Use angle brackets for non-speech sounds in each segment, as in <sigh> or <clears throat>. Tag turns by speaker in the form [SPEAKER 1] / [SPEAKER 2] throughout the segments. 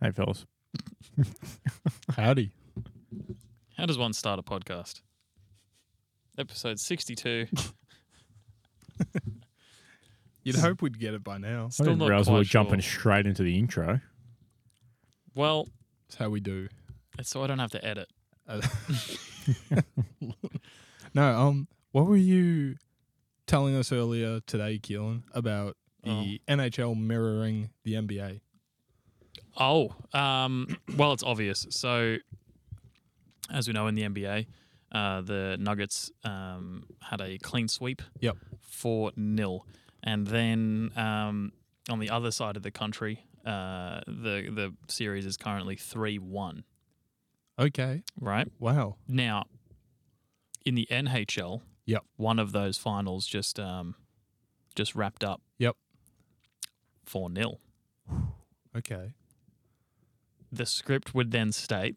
[SPEAKER 1] Hey, fellas.
[SPEAKER 2] Howdy.
[SPEAKER 3] How does one start a podcast? Episode 62.
[SPEAKER 2] You'd hope we'd get it by now.
[SPEAKER 1] I
[SPEAKER 3] Still
[SPEAKER 1] didn't
[SPEAKER 3] not
[SPEAKER 1] realize
[SPEAKER 3] quite
[SPEAKER 1] we were
[SPEAKER 3] sure.
[SPEAKER 1] jumping straight into the intro.
[SPEAKER 3] <laughs> Well,
[SPEAKER 2] That's how we do.
[SPEAKER 3] it's so I don't have to edit.
[SPEAKER 2] Uh, no, um, what were you telling us earlier today, Keelan, about the NHL mirroring the NBA?
[SPEAKER 3] Oh, um, <coughs> well, it's obvious. So, as we know in the NBA, uh, the Nuggets um, had a clean sweep
[SPEAKER 2] Yep.
[SPEAKER 3] 4 nil, And then um, on the other side of the country, uh, the, the series is currently 3 1,
[SPEAKER 2] Okay.
[SPEAKER 3] right?
[SPEAKER 2] Wow.
[SPEAKER 3] Now, in the NHL,
[SPEAKER 2] Yep.
[SPEAKER 3] one of those finals just um, just wrapped up.
[SPEAKER 2] Yep.
[SPEAKER 3] Four 0
[SPEAKER 2] Okay.
[SPEAKER 3] The script would then state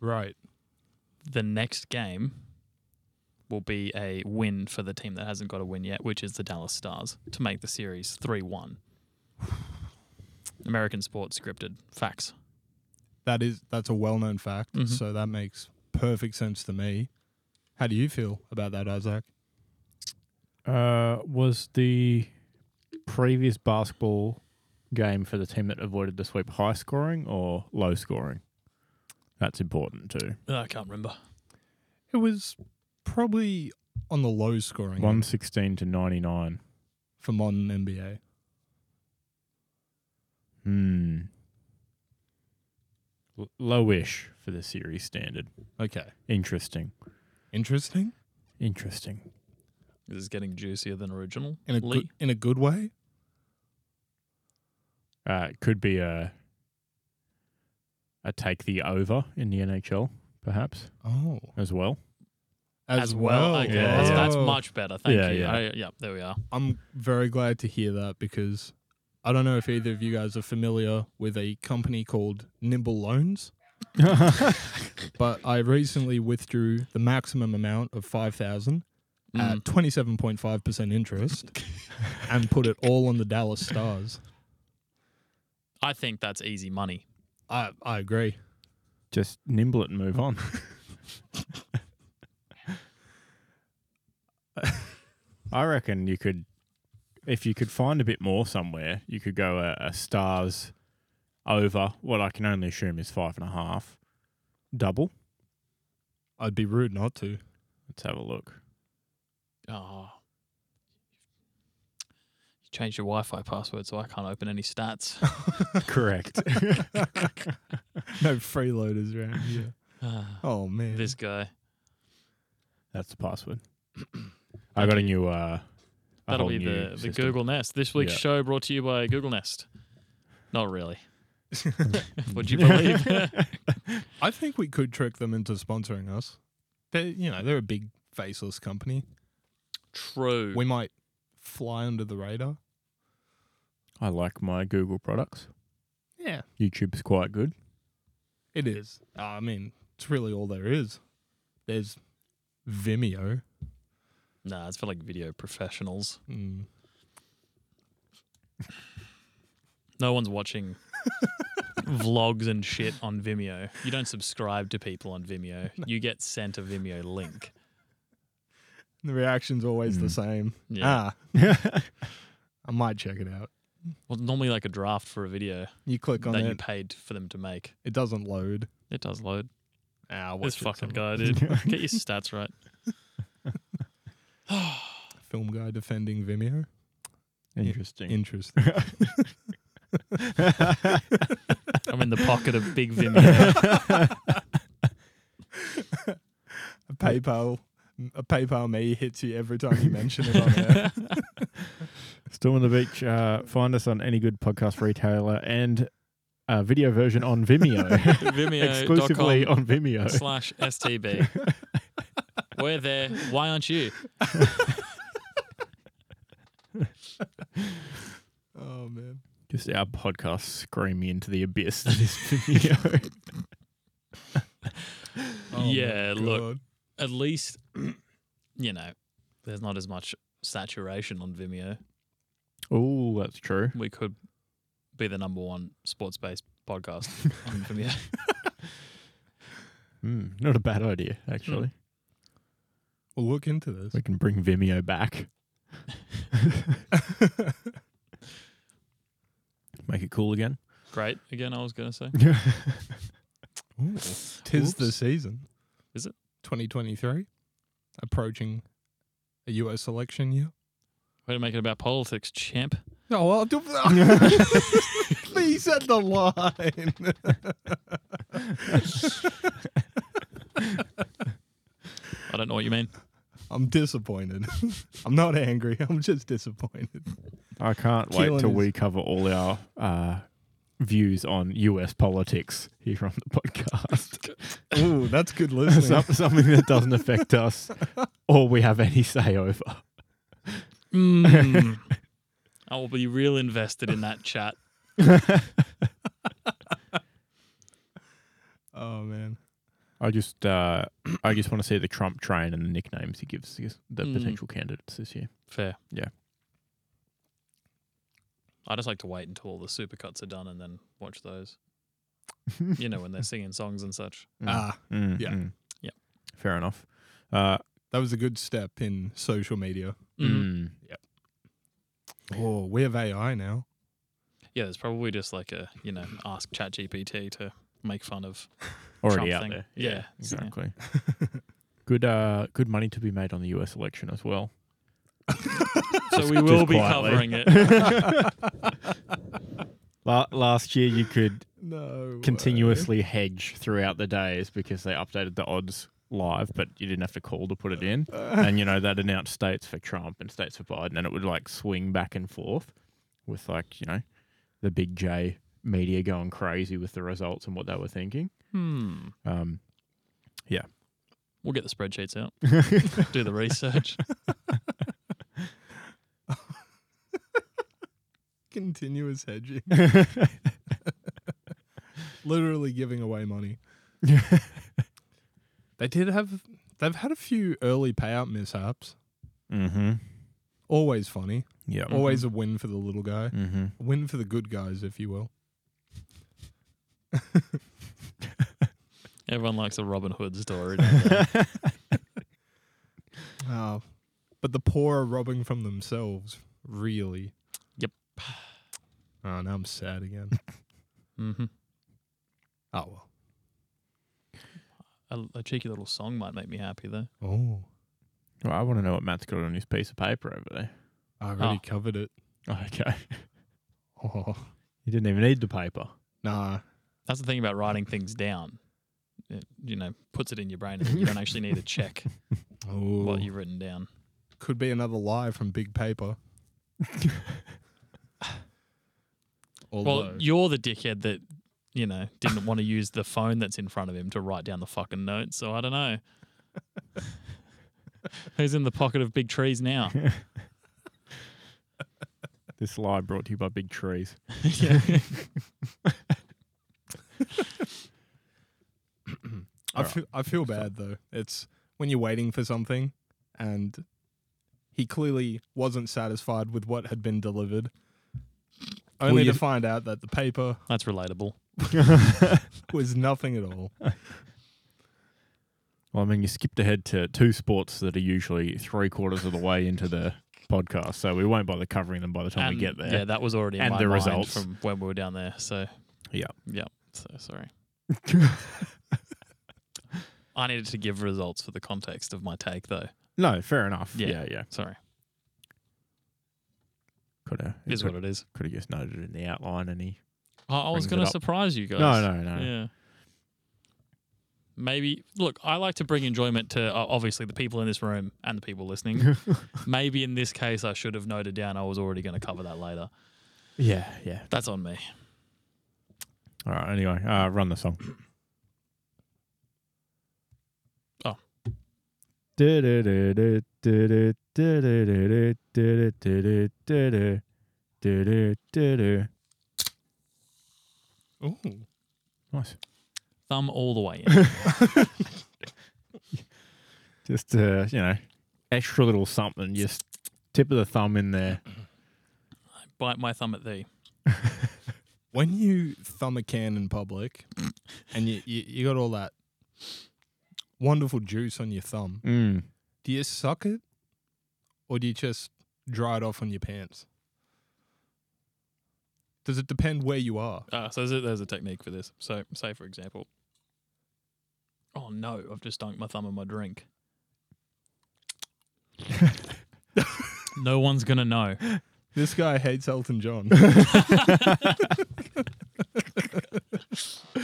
[SPEAKER 2] Right.
[SPEAKER 3] the next game will be a win for the team that hasn't got a win yet, which is the Dallas Stars, to make the series three one. <sighs> American sports scripted facts.
[SPEAKER 2] That is that's a well known fact,
[SPEAKER 3] Mhm.
[SPEAKER 2] so that makes perfect sense to me. How do you feel about that, Isaac?
[SPEAKER 1] Uh, was the previous basketball game for the team that avoided the sweep high scoring or low scoring? That's important too.
[SPEAKER 3] Uh, I can't remember.
[SPEAKER 2] It was probably on the low scoring
[SPEAKER 1] One sixteen to ninety nine.
[SPEAKER 2] for modern NBA.
[SPEAKER 1] Hmm. L- lowish for the series standard.
[SPEAKER 2] Okay.
[SPEAKER 1] Interesting.
[SPEAKER 2] Interesting.
[SPEAKER 1] Interesting.
[SPEAKER 3] This is getting juicier than original.
[SPEAKER 2] In a good, in a good way.
[SPEAKER 1] Uh, it could be a a take the over in the NHL perhaps
[SPEAKER 2] Oh,
[SPEAKER 1] as <laughs> well.
[SPEAKER 2] as,
[SPEAKER 3] Okay,
[SPEAKER 1] Yeah,
[SPEAKER 3] that's, that's
[SPEAKER 2] Oh.
[SPEAKER 3] much better. Thank
[SPEAKER 1] Yeah,
[SPEAKER 3] you.
[SPEAKER 1] yeah.
[SPEAKER 3] I- yeah, there we are.
[SPEAKER 2] I'm very glad to hear that because I don't know if either of you guys are familiar with a company called Nimble Loans, but I recently withdrew the maximum amount of five thousand
[SPEAKER 3] Mm.
[SPEAKER 2] at twenty seven point five percent interest, and put it all on the Dallas Stars.
[SPEAKER 3] I think that's easy money.
[SPEAKER 2] I I agree.
[SPEAKER 1] Just nimble it and move on. I reckon you could, if you could find a bit more somewhere, you could go a, a stars over what I can only assume is five and a half double.
[SPEAKER 2] I'd be rude not to.
[SPEAKER 1] Let's have a
[SPEAKER 3] <laughs>
[SPEAKER 1] look.
[SPEAKER 3] Oh. You changed your Wi Fi password so I can't open any <laughs> stats.
[SPEAKER 1] Correct.
[SPEAKER 2] No freeloaders around here.
[SPEAKER 3] Ah,
[SPEAKER 2] Oh man,
[SPEAKER 3] this guy.
[SPEAKER 1] <laughs> That's the password. I got a new. Uh, a
[SPEAKER 3] That'll
[SPEAKER 1] whole
[SPEAKER 3] be
[SPEAKER 1] new
[SPEAKER 3] the, the
[SPEAKER 1] system. <laughs>
[SPEAKER 3] Google Nest. This week's
[SPEAKER 1] Yeah.
[SPEAKER 3] show brought to you by Google Nest. Not really. <laughs> Would <laughs> you believe?
[SPEAKER 2] I think we could trick them into sponsoring us. They, you know, they're a big faceless company.
[SPEAKER 3] True.
[SPEAKER 2] we might fly under the radar.
[SPEAKER 1] I like my Google products.
[SPEAKER 2] Yeah,
[SPEAKER 1] YouTube's quite good.
[SPEAKER 2] it is. Uh, I mean, it's really all there is. There's Vimeo.
[SPEAKER 3] nah, it's for like video professionals.
[SPEAKER 2] Mm.
[SPEAKER 3] No one's watching <laughs> vlogs and shit on Vimeo. You don't subscribe to people on Vimeo, you get sent a Vimeo link.
[SPEAKER 2] The reaction's always the
[SPEAKER 1] Mm.
[SPEAKER 2] same.
[SPEAKER 3] Yeah.
[SPEAKER 2] Ah, <laughs> I might check it out.
[SPEAKER 3] Well, normally like a draft for a video
[SPEAKER 2] You click on
[SPEAKER 3] that
[SPEAKER 2] it,
[SPEAKER 3] you paid for them to make.
[SPEAKER 2] it doesn't load.
[SPEAKER 3] It does load.
[SPEAKER 2] Ah, I'll
[SPEAKER 3] This
[SPEAKER 2] watch it
[SPEAKER 3] fucking
[SPEAKER 2] somewhere.
[SPEAKER 3] guy,
[SPEAKER 2] <laughs>
[SPEAKER 3] dude. Get your stats right. <sighs>
[SPEAKER 2] Film guy defending Vimeo.
[SPEAKER 1] <laughs> Interesting.
[SPEAKER 2] Interesting. <laughs>
[SPEAKER 3] I'm in the pocket of big Vimeo.
[SPEAKER 2] a PayPal, a PayPal me hits you every time you mention it on <laughs> there.
[SPEAKER 1] Storm on the Beach. Uh, find us on any good podcast retailer and a video version on <laughs> Vimeo. Exclusively
[SPEAKER 3] Vimeo.com
[SPEAKER 1] on Vimeo.
[SPEAKER 3] slash
[SPEAKER 2] <laughs>
[SPEAKER 3] STB. We're there. Why aren't you?
[SPEAKER 2] Oh man.
[SPEAKER 1] Just our podcast screaming into the abyss that <laughs> is Vimeo.
[SPEAKER 2] Oh, my
[SPEAKER 3] Yeah, look.
[SPEAKER 2] God.
[SPEAKER 3] At least, you know, there's not as much saturation on Vimeo.
[SPEAKER 1] oh, that's true.
[SPEAKER 3] We could be the number one sports based podcast on
[SPEAKER 2] <laughs>
[SPEAKER 3] from the
[SPEAKER 1] Mm, not a bad idea, actually.
[SPEAKER 2] We'll look into this.
[SPEAKER 1] We can bring Vimeo back. <laughs> Make it cool again.
[SPEAKER 3] Great again. I was gonna say.
[SPEAKER 2] Ooh, Tis the season.
[SPEAKER 3] Is it?
[SPEAKER 2] 2023? Approaching a US election year.
[SPEAKER 3] Way to make it about politics, champ.
[SPEAKER 2] No, I'll do. <laughs> he said the line.
[SPEAKER 3] I don't know what you mean.
[SPEAKER 2] I'm disappointed. <laughs> I'm not angry. <laughs> I'm just disappointed.
[SPEAKER 1] <laughs> I can't
[SPEAKER 2] Keelan
[SPEAKER 1] wait till
[SPEAKER 2] is-
[SPEAKER 1] we cover all our uh, views on US politics here on the podcast.
[SPEAKER 2] Ooh, that's <laughs> good
[SPEAKER 1] Some-
[SPEAKER 2] listening.
[SPEAKER 1] something that doesn't affect us or we have any say over. <laughs>
[SPEAKER 3] Mm. I will be real invested in that chat.
[SPEAKER 2] oh man.
[SPEAKER 1] I just uh, I just want to see the Trump train and the nicknames he gives his- the
[SPEAKER 3] Mm.
[SPEAKER 1] potential candidates this year.
[SPEAKER 3] Fair.
[SPEAKER 1] Yeah.
[SPEAKER 3] I just like to wait until all the supercuts are done and then watch those. You know,
[SPEAKER 1] <laughs>
[SPEAKER 3] when they're singing songs and such.
[SPEAKER 1] Mm.
[SPEAKER 2] Ah,
[SPEAKER 1] Mm,
[SPEAKER 2] Yeah.
[SPEAKER 1] mm.
[SPEAKER 3] Yeah.
[SPEAKER 1] Fair enough. Uh,
[SPEAKER 2] that was a good step in social media.
[SPEAKER 1] mm.
[SPEAKER 3] Mm.
[SPEAKER 2] Oh, we have AI now.
[SPEAKER 3] Yeah, there's probably just like a, you know, ask ChatGPT to make fun of.
[SPEAKER 1] already
[SPEAKER 3] Trump
[SPEAKER 1] out
[SPEAKER 3] thing.
[SPEAKER 1] there.
[SPEAKER 3] Yeah, so-
[SPEAKER 1] exactly. good, uh, good money to be made on the U.S. election as well.
[SPEAKER 3] <laughs> So we will be
[SPEAKER 1] quietly.
[SPEAKER 3] covering
[SPEAKER 1] <laughs>
[SPEAKER 3] it.
[SPEAKER 1] La- last year, you could
[SPEAKER 2] No.
[SPEAKER 1] continuously hedge throughout the days because they updated the odds live, but you didn't have to call to put it <laughs> in.
[SPEAKER 2] <laughs>
[SPEAKER 1] and you know they'd announce states for Trump and states for Biden, and it would like swing back and forth with like you know the big J media going crazy with the results and what they were thinking.
[SPEAKER 3] Hmm.
[SPEAKER 1] Um,
[SPEAKER 3] We'll get the
[SPEAKER 1] <laughs>
[SPEAKER 3] spreadsheets out, do the research.
[SPEAKER 2] Continuous
[SPEAKER 3] <laughs>
[SPEAKER 2] hedging. <laughs> Literally giving away
[SPEAKER 3] <laughs>
[SPEAKER 2] money. They did have. They've had a few early payout mishaps.
[SPEAKER 1] mm-hmm.
[SPEAKER 2] Always funny.
[SPEAKER 1] Yeah.
[SPEAKER 3] Mm-hmm.
[SPEAKER 2] Always a win for the little guy.
[SPEAKER 1] Mm-hmm.
[SPEAKER 2] A win for the good guys, if you will.
[SPEAKER 3] Everyone likes a Robin Hood
[SPEAKER 1] <laughs>
[SPEAKER 3] story. don't they? Oh.
[SPEAKER 2] Uh, but the poor are robbing from themselves, really.
[SPEAKER 3] Yep.
[SPEAKER 2] Oh, now I'm sad
[SPEAKER 3] <laughs>
[SPEAKER 2] again.
[SPEAKER 3] Mhm.
[SPEAKER 2] oh,
[SPEAKER 3] a, a cheeky little song might make me happy, though.
[SPEAKER 2] well. Oh.
[SPEAKER 1] Well, I want to know what Matt's got on his piece of paper over there.
[SPEAKER 2] I already
[SPEAKER 3] Oh.
[SPEAKER 2] covered it.
[SPEAKER 1] <laughs>
[SPEAKER 2] <laughs>
[SPEAKER 1] Okay.
[SPEAKER 2] Oh.
[SPEAKER 1] You didn't even need the paper.
[SPEAKER 2] Nah.
[SPEAKER 3] That's the thing about writing things down. It, you know, puts it in your brain, and then you don't actually need
[SPEAKER 1] <laughs>
[SPEAKER 3] to check
[SPEAKER 2] Oh.
[SPEAKER 3] what you've written down.
[SPEAKER 2] Could be another lie from Big Paper. <laughs> Although,
[SPEAKER 3] Well, you're the dickhead that you know didn't want to use the phone that's in front of him to write down the fucking note. So I
[SPEAKER 1] <laughs>
[SPEAKER 3] don't know. Who's in the pocket of big
[SPEAKER 1] <laughs>
[SPEAKER 3] trees now?
[SPEAKER 1] This lie brought to you by Big <laughs> Trees.
[SPEAKER 3] yeah.
[SPEAKER 2] I, feel, I feel bad though. It's when you're waiting for something and he clearly wasn't satisfied with what had been delivered.
[SPEAKER 1] Well,
[SPEAKER 2] Only
[SPEAKER 1] you-
[SPEAKER 2] to find out that the paper
[SPEAKER 3] <laughs> That's relatable.
[SPEAKER 2] was nothing at all.
[SPEAKER 1] Well, I mean, you skipped ahead to two sports that are usually three quarters of the way into the podcast, so we won't bother covering them by the time
[SPEAKER 3] And,
[SPEAKER 1] we get there.
[SPEAKER 3] Yeah, that was already in
[SPEAKER 1] And
[SPEAKER 3] my
[SPEAKER 1] the
[SPEAKER 3] mind
[SPEAKER 1] results.
[SPEAKER 3] from when we were down there. So
[SPEAKER 1] Yeah.
[SPEAKER 3] yeah. So
[SPEAKER 1] <laughs>
[SPEAKER 3] sorry. I needed to give results for the context of my take, though.
[SPEAKER 1] No, fair enough.
[SPEAKER 3] Yeah.
[SPEAKER 1] Yeah, yeah.
[SPEAKER 3] Sorry,
[SPEAKER 1] Could have
[SPEAKER 3] is what it is.
[SPEAKER 1] could have just noted it in the outline and he
[SPEAKER 3] I, I
[SPEAKER 1] brings
[SPEAKER 3] was
[SPEAKER 1] it
[SPEAKER 3] going to
[SPEAKER 1] up.
[SPEAKER 3] surprise you guys.
[SPEAKER 1] No, no, no.
[SPEAKER 3] Yeah. Maybe look, I like to bring enjoyment to uh, obviously the people in this room and the people listening.
[SPEAKER 1] <laughs>
[SPEAKER 3] Maybe in this case, I should have noted down I was already going to cover that later.
[SPEAKER 1] Yeah, yeah.
[SPEAKER 3] That's on me.
[SPEAKER 1] All right, anyway, uh, run the song.
[SPEAKER 3] Oh.
[SPEAKER 2] Ooh.
[SPEAKER 1] Nice.
[SPEAKER 3] Thumb all the way
[SPEAKER 1] <laughs>
[SPEAKER 3] in.
[SPEAKER 1] Just uh, you know, extra little something, just tip of the thumb in there.
[SPEAKER 3] Bite my thumb at thee.
[SPEAKER 2] when you thumb a can in public and you, you, you got all that wonderful juice on your thumb,
[SPEAKER 1] Mm.
[SPEAKER 2] do you suck it or do you just dry it off on your pants? Does it depend where you are?
[SPEAKER 3] Uh, so there's a, there's a technique for this. So say for example, oh no, I've just dunked my thumb in
[SPEAKER 1] <laughs>
[SPEAKER 3] my drink. no one's gonna know.
[SPEAKER 2] This guy hates
[SPEAKER 1] <laughs>
[SPEAKER 2] Elton John.
[SPEAKER 1] <laughs>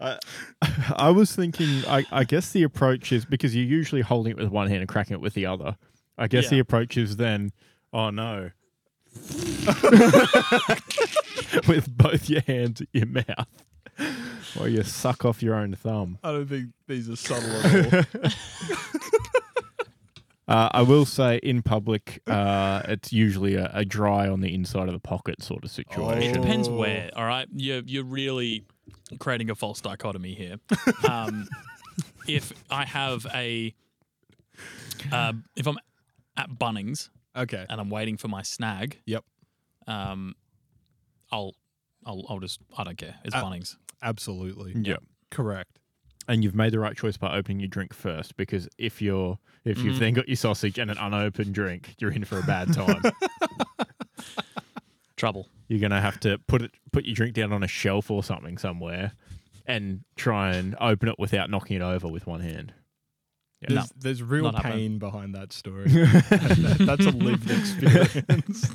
[SPEAKER 1] I was thinking, I, I guess the approach is because you're usually holding it with one hand and cracking it with the other. I guess
[SPEAKER 3] Yeah.
[SPEAKER 1] the approach is then, oh
[SPEAKER 3] <laughs>
[SPEAKER 1] no. with both your hands at your mouth. Or you suck off your own thumb.
[SPEAKER 2] I don't think these are subtle at all.
[SPEAKER 1] Uh, I will say in public, uh, it's usually a, a dry on the inside of the pocket sort of
[SPEAKER 3] Oh, It
[SPEAKER 1] situation.
[SPEAKER 3] depends
[SPEAKER 2] Oh.
[SPEAKER 3] where. All right, you're you're really creating a false
[SPEAKER 2] <laughs>
[SPEAKER 3] dichotomy here. Um, if I have a, uh, if I'm at Bunnings
[SPEAKER 1] <laughs>
[SPEAKER 2] okay.
[SPEAKER 3] and I'm waiting for my snag.
[SPEAKER 2] Yep.
[SPEAKER 3] Um, I'll I'll I'll just I don't care. It's
[SPEAKER 2] Uh,
[SPEAKER 3] Bunnings.
[SPEAKER 2] Absolutely.
[SPEAKER 1] Yeah.
[SPEAKER 2] Correct.
[SPEAKER 1] and you've made the right choice by opening your drink first because if you're if you've
[SPEAKER 3] Mhm.
[SPEAKER 1] then got your sausage and an unopened drink you're in for a bad time
[SPEAKER 3] Trouble.
[SPEAKER 1] you're gonna have to put it put your drink down on a shelf or something somewhere and try and open it without knocking it over with one hand
[SPEAKER 2] There's,
[SPEAKER 3] No,
[SPEAKER 2] there's real
[SPEAKER 3] not
[SPEAKER 2] pain
[SPEAKER 3] happening.
[SPEAKER 2] behind that
[SPEAKER 1] <laughs>
[SPEAKER 2] story. That- that's a lived experience.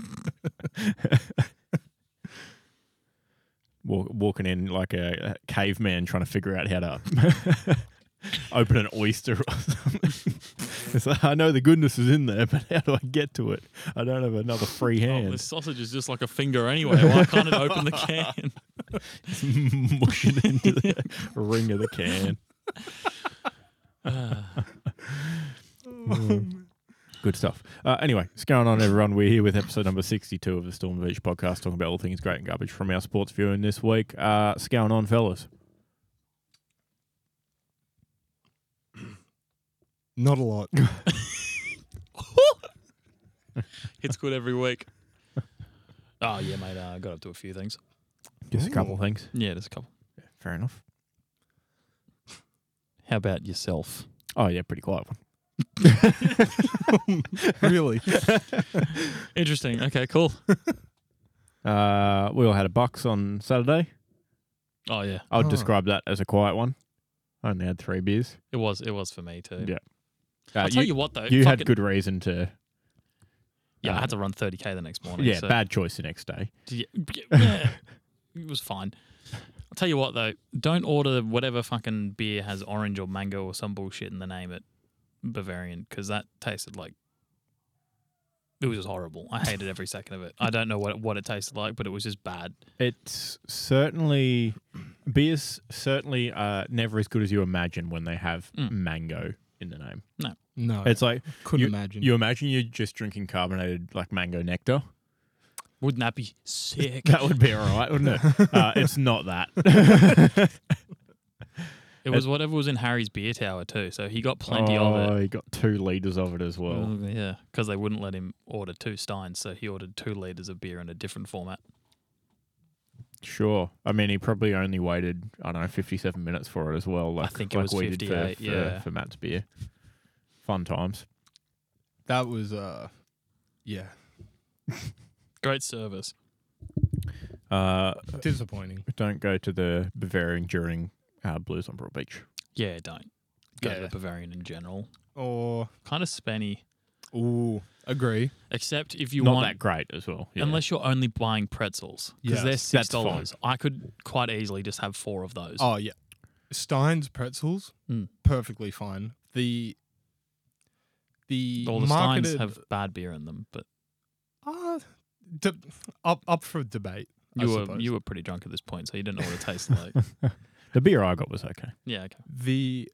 [SPEAKER 1] Walk, walking in like a, a caveman trying to figure out how to open an oyster or something <laughs> it's like, i know the goodness is in there but how do i get to it i don't have another free
[SPEAKER 3] Oh,
[SPEAKER 1] hand
[SPEAKER 3] this sausage is just like a finger <laughs> anyway. Why can't it open the <sighs> can?
[SPEAKER 1] <laughs> mush it into the ring of the can. Good stuff. Uh, anyway, what's going on, everyone? We're here with episode number 62 of the Storm Beach podcast, talking about all things great and garbage from our sports viewing this week. Uh, what's going on, fellas?
[SPEAKER 2] Not a lot.
[SPEAKER 3] it's good every week. Oh yeah, mate. uh, I got up to a few things.
[SPEAKER 1] Just a couple
[SPEAKER 2] Ooh.
[SPEAKER 1] of things.
[SPEAKER 3] Yeah, there's a couple.
[SPEAKER 1] Fair enough.
[SPEAKER 3] How about yourself?
[SPEAKER 1] Oh, yeah, pretty quiet
[SPEAKER 3] <laughs>
[SPEAKER 1] one.
[SPEAKER 2] really.
[SPEAKER 3] Interesting. Okay, cool.
[SPEAKER 1] Uh, we all had a box on Saturday.
[SPEAKER 3] Oh yeah,
[SPEAKER 1] I would
[SPEAKER 2] Oh.
[SPEAKER 1] describe that as a quiet one. I only had three beers.
[SPEAKER 3] it was it was for me too.
[SPEAKER 1] Yeah.
[SPEAKER 3] I'll
[SPEAKER 1] Uh,
[SPEAKER 3] tell you, what though.
[SPEAKER 1] you had
[SPEAKER 3] fucking-
[SPEAKER 1] good reason to.
[SPEAKER 3] Yeah, I had to run 30k the next morning.
[SPEAKER 1] Yeah,
[SPEAKER 3] so-
[SPEAKER 1] bad choice the next day. <laughs>
[SPEAKER 3] Yeah, yeah, it was fine. I'll tell you what though, don't order whatever fucking beer has orange or mango or some bullshit in the name at Bavarian because that tasted like it was just horrible. I hated every second of it. I don't know what what it tasted like, but it was just bad.
[SPEAKER 1] It's certainly beers certainly uh never as good as you imagine when they have
[SPEAKER 3] Mm.
[SPEAKER 1] mango in the name.
[SPEAKER 2] No.
[SPEAKER 1] It's like
[SPEAKER 2] couldn't imagine.
[SPEAKER 1] you imagine you're just drinking carbonated like mango nectar.
[SPEAKER 3] Wouldn't that be sick?
[SPEAKER 1] <laughs> That would be all right, wouldn't
[SPEAKER 3] <laughs>
[SPEAKER 1] it? Uh, it's not that.
[SPEAKER 3] it was whatever was in Harry's beer tower too. So he got <laughs> plenty of
[SPEAKER 1] oh,
[SPEAKER 3] it.
[SPEAKER 1] you got two liters of it as well.
[SPEAKER 3] Mm, yeah, because they wouldn't let him order two steins, so he ordered two liters of beer in a different format.
[SPEAKER 1] Sure. I mean, he probably only waited I don't know 57 minutes for it as well. Like
[SPEAKER 3] think it
[SPEAKER 1] like
[SPEAKER 3] was
[SPEAKER 1] we did for-
[SPEAKER 3] 58,
[SPEAKER 1] for,
[SPEAKER 3] yeah.
[SPEAKER 1] for Matt's beer. Fun times.
[SPEAKER 2] that was, uh,
[SPEAKER 1] <laughs>
[SPEAKER 2] yeah,
[SPEAKER 3] Great service.
[SPEAKER 1] Uh,
[SPEAKER 2] disappointing.
[SPEAKER 1] don't go to the Bavarian during uh, Blues on Broad Beach.
[SPEAKER 3] Yeah, don't go to
[SPEAKER 2] Yeah.
[SPEAKER 3] the Bavarian in general.
[SPEAKER 2] Or,
[SPEAKER 3] kind of spenny.
[SPEAKER 2] ooh, agree.
[SPEAKER 3] Except if you
[SPEAKER 1] not
[SPEAKER 3] want,
[SPEAKER 1] that great as well. yeah.
[SPEAKER 3] unless you're only buying pretzels because
[SPEAKER 2] Yes,
[SPEAKER 3] they're
[SPEAKER 1] that's
[SPEAKER 3] six
[SPEAKER 1] fine.
[SPEAKER 3] dollars. I could quite easily just have four of those.
[SPEAKER 2] Oh, yeah. Hmm. Stein's pretzels,
[SPEAKER 3] Mm.
[SPEAKER 2] perfectly fine. The, the
[SPEAKER 3] All the
[SPEAKER 2] marketed,
[SPEAKER 3] Steins have bad beer in them, but
[SPEAKER 2] uh, de- up, up for debate. I
[SPEAKER 3] you were
[SPEAKER 2] suppose.
[SPEAKER 3] you were pretty drunk at this point, so you didn't know what it tasted like.
[SPEAKER 1] the beer I got was okay.
[SPEAKER 3] yeah, okay.
[SPEAKER 2] the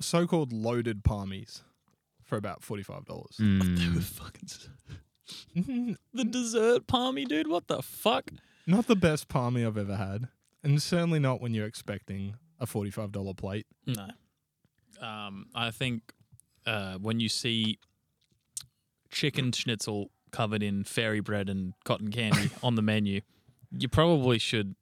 [SPEAKER 2] so-called loaded palmies for about forty-five dollars. <laughs>
[SPEAKER 3] They
[SPEAKER 2] Hmm.
[SPEAKER 3] were fucking s-
[SPEAKER 2] Mm,
[SPEAKER 3] <laughs> the dessert palmy, dude. What the fuck?
[SPEAKER 2] <laughs> not the best palmy I've ever had, and certainly not when you're expecting a forty-five dollar plate.
[SPEAKER 3] No. Um, I think uh, when you see
[SPEAKER 1] <laughs>
[SPEAKER 3] chicken schnitzel covered in fairy bread and cotton candy on the menu, you probably should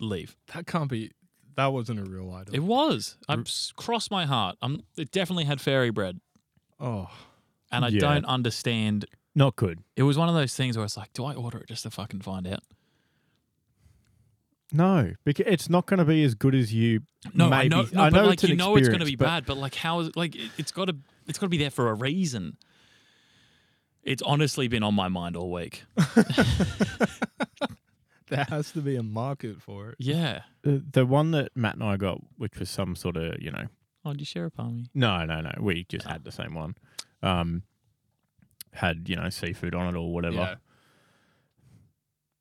[SPEAKER 3] leave.
[SPEAKER 2] That can't be. That wasn't a real item.
[SPEAKER 3] It was. I s- cross my heart. I'm. It definitely had fairy bread,
[SPEAKER 2] oh,
[SPEAKER 3] and I
[SPEAKER 1] Yeah.
[SPEAKER 3] don't understand.
[SPEAKER 1] Not good.
[SPEAKER 3] It was one of those things where it's like, do I order it just to fucking find out?
[SPEAKER 1] No, because it's not going to be as good as you.
[SPEAKER 3] No,
[SPEAKER 1] maybe.
[SPEAKER 3] I know. No,
[SPEAKER 1] I know
[SPEAKER 3] but like
[SPEAKER 1] it's an
[SPEAKER 3] you know it's going to
[SPEAKER 1] experience,
[SPEAKER 3] be
[SPEAKER 1] but-
[SPEAKER 3] bad, but like how is like it, it's got to it's got to be there for a reason. It's honestly been on my mind all week.
[SPEAKER 2] there has to be a market for it.
[SPEAKER 3] Yeah.
[SPEAKER 1] The, uh, the one that Matt and I got, which was some sort of, you know,
[SPEAKER 3] Oh, did you share a palmy?
[SPEAKER 1] No, no, no. We just had the same one. Um, had you know seafood on it or whatever.
[SPEAKER 2] Yeah.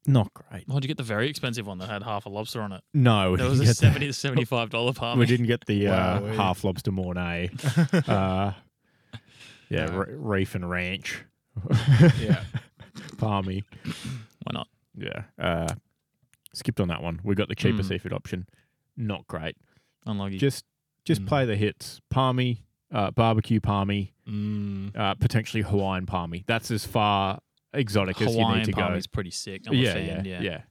[SPEAKER 1] Not great.
[SPEAKER 3] Oh, did you get the very expensive one that had half a lobster on it?
[SPEAKER 1] No, we
[SPEAKER 3] That
[SPEAKER 1] didn't
[SPEAKER 3] was a
[SPEAKER 1] get
[SPEAKER 3] seventy to seventy-five dollar
[SPEAKER 1] the,
[SPEAKER 3] palmy.
[SPEAKER 1] we didn't get the uh,
[SPEAKER 2] Wowee.
[SPEAKER 1] half lobster mornay.
[SPEAKER 3] <laughs>
[SPEAKER 1] uh, yeah,
[SPEAKER 2] No.
[SPEAKER 1] re- reef and ranch,
[SPEAKER 2] <laughs>
[SPEAKER 1] <laughs>
[SPEAKER 2] Yeah.
[SPEAKER 1] palmy.
[SPEAKER 3] <laughs> Why not?
[SPEAKER 1] Yeah, uh, skipped on that one. We got the cheaper
[SPEAKER 3] Mm.
[SPEAKER 1] seafood option. Not great.
[SPEAKER 3] Unlucky.
[SPEAKER 1] Just just
[SPEAKER 2] Mm.
[SPEAKER 1] play the hits. Palmy, uh, barbecue palmy,
[SPEAKER 2] mm,
[SPEAKER 1] uh, potentially Hawaiian palmy. That's as far exotic as you need
[SPEAKER 3] Hawaiian
[SPEAKER 1] to go.
[SPEAKER 3] palmy is pretty sick. I'm a fan. Yeah.
[SPEAKER 1] yeah.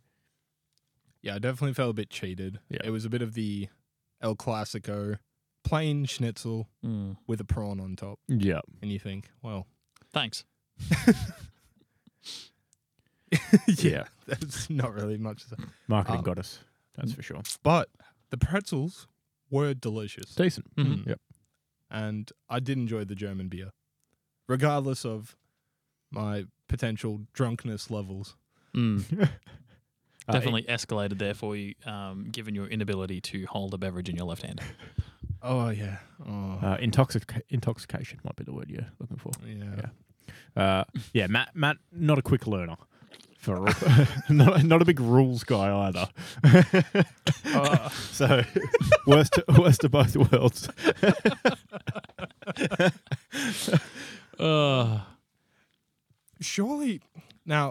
[SPEAKER 2] yeah, I definitely felt a bit cheated.
[SPEAKER 1] Yeah.
[SPEAKER 2] It was a bit of the El Clasico, plain schnitzel
[SPEAKER 3] Mm.
[SPEAKER 2] with a prawn on top,
[SPEAKER 1] Yeah.
[SPEAKER 2] and you think, well, <laughs>
[SPEAKER 3] Thanks.
[SPEAKER 1] Yeah.
[SPEAKER 2] that's not really much. to-
[SPEAKER 1] Marketing
[SPEAKER 2] Um,
[SPEAKER 1] got us. That's for sure.
[SPEAKER 2] But the pretzels were delicious,
[SPEAKER 1] Decent.
[SPEAKER 3] Mhm.
[SPEAKER 2] Mm.
[SPEAKER 1] Mm-hmm. Yep.
[SPEAKER 2] and I did enjoy the German beer, regardless of my potential drunkenness levels.
[SPEAKER 3] Mm.
[SPEAKER 1] Uh,
[SPEAKER 3] Definitely escalated there for you, um, given your inability to hold a beverage in your left <laughs> hand.
[SPEAKER 2] Oh yeah, oh
[SPEAKER 1] Uh, intoxic- intoxication might be the word you're looking for.
[SPEAKER 2] yeah.
[SPEAKER 1] yeah. Uh, yeah, Matt. Matt, not a quick learner. For <laughs> not, not a big rules guy either. <laughs>
[SPEAKER 2] Uh,
[SPEAKER 1] So <laughs> worst worst of both worlds.
[SPEAKER 3] Uh,
[SPEAKER 2] surely now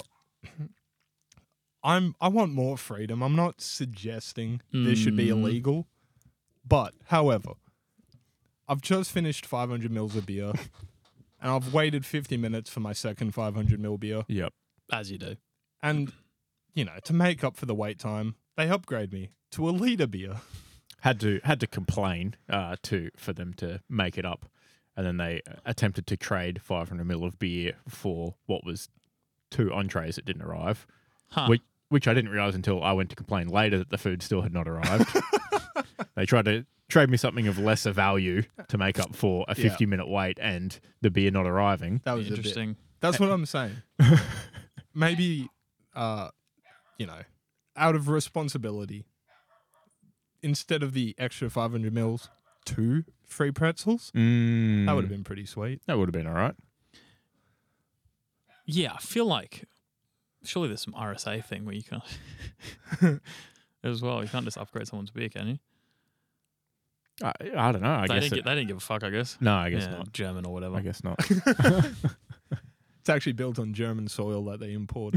[SPEAKER 2] i'm i want more freedom i'm not suggesting this should be
[SPEAKER 3] Mm.
[SPEAKER 2] illegal but however i've just finished 500 mils of beer and i've waited 50 minutes for my second 500 mil beer
[SPEAKER 1] Yep.
[SPEAKER 3] as you do.
[SPEAKER 2] and you know to make up for the wait time they upgrade me to a liter beer
[SPEAKER 1] Had to had to complain uh, to for them to make it up, and then they attempted to trade 500 ml of beer for what was two entrees that didn't arrive.
[SPEAKER 3] Huh.
[SPEAKER 1] which which I didn't realize until I went to complain later that the food still had not
[SPEAKER 3] <laughs>
[SPEAKER 1] arrived. they tried to trade me something of lesser value to make up for a
[SPEAKER 2] Yeah.
[SPEAKER 1] 50 minute wait and the beer not arriving.
[SPEAKER 2] that was interesting
[SPEAKER 3] Interesting.
[SPEAKER 2] That's
[SPEAKER 3] <laughs>
[SPEAKER 2] what I'm saying. Maybe, uh, you know, out of responsibility, instead of the extra 500 mils, two free pretzels.
[SPEAKER 1] Mm,
[SPEAKER 2] That would have
[SPEAKER 3] Hmm.
[SPEAKER 2] been pretty sweet.
[SPEAKER 1] that would have been all right.
[SPEAKER 3] Yeah, I feel like surely there's some RSA thing where you can't
[SPEAKER 1] <laughs>
[SPEAKER 3] <laughs> as well. You can't just upgrade someone's beer, can you?
[SPEAKER 1] I, I don't know. I
[SPEAKER 3] they
[SPEAKER 1] guess
[SPEAKER 3] didn't
[SPEAKER 1] it,
[SPEAKER 3] gi- they didn't give a fuck, I guess.
[SPEAKER 1] no. I guess
[SPEAKER 3] Yeah,
[SPEAKER 1] not.
[SPEAKER 3] German or whatever.
[SPEAKER 1] I guess not. <laughs>
[SPEAKER 2] It's actually built on German soil that they
[SPEAKER 3] <laughs>
[SPEAKER 2] import,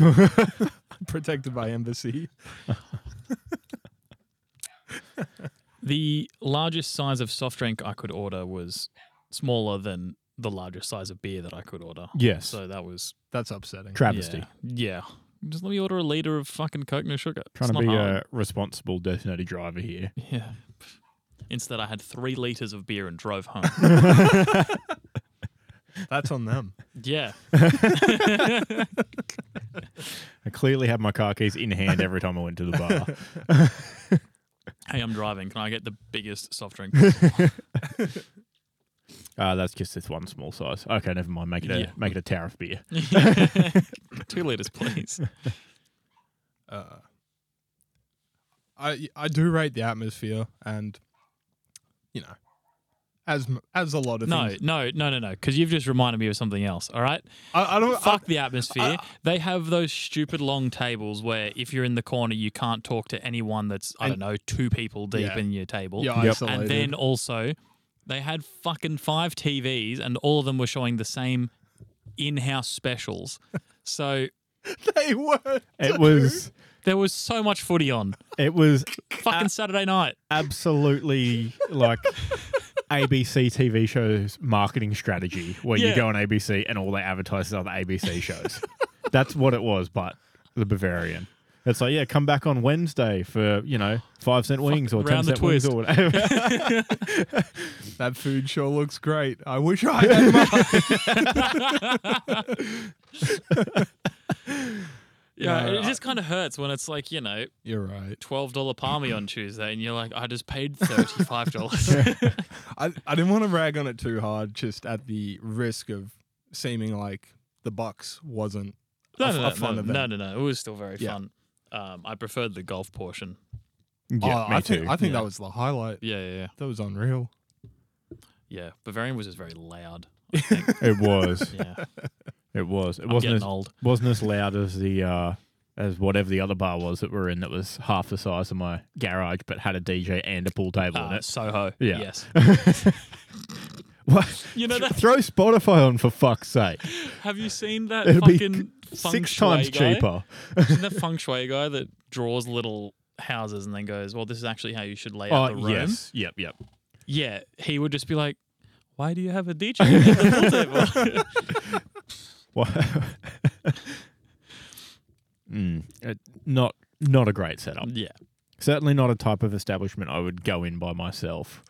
[SPEAKER 2] <laughs> protected by embassy.
[SPEAKER 3] The largest size of soft drink I could order was smaller than the largest size of beer that I could order.
[SPEAKER 1] yes,
[SPEAKER 3] So that was
[SPEAKER 2] That's upsetting.
[SPEAKER 1] travesty.
[SPEAKER 3] Yeah. yeah. Just let me order a liter of fucking Coke no sugar.
[SPEAKER 1] Trying
[SPEAKER 3] it's
[SPEAKER 1] to be uh,
[SPEAKER 3] not hard.
[SPEAKER 1] a responsible Death Nerdy driver here.
[SPEAKER 3] <laughs> Yeah. Instead, I had three liters of beer and drove home.
[SPEAKER 1] <laughs>
[SPEAKER 2] That's on
[SPEAKER 3] <laughs>
[SPEAKER 2] them.
[SPEAKER 3] yeah.
[SPEAKER 1] I clearly had my car keys in hand every time I went to the bar.
[SPEAKER 3] <laughs> Hey, I'm driving. Can I get the biggest soft drink?
[SPEAKER 1] <laughs>
[SPEAKER 3] <laughs>
[SPEAKER 1] Uh, that's just this one small size. Okay, never mind. Make it a
[SPEAKER 3] Yeah.
[SPEAKER 1] make it a tariff
[SPEAKER 3] <laughs>
[SPEAKER 1] beer.
[SPEAKER 3] Two liters, please.
[SPEAKER 2] Uh, I I do rate the atmosphere, and you know, as m- as a lot of
[SPEAKER 3] No,
[SPEAKER 2] things,
[SPEAKER 3] no, no, no, no. Because you've just reminded me of something else. All right.
[SPEAKER 2] I, I don't I-
[SPEAKER 3] Fuck the atmosphere. they have those stupid long tables where if you're in the corner, you can't talk to anyone that's I don't know two people deep
[SPEAKER 2] Yeah.
[SPEAKER 3] in your table.
[SPEAKER 2] you're
[SPEAKER 1] Yep.
[SPEAKER 2] isolated.
[SPEAKER 3] And then also, they had fucking five TVs, and all of them were showing the same
[SPEAKER 2] <laughs>
[SPEAKER 3] in-house specials. So
[SPEAKER 2] they were.
[SPEAKER 1] It was
[SPEAKER 3] there was so much footy on
[SPEAKER 1] it was
[SPEAKER 2] Uh,
[SPEAKER 3] fucking Saturday night.
[SPEAKER 1] absolutely like ABC TV shows marketing strategy where you
[SPEAKER 3] Yeah.
[SPEAKER 1] go on ABC and all they advertise is other ABC shows. That's what it was, but the Bavarian. It's like, yeah, come back on Wednesday for, you know, five cent wings or 10
[SPEAKER 3] round the
[SPEAKER 1] cent wings
[SPEAKER 3] twist.
[SPEAKER 1] or
[SPEAKER 3] <laughs>
[SPEAKER 1] whatever.
[SPEAKER 2] That food sure looks great. I wish I had mine.
[SPEAKER 3] Yeah,
[SPEAKER 2] No,
[SPEAKER 3] it just kind of hurts when it's like you know
[SPEAKER 2] You're right.
[SPEAKER 3] twelve dollar palmy on Tuesday, and you're like, I just paid thirty
[SPEAKER 2] <laughs>
[SPEAKER 3] five dollars.
[SPEAKER 2] I, I didn't want to rag on it too hard, just at the risk of seeming like the Bucks wasn't
[SPEAKER 3] no,
[SPEAKER 2] a,
[SPEAKER 3] no,
[SPEAKER 2] a
[SPEAKER 3] no,
[SPEAKER 2] fun
[SPEAKER 3] no,
[SPEAKER 2] event.
[SPEAKER 3] no, no, no. It was still very
[SPEAKER 2] Yeah.
[SPEAKER 3] fun. Um, I preferred the golf portion.
[SPEAKER 1] yeah,
[SPEAKER 2] Oh,
[SPEAKER 1] me
[SPEAKER 2] I think
[SPEAKER 1] too.
[SPEAKER 2] I think
[SPEAKER 3] yeah.
[SPEAKER 2] that was the highlight.
[SPEAKER 3] Yeah, yeah, yeah.
[SPEAKER 2] That was unreal.
[SPEAKER 3] yeah. Bavarian was just very loud.
[SPEAKER 1] <laughs>
[SPEAKER 3] I think.
[SPEAKER 1] it was.
[SPEAKER 3] yeah,
[SPEAKER 1] It was. It
[SPEAKER 3] I'm
[SPEAKER 1] wasn't
[SPEAKER 3] getting
[SPEAKER 1] as,
[SPEAKER 3] old.
[SPEAKER 1] wasn't as loud as the uh as whatever the other bar was that we're in that was half the size of my garage but had a DJ and a pool table in
[SPEAKER 3] Uh,
[SPEAKER 1] it.
[SPEAKER 3] Soho.
[SPEAKER 1] Yeah.
[SPEAKER 3] Yes.
[SPEAKER 1] <laughs> What?
[SPEAKER 3] You know that?
[SPEAKER 1] Throw Spotify on for fuck's sake.
[SPEAKER 3] Have you seen that
[SPEAKER 1] It'll be
[SPEAKER 3] fucking feng
[SPEAKER 1] Six
[SPEAKER 3] shui
[SPEAKER 1] times
[SPEAKER 3] guy?
[SPEAKER 1] cheaper.
[SPEAKER 3] Isn't that feng shui guy that draws little houses and then goes, "Well, this is actually how you should lay
[SPEAKER 1] Oh,
[SPEAKER 3] out the room."
[SPEAKER 1] yes. Yep, yep.
[SPEAKER 3] Yeah, he would just be like, "Why do you have a DJ at
[SPEAKER 1] <laughs>
[SPEAKER 3] the pool table?" <laughs>
[SPEAKER 1] Well, mm, it, not not a great setup.
[SPEAKER 3] yeah,
[SPEAKER 1] Certainly not a type of establishment I would go in by myself.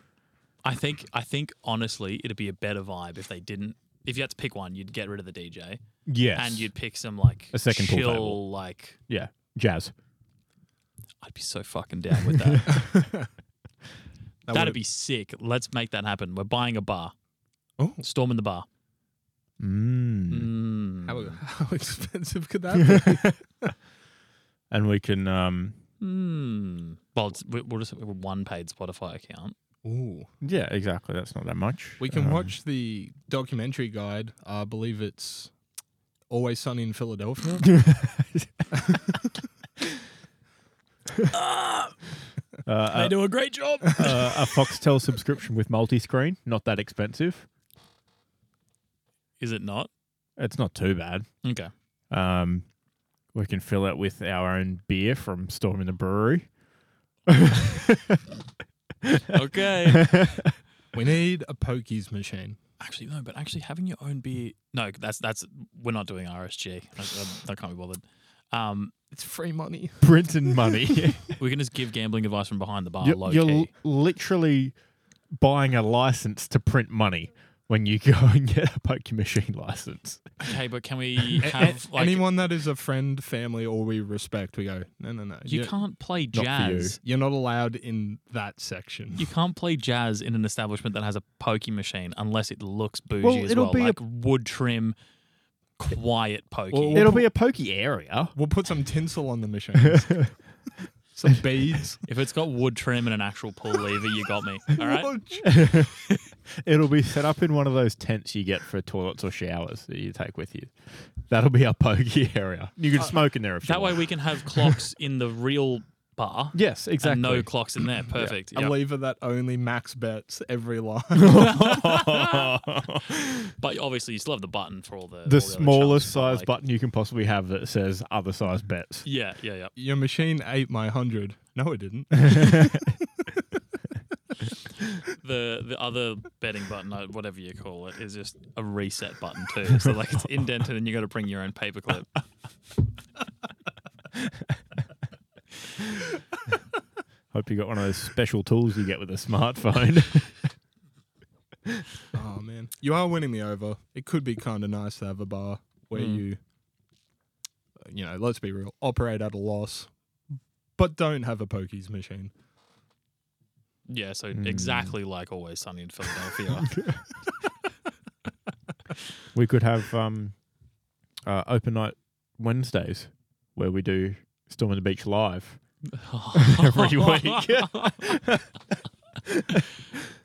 [SPEAKER 3] I think I think honestly, it'd be a better vibe if they didn't. If you had to pick one, you'd get rid of the DJ
[SPEAKER 1] Yes,
[SPEAKER 3] and you'd pick some like
[SPEAKER 1] A second pool
[SPEAKER 3] chill,
[SPEAKER 1] table.
[SPEAKER 3] like
[SPEAKER 1] yeah jazz.
[SPEAKER 3] I'd be so fucking down
[SPEAKER 1] <laughs>
[SPEAKER 3] with that.
[SPEAKER 2] That
[SPEAKER 3] That'd
[SPEAKER 2] would've-
[SPEAKER 3] be sick. Let's make that happen. We're buying a bar.
[SPEAKER 2] Oh.
[SPEAKER 3] Storming the bar.
[SPEAKER 1] Mm.
[SPEAKER 3] Mm.
[SPEAKER 2] how, <laughs> how expensive could that be?
[SPEAKER 1] And we can um
[SPEAKER 3] Mm. Well, it's, we- we'll just have one paid Spotify account.
[SPEAKER 2] Ooh.
[SPEAKER 1] yeah exactly. That's not that much.
[SPEAKER 2] We can
[SPEAKER 1] Um,
[SPEAKER 2] watch the documentary guide. I believe it's Always Sunny in Philadelphia.
[SPEAKER 1] uh, a,
[SPEAKER 3] do a great job.
[SPEAKER 1] <laughs> uh, a Foxtel subscription with multi-screen. Not that expensive.
[SPEAKER 3] Is it not?
[SPEAKER 1] It's not too bad. <laughs>
[SPEAKER 3] Okay.
[SPEAKER 1] Um, we can fill it with our own beer from Storm in the Brewery. <laughs>
[SPEAKER 3] Okay.
[SPEAKER 1] <laughs>
[SPEAKER 2] we need a pokies machine.
[SPEAKER 3] actually, no, but actually having your own beer. No, that's, that's, we're not doing RSG. I, I, I can't be bothered. Um,
[SPEAKER 2] It's free money.
[SPEAKER 1] Printing
[SPEAKER 2] <laughs>
[SPEAKER 1] money.
[SPEAKER 3] we can just give gambling advice from behind the
[SPEAKER 2] Ah,
[SPEAKER 3] bar,
[SPEAKER 1] you're,
[SPEAKER 3] low
[SPEAKER 1] you're
[SPEAKER 3] key.
[SPEAKER 1] l- literally buying a license to print money when you go <laughs> and get a poker machine license.
[SPEAKER 3] Okay, but
[SPEAKER 1] <laughs>
[SPEAKER 3] can we
[SPEAKER 2] A-
[SPEAKER 3] have,
[SPEAKER 2] a-
[SPEAKER 3] like,
[SPEAKER 2] anyone that is a friend, family, or we respect, we go, no, no, no.
[SPEAKER 3] you
[SPEAKER 2] you're,
[SPEAKER 3] can't play
[SPEAKER 1] for you.
[SPEAKER 3] jazz.
[SPEAKER 2] you're not allowed in that section.
[SPEAKER 3] You can't play jazz in an establishment that has a pokey machine unless it looks bougie
[SPEAKER 1] Well,
[SPEAKER 3] as
[SPEAKER 1] it'll
[SPEAKER 3] well.
[SPEAKER 1] be a-
[SPEAKER 3] like wood trim, quiet pokey.
[SPEAKER 2] Well,
[SPEAKER 1] It'll be a pokey area.
[SPEAKER 2] We'll put some tinsel
[SPEAKER 3] <laughs>
[SPEAKER 2] on the machine. some beads.
[SPEAKER 3] If it's got wood trim and an actual
[SPEAKER 1] <laughs>
[SPEAKER 3] pull lever, you got me. All <laughs> right.
[SPEAKER 2] Watch.
[SPEAKER 1] Oh, It'll be set up in one of those tents you get for toilets or showers that you take with you. That'll be our pokey <laughs> area. You can smoke in there if
[SPEAKER 3] Uh, That
[SPEAKER 1] you
[SPEAKER 3] way
[SPEAKER 1] want.
[SPEAKER 3] we can have clocks in the real bar.
[SPEAKER 1] Yes,
[SPEAKER 3] And
[SPEAKER 1] exactly.
[SPEAKER 3] no clocks in there. Perfect.
[SPEAKER 2] A
[SPEAKER 3] Yep.
[SPEAKER 2] lever that only max bets every <laughs> line.
[SPEAKER 3] But obviously, you still have the button for all the all
[SPEAKER 1] the
[SPEAKER 3] other
[SPEAKER 1] smallest
[SPEAKER 3] channels,
[SPEAKER 1] size
[SPEAKER 3] but, like-
[SPEAKER 1] button you can possibly have that says other size bets.
[SPEAKER 3] Yeah, yeah, yeah.
[SPEAKER 2] Your machine ate my hundred. No, it
[SPEAKER 3] <laughs>
[SPEAKER 2] didn't.
[SPEAKER 3] The the other betting button, uh, whatever you call it, is just a reset button too. So like it's indented, and you got to bring your own paperclip.
[SPEAKER 1] Hope you got one of those special tools you get with a
[SPEAKER 3] <laughs>
[SPEAKER 1] smartphone.
[SPEAKER 2] Oh man, you are winning me over. It could be kind of nice to have a bar where
[SPEAKER 3] Mm.
[SPEAKER 2] you, uh, you know, let's be real, operate at a loss, but don't have a pokies machine.
[SPEAKER 3] Yeah, so
[SPEAKER 1] Mm.
[SPEAKER 3] exactly like Always Sunny in Philadelphia. <laughs>
[SPEAKER 1] We could have um, uh, open night Wednesdays where we do Storm on the Beach
[SPEAKER 3] <laughs>
[SPEAKER 1] live <laughs> every week.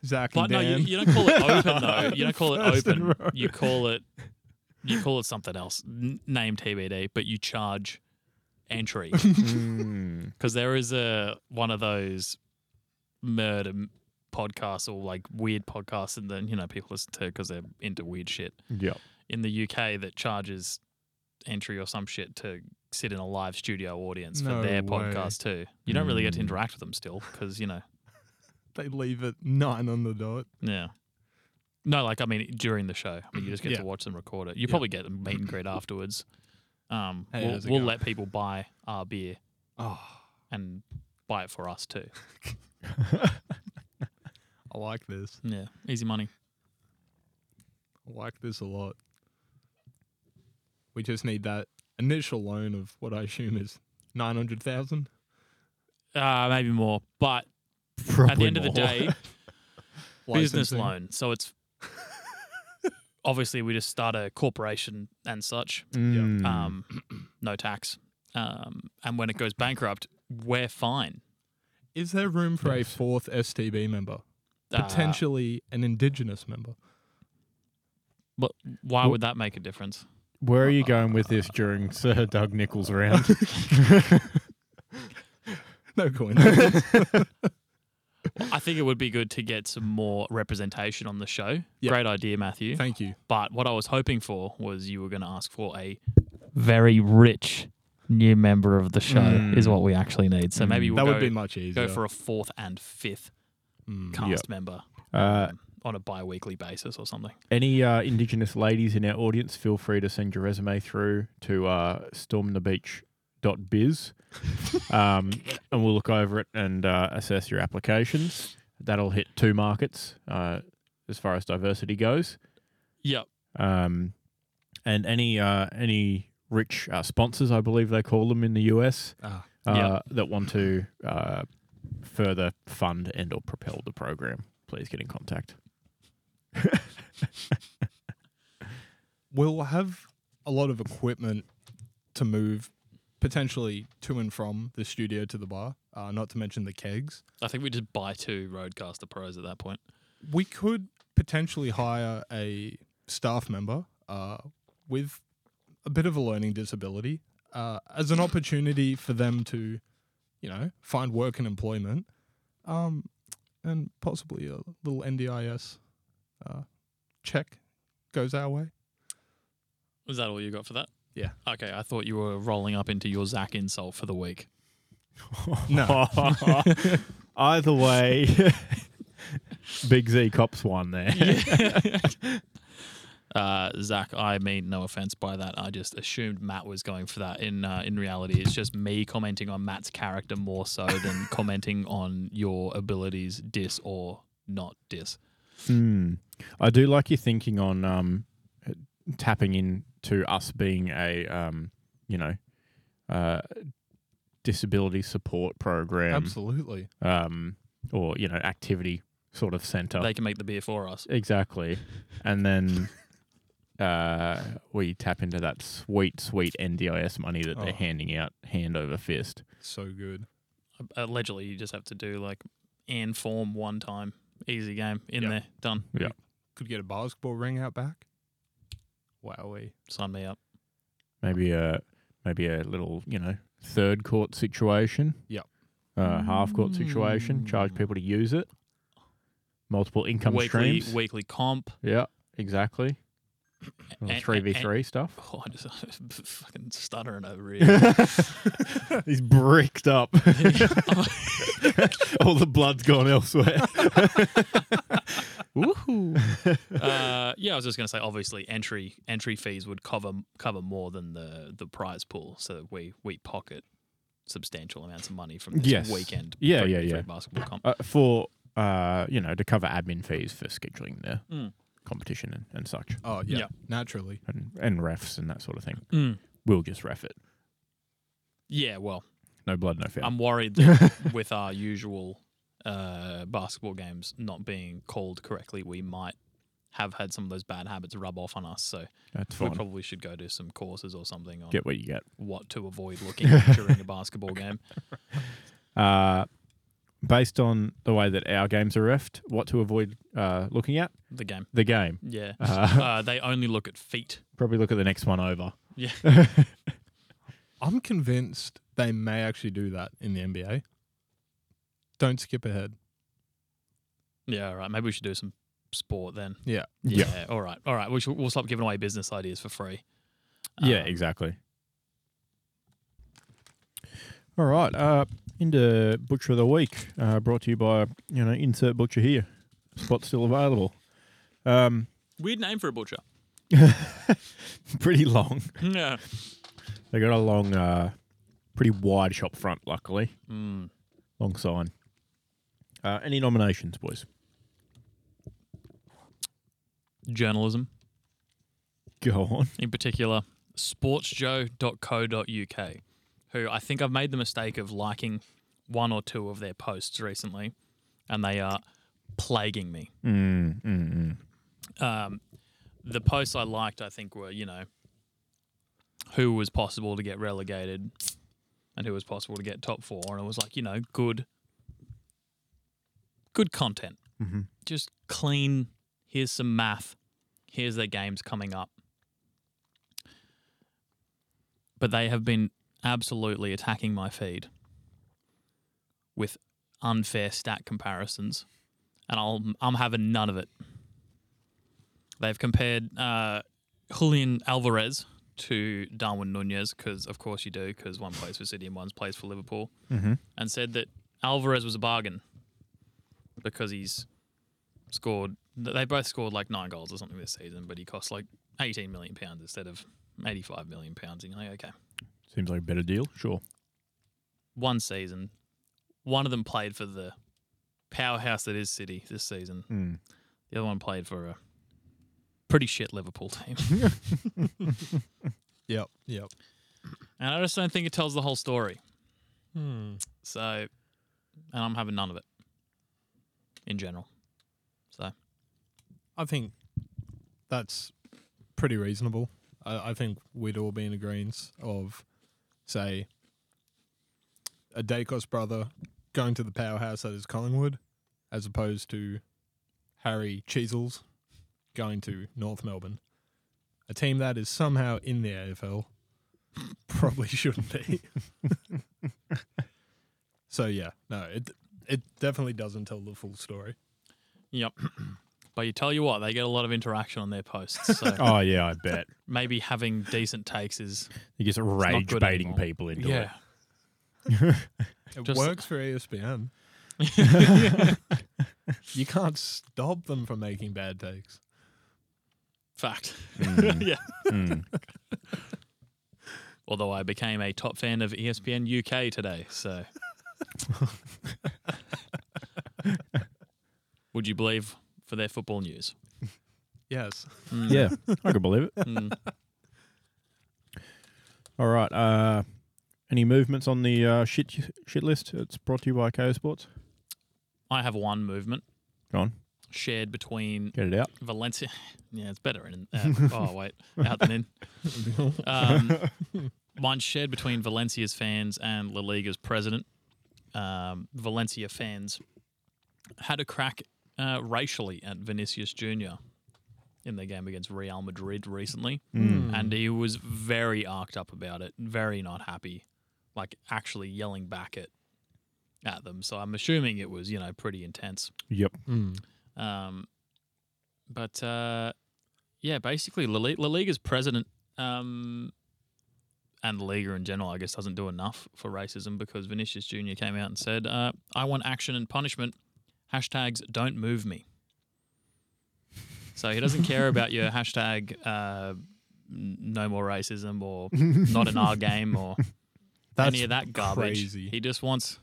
[SPEAKER 2] Zach and
[SPEAKER 3] But no, you,
[SPEAKER 2] Dan.
[SPEAKER 3] you don't call it
[SPEAKER 1] <laughs>
[SPEAKER 3] open though. You don't call it
[SPEAKER 1] First and
[SPEAKER 3] open.
[SPEAKER 1] row.
[SPEAKER 3] You call it you call it something else. N- name TBD, but you charge
[SPEAKER 1] <laughs>
[SPEAKER 3] entry
[SPEAKER 1] Mm.
[SPEAKER 3] because there is a one of those murder m- podcasts or like weird podcasts, and then you know people listen to because they're into weird shit
[SPEAKER 1] Yep.
[SPEAKER 3] in the UK that charges entry or some shit to sit in a live studio audience
[SPEAKER 2] No
[SPEAKER 3] for their
[SPEAKER 2] way. Hmm.
[SPEAKER 3] podcast too. You don't really get to
[SPEAKER 1] Mm.
[SPEAKER 3] interact with them still because you know
[SPEAKER 2] they leave at nine on the dot.
[SPEAKER 3] Yeah. No, like I mean during the show. I mean you just get
[SPEAKER 2] Yeah.
[SPEAKER 3] to watch them record it. You probably get a meet and greet afterwards. Um
[SPEAKER 2] Hey,
[SPEAKER 3] we'll,
[SPEAKER 2] how's it
[SPEAKER 3] we'll
[SPEAKER 2] going?
[SPEAKER 3] let people buy our beer
[SPEAKER 2] <sighs>
[SPEAKER 3] and buy it for us too.
[SPEAKER 2] <laughs> I like this.
[SPEAKER 3] Yeah, easy money.
[SPEAKER 2] I like this a lot. We just need that initial loan of what I assume is 900,000.
[SPEAKER 3] Uh, maybe more, but at the end of the <laughs> day, business
[SPEAKER 2] Licensing.
[SPEAKER 3] loan. So it's <laughs> obviously we just start a corporation and such,
[SPEAKER 1] Mm.
[SPEAKER 3] um, <clears throat> no tax, um, and when it goes bankrupt, we're fine.
[SPEAKER 2] Is there room for a
[SPEAKER 1] Yes.
[SPEAKER 2] fourth STB member?
[SPEAKER 3] Uh,
[SPEAKER 2] Potentially an indigenous member. <laughs>
[SPEAKER 3] but why would that make a difference?
[SPEAKER 1] Where are
[SPEAKER 3] uh,
[SPEAKER 1] you going with this during Sir Doug Nichols round?
[SPEAKER 2] No coincidence.
[SPEAKER 3] I think it would be good to get some more representation on the show.
[SPEAKER 2] Yeah.
[SPEAKER 3] Great idea, Matthew.
[SPEAKER 2] Thank you.
[SPEAKER 3] But what I was hoping for was you were going to ask for a very rich new member of the show,
[SPEAKER 1] Mm.
[SPEAKER 3] is what we actually need. So maybe
[SPEAKER 1] Mm.
[SPEAKER 2] Hmm. That
[SPEAKER 3] we'll go,
[SPEAKER 2] would be much easier.
[SPEAKER 3] go for a fourth and fifth
[SPEAKER 2] Mm.
[SPEAKER 3] cast
[SPEAKER 1] Yep.
[SPEAKER 3] member
[SPEAKER 1] uh,
[SPEAKER 3] on a bi weekly basis or something.
[SPEAKER 1] any uh, Indigenous ladies in our audience, feel free to send your resume through to uh, stormthebeach.biz
[SPEAKER 2] <laughs>
[SPEAKER 1] um, and we'll look over it and uh, assess your applications. That'll hit two markets uh, as far as diversity goes.
[SPEAKER 3] Yep.
[SPEAKER 1] Um, and any uh, any rich uh, sponsors, I believe they call them in the US,
[SPEAKER 2] Ah,
[SPEAKER 1] uh,
[SPEAKER 3] Yeah.
[SPEAKER 1] that want to uh, further fund and or propel the program, please get in contact.
[SPEAKER 2] we'll have a lot of equipment to move potentially to and from the studio to the bar, uh, not to mention the kegs.
[SPEAKER 3] I think we just buy two Roadcaster Pros at that point.
[SPEAKER 2] We could potentially hire a staff member uh, with a bit of a learning disability uh, as an opportunity for them to, you know, find work and employment um, and possibly a little NDIS uh, check goes our way.
[SPEAKER 3] Is that all you got for that?
[SPEAKER 2] Yeah.
[SPEAKER 3] Okay, I thought you were rolling up into your Zach insult for the <laughs> week.
[SPEAKER 2] No. <laughs>
[SPEAKER 1] Either way, <laughs> Big Z cops won there.
[SPEAKER 3] uh, Zach, I mean no offense by that. I just assumed Matt was going for that. In uh, in reality, it's just me commenting on Matt's character more so <laughs> than commenting on your abilities, dis or not dis.
[SPEAKER 1] <laughs> Hmm. I do like your thinking on um, tapping into us being a, um, you know, uh, disability support program,
[SPEAKER 2] Absolutely.
[SPEAKER 1] um, or you know, activity sort of center.
[SPEAKER 3] They can make the beer for us.
[SPEAKER 1] exactly, and then. Uh, we tap into that sweet, sweet NDIS money that
[SPEAKER 2] Oh.
[SPEAKER 1] they're handing out hand over fist.
[SPEAKER 2] So good.
[SPEAKER 3] Allegedly, you just have to do like and form one time. Easy game in
[SPEAKER 2] Yeah.
[SPEAKER 3] there, done.
[SPEAKER 2] could get a basketball ring out back. Wowee.
[SPEAKER 3] Sign me up.
[SPEAKER 1] maybe a maybe a little you know third court situation.
[SPEAKER 2] Yep.
[SPEAKER 1] Uh, half court situation.
[SPEAKER 3] Mm.
[SPEAKER 1] Charge people to use it. Multiple income
[SPEAKER 3] weekly
[SPEAKER 1] streams.
[SPEAKER 3] weekly comp.
[SPEAKER 1] yeah, exactly.
[SPEAKER 3] A- a-
[SPEAKER 1] Three v three
[SPEAKER 3] <laughs>
[SPEAKER 1] stuff.
[SPEAKER 3] Oh, I just fucking stuttering
[SPEAKER 1] <laughs>
[SPEAKER 3] over here.
[SPEAKER 1] He's bricked up. <laughs> All the blood's gone elsewhere.
[SPEAKER 3] uh, yeah, I was just going to say, obviously, entry entry fees would cover cover more than the the prize pool, so we we pocket substantial amounts of money from this
[SPEAKER 1] Yes.
[SPEAKER 3] weekend.
[SPEAKER 1] Yeah,
[SPEAKER 3] free-
[SPEAKER 1] yeah, yeah.
[SPEAKER 3] free Basketball
[SPEAKER 1] <laughs>
[SPEAKER 3] comp.
[SPEAKER 1] Uh, for uh, you know, to cover admin fees for scheduling the
[SPEAKER 3] Mm.
[SPEAKER 1] competition and, and such,
[SPEAKER 2] Oh yeah,
[SPEAKER 3] Yeah.
[SPEAKER 2] naturally.
[SPEAKER 1] and, and refs and that sort of thing.
[SPEAKER 3] Mm.
[SPEAKER 1] We'll just ref it.
[SPEAKER 3] Yeah, well,
[SPEAKER 1] No blood, no foul.
[SPEAKER 3] I'm
[SPEAKER 1] <laughs>
[SPEAKER 3] worried that with our usual uh, basketball games not being called correctly, we might have had some of those bad habits rub off on us. So
[SPEAKER 1] That's
[SPEAKER 3] we
[SPEAKER 1] fine.
[SPEAKER 3] probably should go do some courses or something on
[SPEAKER 1] Get what you get.
[SPEAKER 3] what to
[SPEAKER 1] <laughs>
[SPEAKER 3] avoid looking at during a basketball game.
[SPEAKER 1] uh, based on the way that our games are refed, what to avoid uh, looking at
[SPEAKER 3] The game.
[SPEAKER 1] the game.
[SPEAKER 3] Yeah.
[SPEAKER 1] Uh,
[SPEAKER 3] Uh, they only look at feet.
[SPEAKER 1] probably look at the next one over. <laughs>
[SPEAKER 3] Yeah.
[SPEAKER 2] I'm convinced they may actually do that in the NBA. Don't skip ahead.
[SPEAKER 3] Yeah, all right. Maybe we should do some sport then.
[SPEAKER 2] Yeah.
[SPEAKER 3] Yeah.
[SPEAKER 1] Yeah.
[SPEAKER 3] All right. All right. We should, we'll stop giving away business ideas for free.
[SPEAKER 1] yeah,
[SPEAKER 3] Um,
[SPEAKER 1] exactly. All right, uh, into butcher of the week, uh, brought to you by you know insert butcher here. Spot still available. Um, <laughs>
[SPEAKER 3] Weird name for a butcher.
[SPEAKER 1] pretty long.
[SPEAKER 3] <laughs> Yeah.
[SPEAKER 1] They got a long, uh, Pretty wide shop front, luckily.
[SPEAKER 3] Mm.
[SPEAKER 1] Long sign. Uh, any nominations, boys?
[SPEAKER 3] Journalism,
[SPEAKER 1] Go on.
[SPEAKER 3] in particular, sportsjoe.co.uk, who I think I've made the mistake of liking one or two of their posts recently, and they are plaguing me.
[SPEAKER 1] Mm, mm, mm.
[SPEAKER 3] um, the posts I liked, I think, were you know, who was possible to get relegated, and who was possible to get top four, and it was like you know, good, good content,
[SPEAKER 1] Mhm.
[SPEAKER 3] just clean. Here's some math. Here's their games coming up. But they have been absolutely attacking my feed with unfair stat comparisons, and I'll, I'm having none of it. They've compared uh, Julian Alvarez to Darwin Nunez because, of course, you do because one plays for City and one plays for Liverpool,
[SPEAKER 1] Mhm.
[SPEAKER 3] and said that Alvarez was a bargain because he's scored. th- They both scored like nine goals or something this season, but he cost like eighteen million pounds instead of eighty-five million pounds. And you're like, okay,
[SPEAKER 1] Seems like a better deal. Sure.
[SPEAKER 3] one season, one of them played for the powerhouse that is City this season.
[SPEAKER 1] Mm.
[SPEAKER 3] The other one played for a pretty shit Liverpool <laughs> team.
[SPEAKER 2] Yep. Yep.
[SPEAKER 3] And I just don't think it tells the whole story.
[SPEAKER 2] Hmm.
[SPEAKER 3] So, and I'm having none of it in general. So,
[SPEAKER 2] I think that's pretty reasonable. I, I think we'd all be in agreement of, say, a Dacos brother going to the powerhouse that is Collingwood, as opposed to Harry Cheezels going to North Melbourne, a team that is somehow in the AFL. <laughs> Probably shouldn't be. <laughs> so yeah, no, it it definitely doesn't tell the full story.
[SPEAKER 3] yep. but you tell you what, they get a lot of interaction on their posts. So
[SPEAKER 1] <laughs> <laughs> Oh, yeah, I bet.
[SPEAKER 3] maybe having decent
[SPEAKER 1] <laughs>
[SPEAKER 3] takes is
[SPEAKER 1] He gets rage
[SPEAKER 3] good
[SPEAKER 1] baiting
[SPEAKER 3] anymore.
[SPEAKER 1] people into it.
[SPEAKER 2] It
[SPEAKER 3] Just-
[SPEAKER 2] works for E ESPN. <laughs> you can't stop them from making bad takes.
[SPEAKER 3] fact.
[SPEAKER 1] <laughs> Mm.
[SPEAKER 3] yeah.
[SPEAKER 1] Mm.
[SPEAKER 3] Although I became a top fan of E ESPN UK today,
[SPEAKER 1] <laughs>
[SPEAKER 3] so. Would you believe for their football news?
[SPEAKER 2] Yes.
[SPEAKER 3] Mm,
[SPEAKER 1] Yeah, I can believe it.
[SPEAKER 3] mm.
[SPEAKER 1] All right. Uh, any movements on the uh, shit shit list? It's brought to you by KO Sports.
[SPEAKER 3] I have one movement
[SPEAKER 1] Go on,
[SPEAKER 3] shared between
[SPEAKER 1] get it out.
[SPEAKER 3] Valencia. Yeah, it's better in. Uh, oh wait, out than in. Um, mine shared between Valencia's fans and La Liga's president. Um, Valencia fans had a crack uh, racially at Vinicius Junior in their game against Real Madrid recently,
[SPEAKER 1] Mm.
[SPEAKER 3] and he was very arced up about it, very not happy, like actually yelling back at at them. So I'm assuming it was you know pretty intense.
[SPEAKER 1] Yep.
[SPEAKER 2] Hmm.
[SPEAKER 3] Um, but uh, yeah, basically, La, Li- La Liga's president um, and La Liga in general, I guess, doesn't do enough for racism because Vinicius Jr. came out and said, uh, I want action and punishment. Hashtags don't move me. So he doesn't care about
[SPEAKER 2] <laughs>
[SPEAKER 3] your hashtag uh, n- no more
[SPEAKER 2] <laughs>
[SPEAKER 3] racism or not in our game or
[SPEAKER 2] That's
[SPEAKER 3] any of that garbage.
[SPEAKER 2] crazy.
[SPEAKER 3] He just wants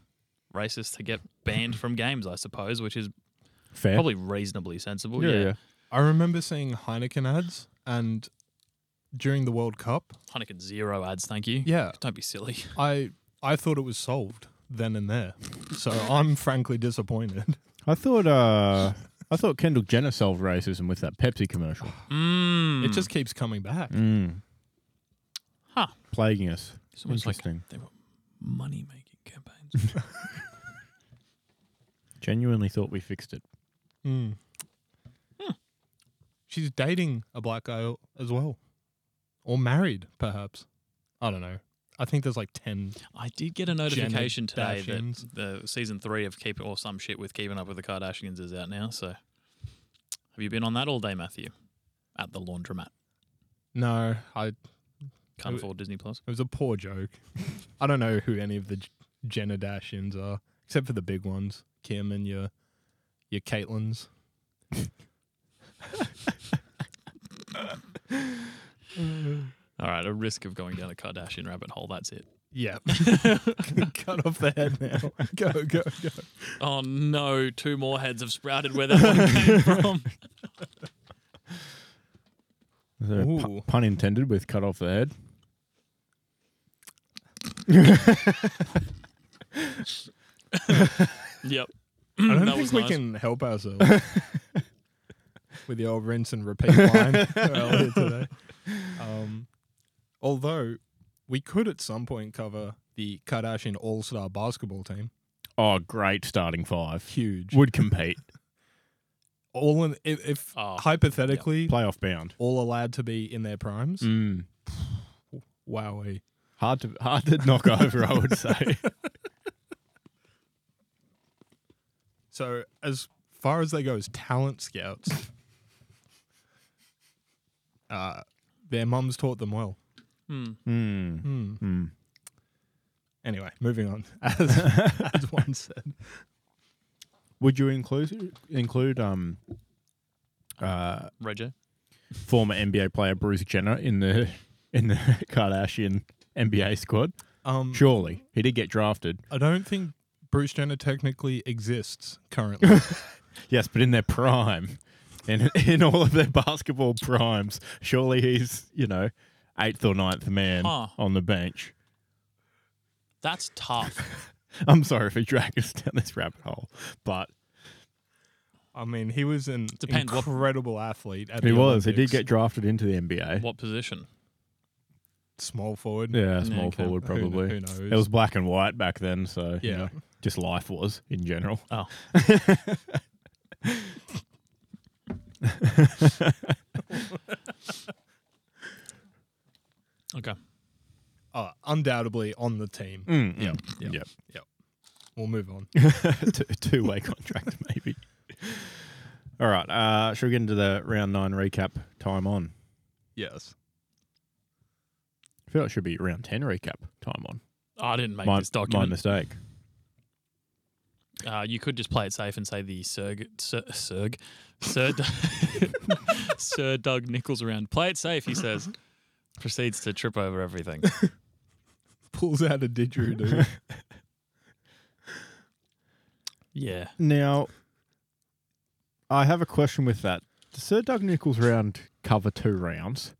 [SPEAKER 3] racists to get banned from games, I suppose, which is
[SPEAKER 1] Fair.
[SPEAKER 3] probably reasonably sensible.
[SPEAKER 1] Yeah,
[SPEAKER 3] Yeah,
[SPEAKER 1] yeah.
[SPEAKER 2] I remember seeing Heineken ads and during the World Cup,
[SPEAKER 3] Heineken zero ads, thank you.
[SPEAKER 2] yeah,
[SPEAKER 3] Don't be silly.
[SPEAKER 2] I I thought it was solved then and there. <laughs> So I'm frankly disappointed.
[SPEAKER 1] I thought <laughs> uh, I thought Kendall Jenner solved racism with that Pepsi commercial.
[SPEAKER 3] <laughs> Mm.
[SPEAKER 2] It just keeps coming back.
[SPEAKER 1] Mm.
[SPEAKER 3] Huh.
[SPEAKER 1] Plaguing us.
[SPEAKER 3] it's almost like
[SPEAKER 1] Interesting.
[SPEAKER 3] they were money making
[SPEAKER 2] <laughs>
[SPEAKER 3] campaigns.
[SPEAKER 1] Genuinely thought we fixed it.
[SPEAKER 2] Mm. Hmm. She's dating a black guy as well, or married, perhaps. I don't know. I think there's like ten.
[SPEAKER 3] I did get a notification today
[SPEAKER 2] Kardashians.
[SPEAKER 3] that the season three of Keep or some shit with Keeping Up with the Kardashians is out now. So, have you been on that all day, Matthew? At the laundromat.
[SPEAKER 2] No, I Oh,
[SPEAKER 3] Can't afford Disney Plus.
[SPEAKER 2] It was a poor joke. <laughs> I don't know who any of the J- Jenner Dashians are, except for the big ones, Kim and your your Caitlins.
[SPEAKER 3] All right, a risk of going down a Kardashian rabbit hole. That's it. <laughs>
[SPEAKER 2] Yeah. <laughs> Cut off the head now. Go, go, go.
[SPEAKER 3] Oh no, two more heads have sprouted where that
[SPEAKER 2] <laughs>
[SPEAKER 3] one came from.
[SPEAKER 1] Is there a pu-
[SPEAKER 2] Ooh.
[SPEAKER 1] pun intended with cut off the head.
[SPEAKER 3] Yep.
[SPEAKER 2] I don't
[SPEAKER 3] <laughs> that
[SPEAKER 2] think
[SPEAKER 3] was
[SPEAKER 2] we
[SPEAKER 3] nice.
[SPEAKER 2] can help ourselves <laughs> with the old rinse and
[SPEAKER 3] <laughs>
[SPEAKER 2] repeat line earlier today. Um, although we could at some point cover the Kardashian All Star basketball team.
[SPEAKER 1] Oh, great starting <laughs> five.
[SPEAKER 2] Huge.
[SPEAKER 1] Would compete.
[SPEAKER 2] All in, if, if
[SPEAKER 3] Oh,
[SPEAKER 2] hypothetically
[SPEAKER 1] Playoff bound.
[SPEAKER 2] all allowed to be in their primes.
[SPEAKER 1] Mm.
[SPEAKER 2] Wowie.
[SPEAKER 1] Hard to hard to knock over, I would <laughs> say.
[SPEAKER 2] So as far as they goes, talent scouts. uh, their mums taught them well.
[SPEAKER 3] Hmm.
[SPEAKER 1] Mm.
[SPEAKER 2] Hmm.
[SPEAKER 1] Mm.
[SPEAKER 2] Anyway, moving <laughs> on. As, as one said,
[SPEAKER 1] Would you include include um uh
[SPEAKER 3] Roger.
[SPEAKER 1] former NBA player Bruce Jenner in the in the <laughs> Kardashian NBA squad?
[SPEAKER 2] um,
[SPEAKER 1] Surely. He did get drafted.
[SPEAKER 2] I don't think Bruce Jenner technically exists <laughs> currently.
[SPEAKER 1] Yes, but in their prime. In in all of their basketball primes. Surely he's, you know, eighth or ninth man
[SPEAKER 3] Huh.
[SPEAKER 1] on the bench.
[SPEAKER 3] That's tough.
[SPEAKER 1] I'm sorry for dragging us down this rabbit hole, but
[SPEAKER 2] I mean, he was an
[SPEAKER 3] Depends what-
[SPEAKER 2] incredible athlete. At
[SPEAKER 1] he
[SPEAKER 2] the
[SPEAKER 1] was. He did
[SPEAKER 2] Olympics.
[SPEAKER 1] get drafted into the NBA.
[SPEAKER 3] what position?
[SPEAKER 2] small forward.
[SPEAKER 1] Yeah,
[SPEAKER 3] Yeah,
[SPEAKER 1] small
[SPEAKER 3] okay.
[SPEAKER 1] forward
[SPEAKER 2] Who kn-
[SPEAKER 1] probably.
[SPEAKER 2] Who, knows?
[SPEAKER 1] It was black and white back then, so you
[SPEAKER 2] Yeah.
[SPEAKER 1] know, just life was in general.
[SPEAKER 3] Oh. <laughs> okay.
[SPEAKER 2] uh, undoubtedly on the team.
[SPEAKER 1] Mm,
[SPEAKER 2] Yep,
[SPEAKER 1] yeah,
[SPEAKER 2] yep. We'll move on.
[SPEAKER 1] <laughs> two way contract <laughs> maybe. All right, uh, shall we get into the round nine recap? Time on.
[SPEAKER 2] yes.
[SPEAKER 1] I feel like it should be round ten recap. Time on.
[SPEAKER 3] Oh, I didn't make
[SPEAKER 1] my,
[SPEAKER 3] this
[SPEAKER 1] my
[SPEAKER 3] document.
[SPEAKER 1] mistake.
[SPEAKER 3] Uh, you could just play it safe and say the Serg, Sir, Serg,
[SPEAKER 1] <laughs>
[SPEAKER 3] Sir, D- Sir Doug Nichols around. Play it safe, he says. Proceeds to trip over everything.
[SPEAKER 2] <laughs> Pulls out a didgeridoo.
[SPEAKER 3] Yeah.
[SPEAKER 1] Now, I have a question with that. Does Sir Doug Nichols round cover two rounds?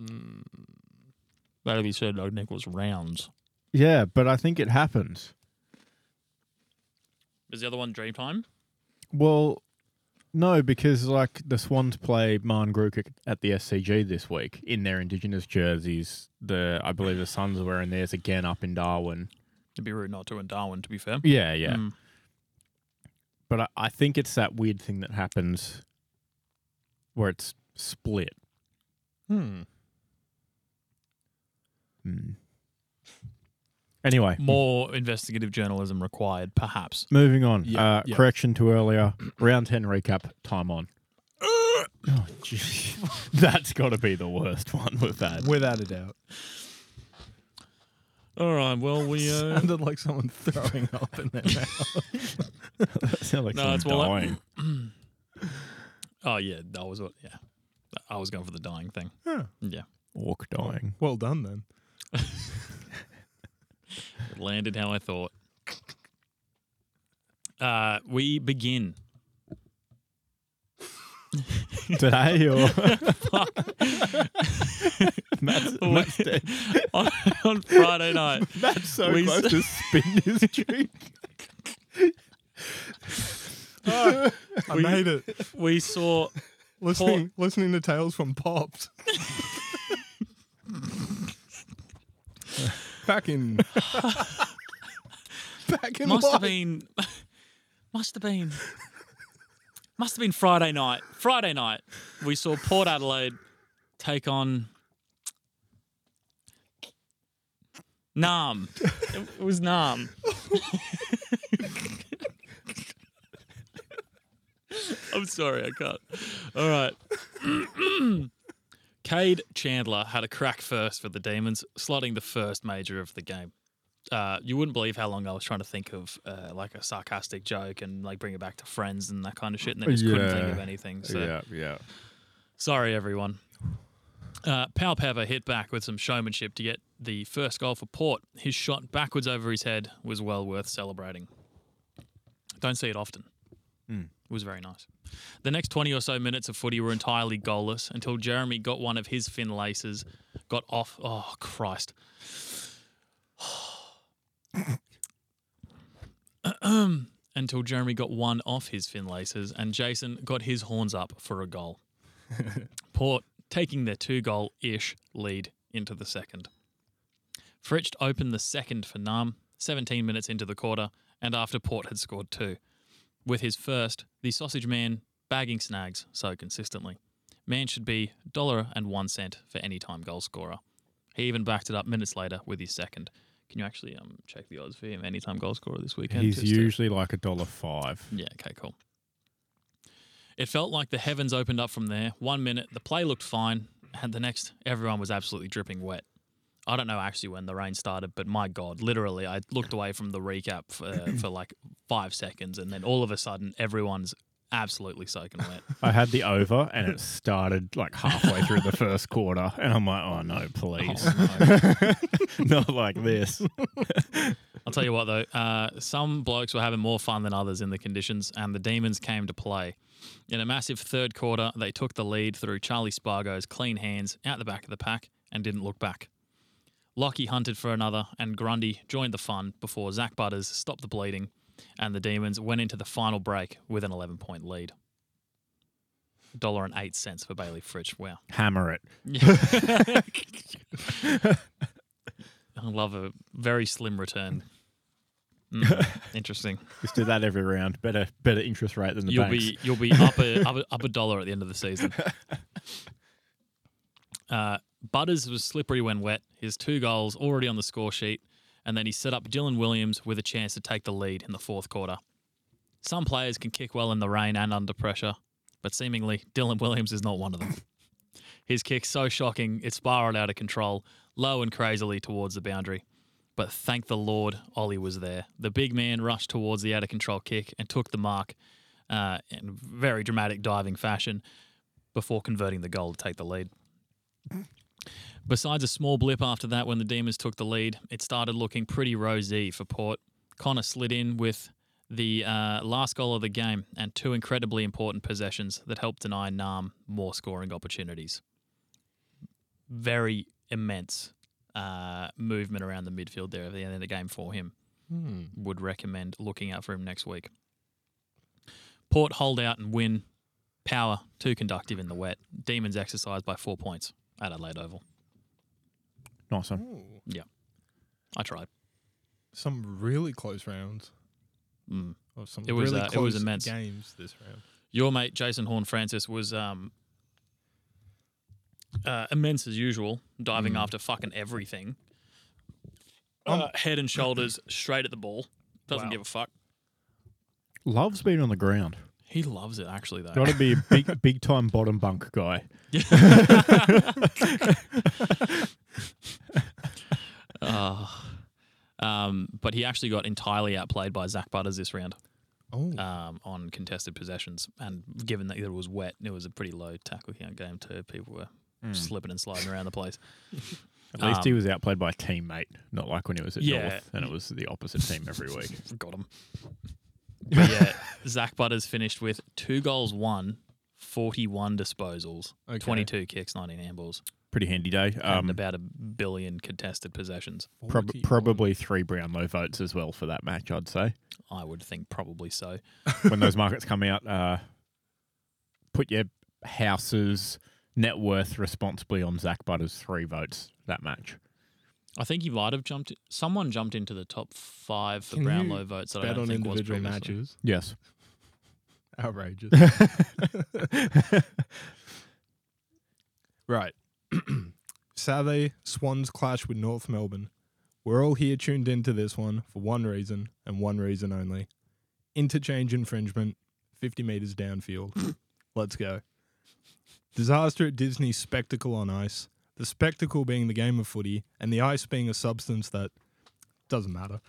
[SPEAKER 3] Mm. That'll be Sir Doug Nichols rounds.
[SPEAKER 1] Yeah, but I think it happens.
[SPEAKER 3] Is the other one Dreamtime?
[SPEAKER 1] Well, no, because like the Swans play Marn Gruick at the SCG this week in their Indigenous jerseys. The I believe the Suns are wearing theirs again up in Darwin.
[SPEAKER 3] It'd be rude not to in Darwin, to be fair.
[SPEAKER 1] Yeah, yeah.
[SPEAKER 3] Mm.
[SPEAKER 1] But I, I think it's that weird thing that happens where it's split.
[SPEAKER 2] <laughs> hmm.
[SPEAKER 1] Hmm. Anyway,
[SPEAKER 3] <laughs> More investigative journalism required, perhaps.
[SPEAKER 1] moving on.
[SPEAKER 2] Yeah,
[SPEAKER 1] uh,
[SPEAKER 2] yeah.
[SPEAKER 1] Correction to earlier. Round ten recap. Time on. <coughs> Oh, gee. <laughs> That's got to be the worst one we've had.
[SPEAKER 2] Without a doubt.
[SPEAKER 3] All right. Well, we. <laughs> Uh,
[SPEAKER 2] Sounded like someone
[SPEAKER 3] <laughs>
[SPEAKER 2] throwing up in their mouth.
[SPEAKER 1] <laughs> That sounds like
[SPEAKER 3] No, that's
[SPEAKER 1] someone
[SPEAKER 3] more like-
[SPEAKER 1] dying.
[SPEAKER 3] oh yeah, that was what. Yeah, I was going for the dying thing.
[SPEAKER 2] Huh.
[SPEAKER 3] Yeah,
[SPEAKER 1] Orc dying.
[SPEAKER 2] <laughs> Well done then.
[SPEAKER 3] it landed how I thought. Uh, we <laughs> begin.
[SPEAKER 1] today
[SPEAKER 3] <laughs>
[SPEAKER 1] or <laughs>
[SPEAKER 3] Matt's on, <laughs> on Friday night.
[SPEAKER 1] that's so
[SPEAKER 3] We
[SPEAKER 1] close
[SPEAKER 3] s-
[SPEAKER 1] to spin his <laughs> drink.
[SPEAKER 2] I
[SPEAKER 3] We-
[SPEAKER 2] made
[SPEAKER 3] <laughs>
[SPEAKER 2] it.
[SPEAKER 3] We saw
[SPEAKER 2] Listening, listening to tales from
[SPEAKER 3] <laughs>
[SPEAKER 2] pops. back
[SPEAKER 3] <laughs>
[SPEAKER 2] in, back in
[SPEAKER 3] must
[SPEAKER 2] life.
[SPEAKER 3] have been <laughs> must have been must have been Friday night. Friday night, we saw Port Adelaide take on Nam. It was Nam. I'm sorry, I can't. All right. <clears throat> Cade Chandler had a crack first for the Demons, slotting the first major of the game uh, you wouldn't believe how long I was trying to think of uh, like a sarcastic joke and like bring it back to friends and that kind of shit, and then just couldn't think
[SPEAKER 1] Yeah.
[SPEAKER 3] of anything. So
[SPEAKER 1] yeah.
[SPEAKER 3] sorry, everyone. Uh, Palpeva hit back with some showmanship to get the first goal for Port. His shot backwards over his head was well worth celebrating. Don't see it often.
[SPEAKER 1] Mm.
[SPEAKER 3] It was very nice. The next 20 or so minutes of footy were entirely goalless until Jeremy got one of his fin laces, got off. Oh, Christ. until Jeremy got one off his fin laces and Jason got his horns up for a goal. Port taking their two goal ish lead into the second. Fritsch opened the second for Nam 17 minutes into the quarter and after Port had scored two. With his first, the sausage man bagging snags so consistently. Man should be dollar and one cent for any time goal scorer. He even backed it up minutes later with his second. Can you actually um, check the odds for him any time goal scorer this weekend?
[SPEAKER 1] He's
[SPEAKER 3] Just to-
[SPEAKER 1] usually like a dollar five.
[SPEAKER 3] yeah, okay, cool. It felt like the heavens opened up from there. One minute, the play looked fine, and the next, everyone was absolutely dripping wet. I don't know actually when the rain started, but my God, literally, I looked away from the recap for, uh, for like five seconds, and then all of a sudden, everyone's absolutely soaking wet.
[SPEAKER 1] I had the over and it started like halfway through the first quarter, and I'm like, oh no,
[SPEAKER 3] <laughs>
[SPEAKER 1] please, <laughs>
[SPEAKER 3] Oh, no.
[SPEAKER 1] not like this.
[SPEAKER 3] I'll tell you what though, uh, some blokes were having more fun than others in the conditions, and the demons came to play. In a massive third quarter, they took the lead through Charlie Spargo's clean hands out the back of the pack and didn't look back. Lockie hunted for another, and Grundy joined the fun before Zach Butters stopped the bleeding, and the demons went into the final break with an 11 point lead. Dollar and eight cents for Bailey Fritsch. Wow.
[SPEAKER 1] Hammer it.
[SPEAKER 3] <laughs> I love a very slim return. Mm, interesting.
[SPEAKER 1] Just do that every round. Better, better interest rate than the
[SPEAKER 3] you'll
[SPEAKER 1] banks.
[SPEAKER 3] be
[SPEAKER 1] <laughs>
[SPEAKER 3] you'll be up a, up a up a dollar at the end of the season. <laughs> Uh, Butters was slippery when wet. His two goals already on the score sheet, and then he set up Dylan Williams with a chance to take the lead in the fourth quarter. Some players can kick well in the rain and under pressure, but seemingly Dylan Williams is not one of them. <laughs> His kick so shocking it spiraled out of control, low and crazily towards the boundary. But thank the Lord, Ollie was there. The big man rushed towards the out of control kick and took the mark uh, in very dramatic diving fashion before converting the goal to take the lead. Besides a small blip after that when the Demons took the lead, it started looking pretty rosy for Port. Connor slid in with the uh, last goal of the game and two incredibly important possessions that helped deny Nam more scoring opportunities. Very immense uh, movement around the midfield there at the end of the game for him
[SPEAKER 2] Hmm.
[SPEAKER 3] would recommend looking out for him next week. Port hold out and win. Power too conductive in the wet. Demons exercised by four points at Adelaide Oval.
[SPEAKER 1] nice one.
[SPEAKER 3] I tried.
[SPEAKER 2] Some really close rounds.
[SPEAKER 3] Mm.
[SPEAKER 2] Of some
[SPEAKER 3] It was,
[SPEAKER 2] really
[SPEAKER 3] uh,
[SPEAKER 2] close
[SPEAKER 3] it was immense.
[SPEAKER 2] games this round.
[SPEAKER 3] Your mate Jason Horn Francis was um, uh, immense as usual, diving after fucking everything. Uh, head and shoulders <clears throat> straight at the ball. Doesn't
[SPEAKER 2] Wow.
[SPEAKER 3] give a fuck.
[SPEAKER 1] Love's been on the ground.
[SPEAKER 3] He loves it actually though.
[SPEAKER 1] Got to
[SPEAKER 3] <laughs>
[SPEAKER 1] be a big, big time bottom bunk guy.
[SPEAKER 3] Ah. um, but he actually got entirely outplayed by Zach Butters this round.
[SPEAKER 2] Oh,
[SPEAKER 3] um, on contested possessions. And given that it was wet, it was a pretty low tackle count game too. People were
[SPEAKER 2] Hmm.
[SPEAKER 3] slipping and sliding around
[SPEAKER 2] <laughs>
[SPEAKER 3] the place.
[SPEAKER 1] At least
[SPEAKER 3] Um,
[SPEAKER 1] he was outplayed by a teammate, not like when he was at
[SPEAKER 3] Yeah.
[SPEAKER 1] North and it was the opposite team every week.
[SPEAKER 3] Got him. But yeah, <laughs> Zach Butters finished with two goals, one, 41 disposals,
[SPEAKER 2] Oh, Okay.
[SPEAKER 3] 22 kicks, 19 handballs,
[SPEAKER 1] Pretty handy day.
[SPEAKER 3] and
[SPEAKER 1] Um,
[SPEAKER 3] about a billion contested possessions.
[SPEAKER 1] prob-
[SPEAKER 2] 41.
[SPEAKER 1] probably three Brownlow votes as well for that match, I'd say.
[SPEAKER 3] I would think probably so.
[SPEAKER 1] when those markets come out, uh, put your house's net worth responsibly on Zach Butters' three votes that match.
[SPEAKER 3] I think he might have jumped. Someone jumped into the top five for
[SPEAKER 2] Can you
[SPEAKER 3] Brownlow votes that I
[SPEAKER 2] bet
[SPEAKER 3] don't
[SPEAKER 2] on
[SPEAKER 3] think was
[SPEAKER 2] individual
[SPEAKER 3] previously.
[SPEAKER 2] matches.
[SPEAKER 1] Yes.
[SPEAKER 2] Outrageous. right. <clears throat> Saturday, Swans clash with North Melbourne. We're all here tuned into this one for one reason and one reason only interchange infringement, 50 metres downfield. Let's go. Disaster at Disney's spectacle on ice. The spectacle being the game of footy, and the ice being a substance that doesn't matter.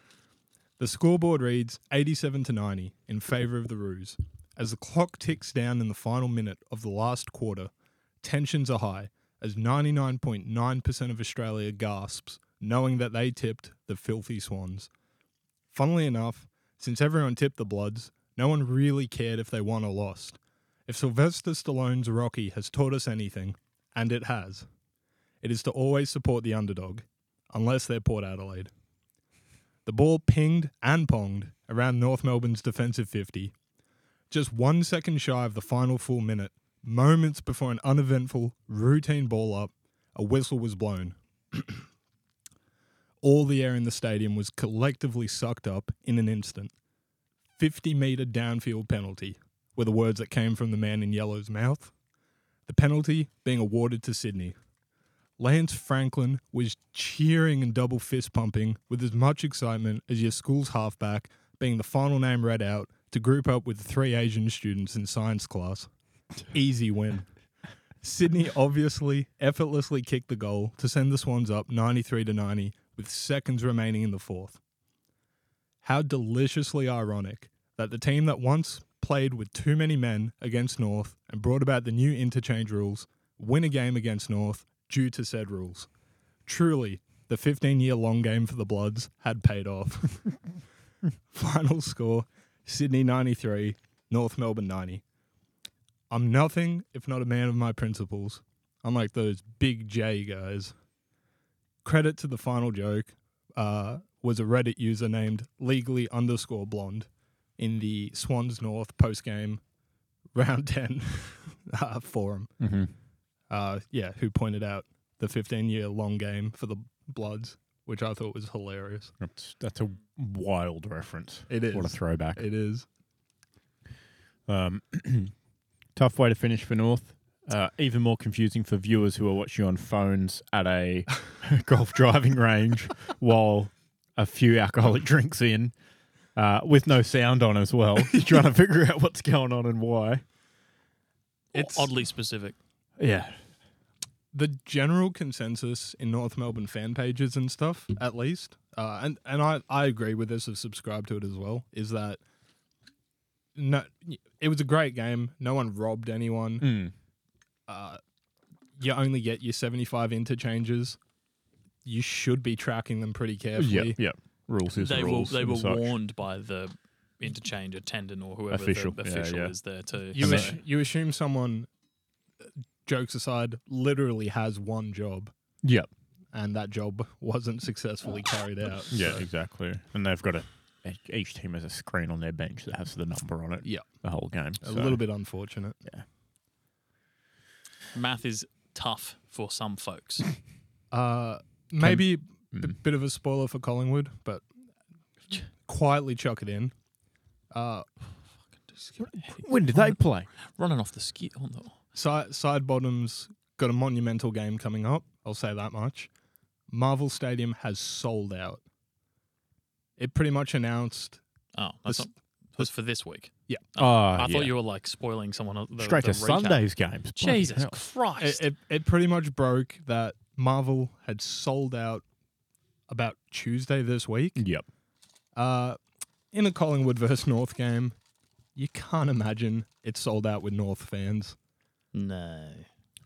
[SPEAKER 2] The scoreboard reads 87 to 90 in favour of the Roos. As the clock ticks down in the final minute of the last quarter, tensions are high as 99.9% of Australia gasps, knowing that they tipped the filthy swans. Funnily enough, since everyone tipped the Bloods, no one really cared if they won or lost. If Sylvester Stallone's Rocky has taught us anything, and it has, it is to always support the underdog, unless they're Port Adelaide. The ball pinged and ponged around North Melbourne's defensive 50, just one second shy of the final full minute, moments before an uneventful, routine ball up, a whistle was blown. <clears throat> All the air in the stadium was collectively sucked up in an instant. 50 metre downfield penalty were the words that came from the man in yellow's mouth. The penalty being awarded to Sydney. Lance Franklin was cheering and double fist pumping with as much excitement as your school's halfback being the final name read out to group up with three Asian students in science class. Easy win. Sydney obviously effortlessly kicked the goal to send the Swans up 93 to 90 with seconds remaining in the fourth. How deliciously ironic that the team that once played with too many men against North and brought about the new interchange rules win a game against North due to said rules. Truly, the 15 year long game for the Bloods had paid off. <laughs> Final score Sydney 93, North Melbourne 90. I'm nothing if not a man of my principles, unlike those big J guys. Credit to the final joke uh, was a Reddit user named legally underscore blonde in the Swans North post game <laughs> round 10 uh, forum
[SPEAKER 1] Mm-hmm.
[SPEAKER 2] uh, yeah, who pointed out the 15 year long game for the Bloods, which I thought was hilarious.
[SPEAKER 1] That's that's a wild reference.
[SPEAKER 2] It is.
[SPEAKER 1] What a throwback.
[SPEAKER 2] It is.
[SPEAKER 1] Um, <clears throat> tough way to finish for North. Uh, even more confusing for viewers who are watching on phones at a <laughs> golf driving <laughs> range while a few alcoholic drinks in, uh, with no sound on as <laughs> well, trying to figure out what's going on and why.
[SPEAKER 2] It's-
[SPEAKER 3] oddly specific.
[SPEAKER 1] Yeah.
[SPEAKER 2] The general consensus in North Melbourne fan pages and stuff, at least, uh, and, and I, I agree with this, I've subscribed to it as well, is that no, it was a great game. No one robbed anyone.
[SPEAKER 1] Mm.
[SPEAKER 2] uh, you only get your 75 interchanges. You should be tracking them pretty
[SPEAKER 1] Yeah.
[SPEAKER 2] carefully.
[SPEAKER 1] Yeah. Rules is
[SPEAKER 3] they were
[SPEAKER 1] rules.
[SPEAKER 3] they
[SPEAKER 1] and
[SPEAKER 3] were
[SPEAKER 1] such.
[SPEAKER 3] warned by the interchange attendant or whoever
[SPEAKER 1] Official,
[SPEAKER 3] the
[SPEAKER 1] yeah,
[SPEAKER 3] official
[SPEAKER 1] yeah.
[SPEAKER 3] is there to.
[SPEAKER 2] You,
[SPEAKER 1] And
[SPEAKER 3] say,
[SPEAKER 1] they-
[SPEAKER 2] assu- you assume someone, uh, jokes aside, literally has one job,
[SPEAKER 1] Yeah.
[SPEAKER 2] and that job wasn't successfully carried out.
[SPEAKER 1] <laughs> Yeah.
[SPEAKER 2] so-
[SPEAKER 1] Exactly. And they've got a each team has a screen on their bench that has the number on it.
[SPEAKER 2] Yeah.
[SPEAKER 1] The whole game.
[SPEAKER 2] a little bit unfortunate.
[SPEAKER 3] math is tough for some folks.
[SPEAKER 2] Uh, maybe a
[SPEAKER 1] Mm.
[SPEAKER 2] bit of a spoiler for Collingwood, but quietly chuck it in. Uh,
[SPEAKER 1] When did they play?
[SPEAKER 3] Running off the ski on the.
[SPEAKER 2] side, side bottoms got a monumental game coming up. I'll say that much. Marvel Stadium has sold out. It pretty much announced
[SPEAKER 3] Oh,
[SPEAKER 2] this,
[SPEAKER 3] that's not, that's for this week.
[SPEAKER 1] Oh,
[SPEAKER 3] I thought you were like spoiling someone. el- The,
[SPEAKER 1] straight
[SPEAKER 3] the
[SPEAKER 1] to
[SPEAKER 3] recap.
[SPEAKER 1] Sunday's games. Bloody
[SPEAKER 3] Jesus
[SPEAKER 1] hell.
[SPEAKER 3] Christ!
[SPEAKER 2] it, it, it pretty much broke that Marvel had sold out about Tuesday this week.
[SPEAKER 1] Yep.
[SPEAKER 2] Uh, in a Collingwood <laughs> versus North game, you can't imagine it sold out with North fans.
[SPEAKER 3] no,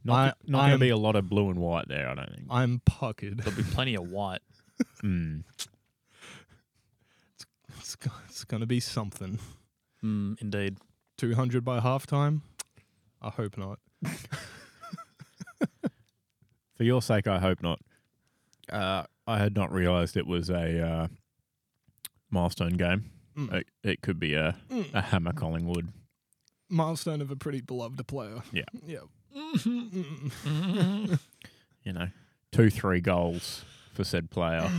[SPEAKER 1] Not,
[SPEAKER 2] I-
[SPEAKER 1] not going to
[SPEAKER 2] I'm-
[SPEAKER 1] be a lot of blue and white there, I don't think.
[SPEAKER 2] I'm puckered. <laughs>
[SPEAKER 3] there'll be plenty of white.
[SPEAKER 1] Mm.
[SPEAKER 2] It's, go- it's going to be something.
[SPEAKER 3] Mm, indeed.
[SPEAKER 2] 200 by halftime? I hope not.
[SPEAKER 1] For your sake, I hope not. Uh, I had not realised it was a uh, milestone game.
[SPEAKER 2] Mm.
[SPEAKER 1] It, it could be a,
[SPEAKER 2] Mm.
[SPEAKER 1] a hammer Collingwood.
[SPEAKER 2] Milestone of a pretty beloved player.
[SPEAKER 1] Yeah.
[SPEAKER 2] <laughs> Yeah.
[SPEAKER 1] Mm-hmm. You know, two, three goals for said
[SPEAKER 2] <sighs>
[SPEAKER 1] player.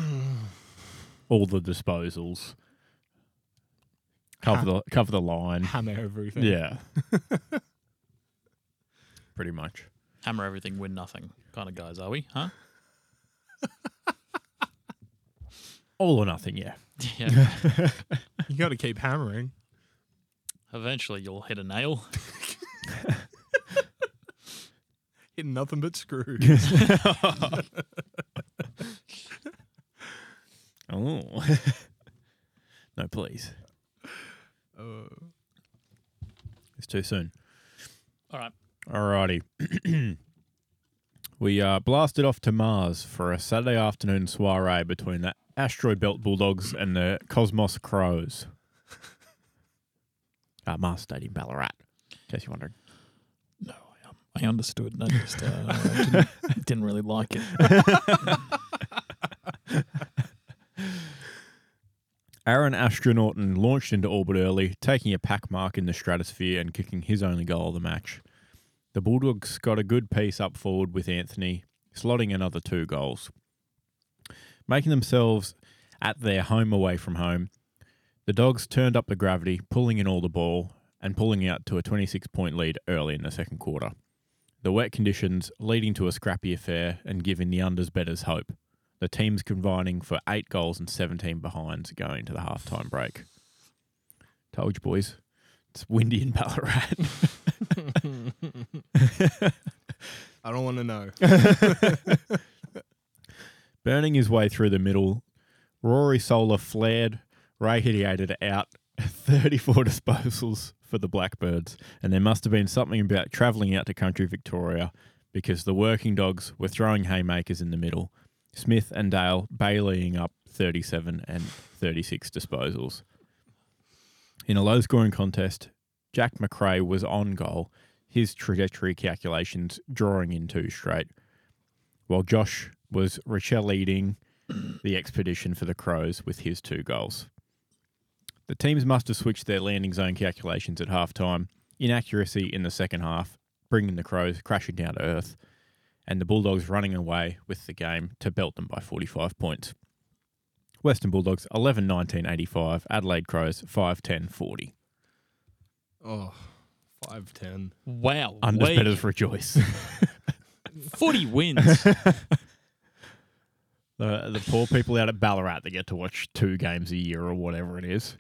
[SPEAKER 1] All the disposals. Cover the cover the line.
[SPEAKER 2] <laughs> Hammer everything.
[SPEAKER 1] Yeah.
[SPEAKER 2] <laughs>
[SPEAKER 1] Pretty much.
[SPEAKER 3] Hammer everything, win nothing, kind of guys, are we? Huh?
[SPEAKER 1] All or nothing. Yeah.
[SPEAKER 3] Yeah.
[SPEAKER 2] You got to keep hammering.
[SPEAKER 3] Eventually, you'll hit a nail.
[SPEAKER 2] Hitting nothing but screws.
[SPEAKER 1] <laughs> Oh. <laughs> no, please.
[SPEAKER 2] Uh,
[SPEAKER 1] It's too soon.
[SPEAKER 3] All right.
[SPEAKER 1] Alrighty. <clears throat> We uh, blasted off to Mars for a Saturday afternoon soiree between the Astro Belt Bulldogs and the Cosmos <laughs> Crows. uh, Mars Stadium, Ballarat, in case you're wondering.
[SPEAKER 3] No, I, um, I understood. and I just uh, <laughs> didn't, didn't really like it.
[SPEAKER 1] Aaron Astronauton launched into orbit early, taking a pack mark in the stratosphere and kicking his only goal of the match. The Bulldogs got a good piece up forward with Anthony, slotting another two goals. Making themselves at their home away from home, the Dogs turned up the gravity, pulling in all the ball and pulling out to a 26 point lead early in the second quarter. The wet conditions leading to a scrappy affair and giving the unders betters hope the teams combining for eight goals and 17 behinds going to the halftime break. Told you, boys. It's windy in Ballarat.
[SPEAKER 2] I don't want
[SPEAKER 1] <laughs>
[SPEAKER 2] to know.
[SPEAKER 1] Burning his way through the middle, Rory Solar flared, radiated out <laughs> 34 disposals for the Blackbirds, and there must have been something about travelling out to country Victoria because the working dogs were throwing haymakers in the middle. Smith and Dale baileying up 37 and 36 disposals. In a low scoring contest, Jack McRae was on goal, his trajectory calculations drawing in two straight, while Josh was Rochelle leading the expedition for the Crows with his two goals. The teams must have switched their landing zone calculations at halftime, inaccuracy in the second half, bringing the Crows crashing down to earth, and the Bulldogs running away with the game to belt them by 45 points. Western Bulldogs 11 19 85, Adelaide Crows 5 10 40.
[SPEAKER 2] Oh, 5'10.
[SPEAKER 3] Wow.
[SPEAKER 1] Unders
[SPEAKER 3] wait,
[SPEAKER 1] betters rejoice. <laughs>
[SPEAKER 3] 40 wins.
[SPEAKER 1] the, the poor people out at Ballarat that get to watch two games a year or whatever it is,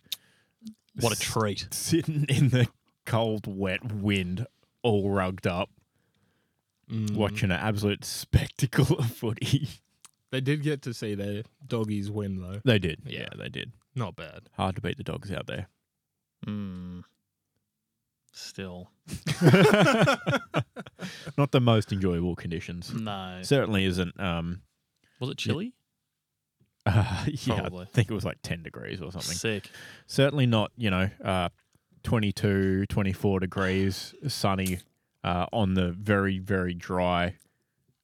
[SPEAKER 3] what a treat.
[SPEAKER 1] sitting in the cold, wet wind, all rugged up, watching an absolute spectacle of footy.
[SPEAKER 2] Mm.
[SPEAKER 1] <laughs>
[SPEAKER 2] They did get to see their doggies win, though.
[SPEAKER 1] They did.
[SPEAKER 2] Yeah.
[SPEAKER 1] they did.
[SPEAKER 2] Not bad.
[SPEAKER 1] Hard to beat the dogs out <laughs> there.
[SPEAKER 3] Mm. Still,
[SPEAKER 1] Not the most enjoyable conditions.
[SPEAKER 3] no.
[SPEAKER 1] Certainly isn't um, <laughs>
[SPEAKER 3] Was it chilly?
[SPEAKER 1] Uh, yeah,
[SPEAKER 3] Probably.
[SPEAKER 1] I think it was like 10 degrees or something.
[SPEAKER 3] Sick.
[SPEAKER 1] Certainly not, you know, uh, 22, 24 degrees, sunny uh, on the very, very dry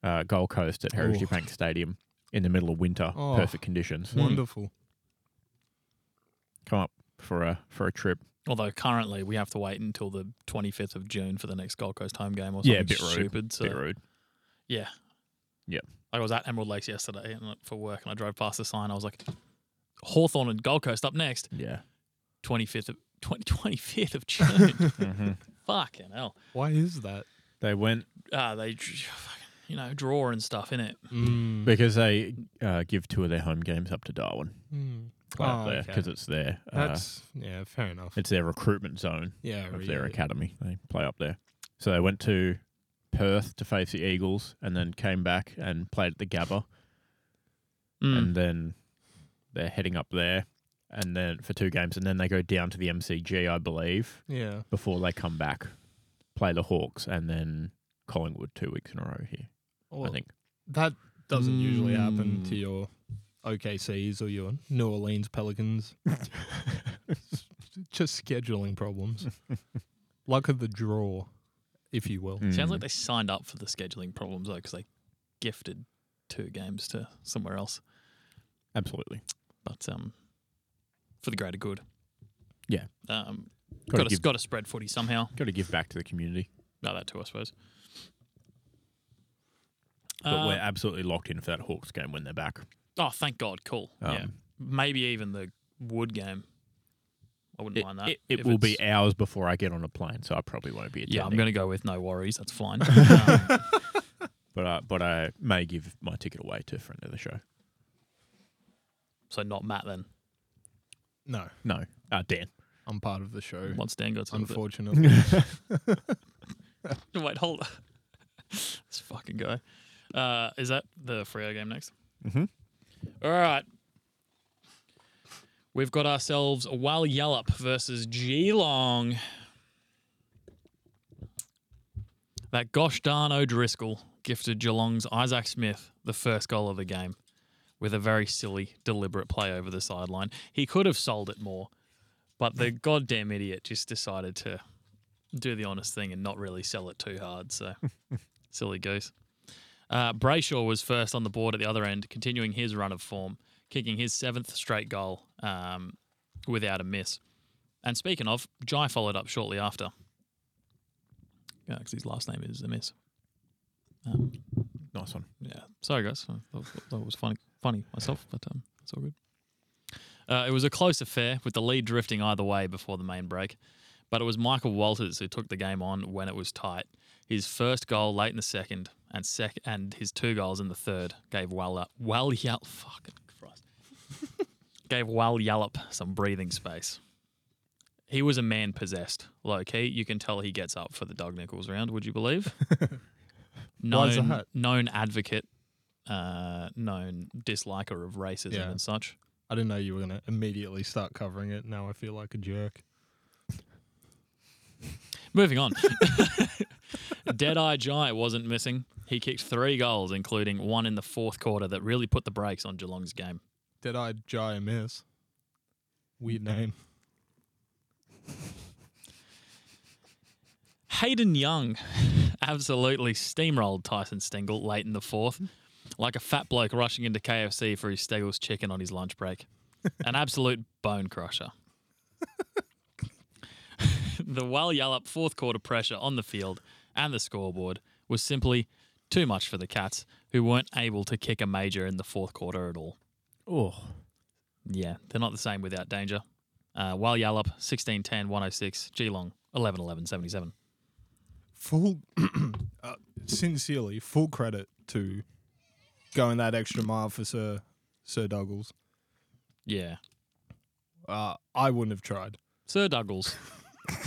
[SPEAKER 1] uh, Gold Coast at Heritage
[SPEAKER 2] Oh.
[SPEAKER 1] Bank Stadium in the middle of winter.
[SPEAKER 2] Oh.
[SPEAKER 1] Perfect conditions.
[SPEAKER 2] Wonderful.
[SPEAKER 1] Come up for a for a trip.
[SPEAKER 3] Although currently we have to wait until the 25th of June for the next Gold Coast home game or something
[SPEAKER 1] Yeah, bit rude,
[SPEAKER 3] stupid. So
[SPEAKER 1] Bit rude.
[SPEAKER 3] yeah,
[SPEAKER 1] Yep.
[SPEAKER 3] I was at Emerald Lakes yesterday and for work, and I drove past the sign. I was like, Hawthorn and Gold Coast up next,
[SPEAKER 1] <laughs> Yeah.
[SPEAKER 3] 25th of <laughs> 20, 25th
[SPEAKER 1] <laughs>
[SPEAKER 3] of June.
[SPEAKER 1] hmm
[SPEAKER 3] Fucking hell.
[SPEAKER 2] Why is that?
[SPEAKER 1] They went
[SPEAKER 3] Ah, they, dr- <sighs> fucking, you know, draw and stuff in it.
[SPEAKER 2] Mm.
[SPEAKER 1] because they uh, give two of their home games up to Darwin
[SPEAKER 2] Mm.
[SPEAKER 1] because
[SPEAKER 2] Oh, okay.
[SPEAKER 1] it's their uh,
[SPEAKER 2] That's, Oh, yeah, fair enough.
[SPEAKER 1] it's their recruitment zone.
[SPEAKER 2] yeah,
[SPEAKER 1] of
[SPEAKER 2] yeah,
[SPEAKER 1] their
[SPEAKER 2] yeah.
[SPEAKER 1] academy. They play up there. So they went to Perth to face the Eagles and then came back and played at the Gabba.
[SPEAKER 3] Mm.
[SPEAKER 1] And then they're heading up there and then for two games and then they go down to the MCG, I believe,
[SPEAKER 2] Yeah.
[SPEAKER 1] before they come back, play the Hawks and then Collingwood two weeks in a row here,
[SPEAKER 2] Well,
[SPEAKER 1] I think.
[SPEAKER 2] That doesn't usually happen
[SPEAKER 3] Mm.
[SPEAKER 2] to your OKCs or your New Orleans Pelicans. <laughs> It's Just scheduling problems. Luck of the draw, if you will.
[SPEAKER 3] Sounds
[SPEAKER 1] Mm.
[SPEAKER 3] like they signed up for the scheduling problems though, because they gifted two games to somewhere else.
[SPEAKER 1] Absolutely.
[SPEAKER 3] but um, for the greater good.
[SPEAKER 1] Yeah.
[SPEAKER 3] Um,
[SPEAKER 1] Gotta
[SPEAKER 3] got to
[SPEAKER 1] give-
[SPEAKER 3] got to spread footy somehow.
[SPEAKER 1] Got to give back to the community.
[SPEAKER 3] Not that too, I suppose.
[SPEAKER 1] But
[SPEAKER 3] Uh,
[SPEAKER 1] we're absolutely locked in for that Hawks game when they're back.
[SPEAKER 3] oh, thank God! Cool. yeah.
[SPEAKER 1] Um,
[SPEAKER 3] Maybe even the Wood game. I wouldn't
[SPEAKER 1] It,
[SPEAKER 3] mind that.
[SPEAKER 1] it- it
[SPEAKER 3] If
[SPEAKER 1] will
[SPEAKER 3] it's-
[SPEAKER 1] be hours before I get on a plane, so I probably won't be attending.
[SPEAKER 3] Yeah, I'm going to go with no worries.
[SPEAKER 1] <laughs>
[SPEAKER 3] That's fine. um,
[SPEAKER 1] but I, but I may give my ticket away to a friend of the show.
[SPEAKER 3] so not Matt then.
[SPEAKER 2] No,
[SPEAKER 1] No, uh, Dan.
[SPEAKER 2] I'm part of the show.
[SPEAKER 3] Once Dan got something.
[SPEAKER 2] Unfortunately,
[SPEAKER 3] <laughs> Wait, hold. on. This fucking guy. Uh, is that the Freo game next?
[SPEAKER 1] Mhm.
[SPEAKER 3] All right. We've got ourselves Wal Yallop versus Geelong. That gosh darn O'Driscoll gifted Geelong's Isaac Smith the first goal of the game with a very silly, deliberate play over the sideline. He could have sold it more, but the goddamn idiot just decided to do the honest thing and not really sell it too hard. So, <laughs> silly goose. Uh, Brayshaw was first on the board at the other end, continuing his run of form, kicking his seventh straight goal um, without a miss. And speaking of, Jai followed up shortly after. Because his last name is Amiss. Um,
[SPEAKER 1] Nice one.
[SPEAKER 3] yeah. Sorry, guys. I thought, thought it was funny, funny myself, but um, it's all good. Uh, it was a close affair with the lead drifting either way before the main break, but it was Michael Walters who took the game on when it was tight. His first goal late in the second and sec- and his two goals in the third gave Walla <laughs> Wal Yallop fucking Christ <laughs> gave Wal Yallop some breathing space. He was a man possessed, low key. You can tell he gets up for the Doug Nichols round. Would you believe?
[SPEAKER 2] <laughs> Why's
[SPEAKER 3] known
[SPEAKER 2] that?
[SPEAKER 3] known advocate, uh, known disliker of racism
[SPEAKER 2] Yeah.
[SPEAKER 3] and such.
[SPEAKER 2] I didn't know you were gonna immediately start covering it. Now I feel like a jerk.
[SPEAKER 3] Moving on. <laughs> Deadeye Giant wasn't missing. He kicked three goals, including one in the fourth quarter that really put the brakes on Geelong's game.
[SPEAKER 2] Dead Eye Jai Miss. Weird name.
[SPEAKER 3] Hayden Young <laughs> absolutely steamrolled Tyson Stengel late in the fourth, like a fat bloke rushing into KFC for his Stegel's chicken on his lunch break. An absolute bone crusher. <laughs> the well up fourth quarter pressure on the field and the scoreboard was simply too much for the Cats, who weren't able to kick a major in the fourth quarter at all.
[SPEAKER 1] Oh,
[SPEAKER 3] Yeah, they're not the same without danger. Uh, while Yalup, 16 10, 106, Geelong, 11 11, 77.
[SPEAKER 2] Full, <coughs> uh, sincerely, full credit to going that extra mile for Sir Sir Douglas.
[SPEAKER 3] Yeah.
[SPEAKER 2] Uh, I wouldn't have tried.
[SPEAKER 3] Sir Douglas.
[SPEAKER 2] <laughs>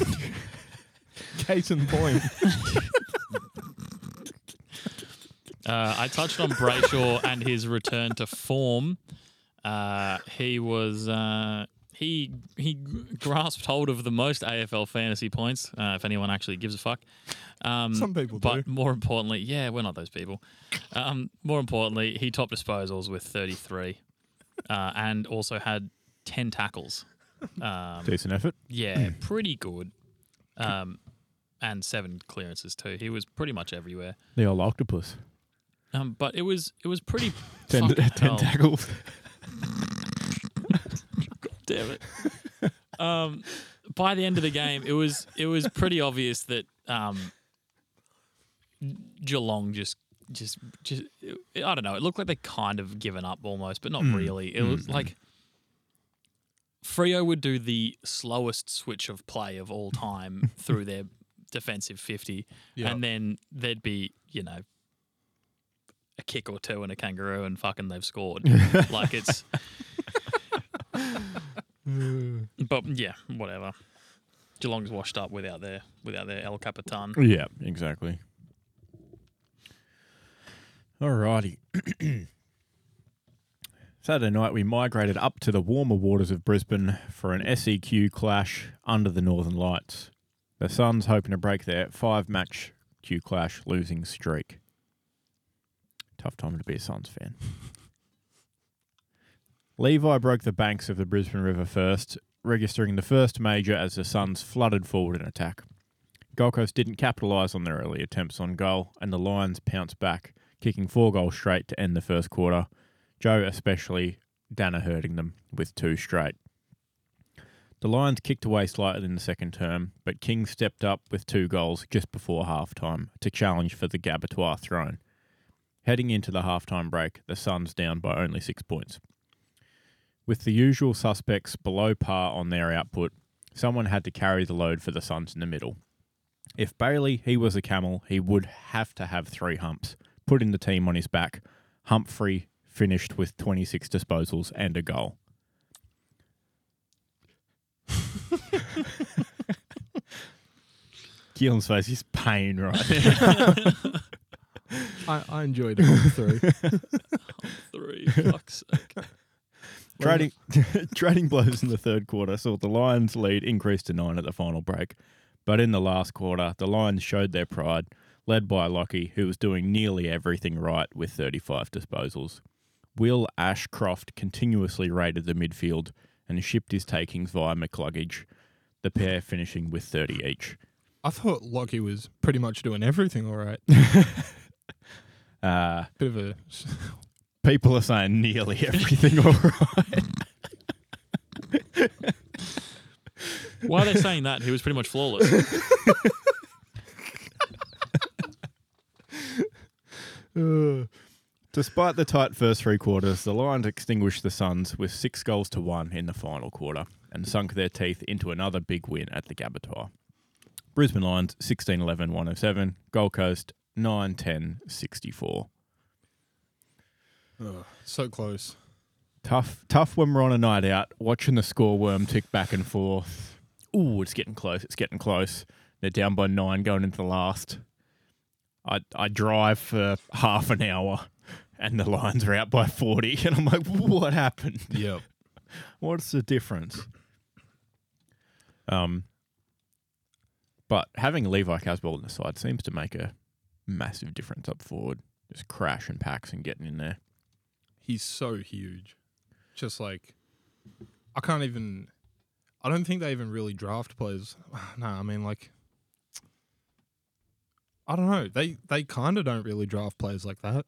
[SPEAKER 2] Case in <laughs> point.
[SPEAKER 3] Uh, I touched on Brayshaw and his return to form. Uh, he was. Uh, he he grasped hold of the most AFL fantasy points, uh, if anyone actually gives a fuck. Um,
[SPEAKER 2] Some people
[SPEAKER 3] but
[SPEAKER 2] do.
[SPEAKER 3] more importantly, yeah, we're not those people. Um, more importantly, he topped disposals with 33, uh, and also had 10 tackles. Um,
[SPEAKER 1] decent effort.
[SPEAKER 3] Yeah,
[SPEAKER 2] Hmm.
[SPEAKER 3] pretty good. Um, and seven clearances too. He was pretty much everywhere.
[SPEAKER 1] The old octopus.
[SPEAKER 3] Um, but it was it was pretty.
[SPEAKER 1] <laughs> Ten,
[SPEAKER 3] fucking
[SPEAKER 1] ten
[SPEAKER 3] hell.
[SPEAKER 1] tackles.
[SPEAKER 3] Damn it. <laughs> Um, by the end of the game, it was it was pretty obvious that um, Geelong just just just I don't know. It looked like they kind of given up almost, but not really. It was like Frio would do the slowest switch of play of all time through their defensive fifty,
[SPEAKER 2] Yeah.
[SPEAKER 3] and then there'd be you know a kick or two and a kangaroo, and fucking they've scored. like it's But yeah, whatever. Geelong's washed up without their without their El Capitan.
[SPEAKER 1] Yeah, exactly. Alrighty. <clears throat> Saturday night, we migrated up to the warmer waters of Brisbane for an SEQ clash under the Northern Lights. The Suns hoping to break their five match Q clash losing streak. Tough time to be a Suns <laughs> fan. Levi broke the banks of the Brisbane River first, registering the first major as the Suns flooded forward in attack. Gold Coast didn't capitalise on their early attempts on goal, and the Lions pounced back, kicking four goals straight to end the first quarter. Joe, especially, Dana hurting them with two straight. The Lions kicked away slightly in the second term, but King stepped up with two goals just before halftime to challenge for the Gabatoir throne. Heading into the halftime break, the Suns down by only six points. With the usual suspects below par on their output, someone had to carry the load for the Suns in the middle. If Bailey, he was a camel, he would have to have three humps, putting the team on his back. Humphrey finished with 26 disposals and a goal. Keelan's face is pain, right?
[SPEAKER 2] I, I <laughs> enjoyed it through.
[SPEAKER 3] Three <laughs> fuck's sake.
[SPEAKER 1] trading, <laughs> trading blows in the third quarter saw the Lions' lead increase to nine at the final break. But in the last quarter, the Lions showed their pride, led by Lockie, who was doing nearly everything right with 35 disposals. Will Ashcroft continuously raided the midfield and shipped his takings via McLuggage, the pair finishing with 30 each.
[SPEAKER 2] I thought Lockie was pretty much doing everything all right.
[SPEAKER 1] Uh,
[SPEAKER 2] Bit of a
[SPEAKER 1] people are saying nearly everything all right.
[SPEAKER 3] While they're saying that, he was pretty much flawless.
[SPEAKER 1] Despite the tight first three quarters, the Lions extinguished the Suns with six goals to one in the final quarter and sunk their teeth into another big win at the Gabatoir. Brisbane Lions 16 11 107, Gold Coast 9 10 64.
[SPEAKER 2] Ugh, so close.
[SPEAKER 1] Tough, tough when we're on a night out, watching the score worm tick back and forth. Ooh, it's getting close. It's getting close. They're down by nine going into the last. I I drive for half an hour, and the lines are out by forty, <laughs> and I'm like, what happened?
[SPEAKER 2] Yep.
[SPEAKER 1] What's the difference? Um, but having Levi Caswell on the side seems to make a massive difference up forward. Just crashing packs and getting in there.
[SPEAKER 2] He's so huge. Just like I can't even I don't think they even really draft players. <sighs> no, I mean like I don't know. They they kind of don't really draft players like that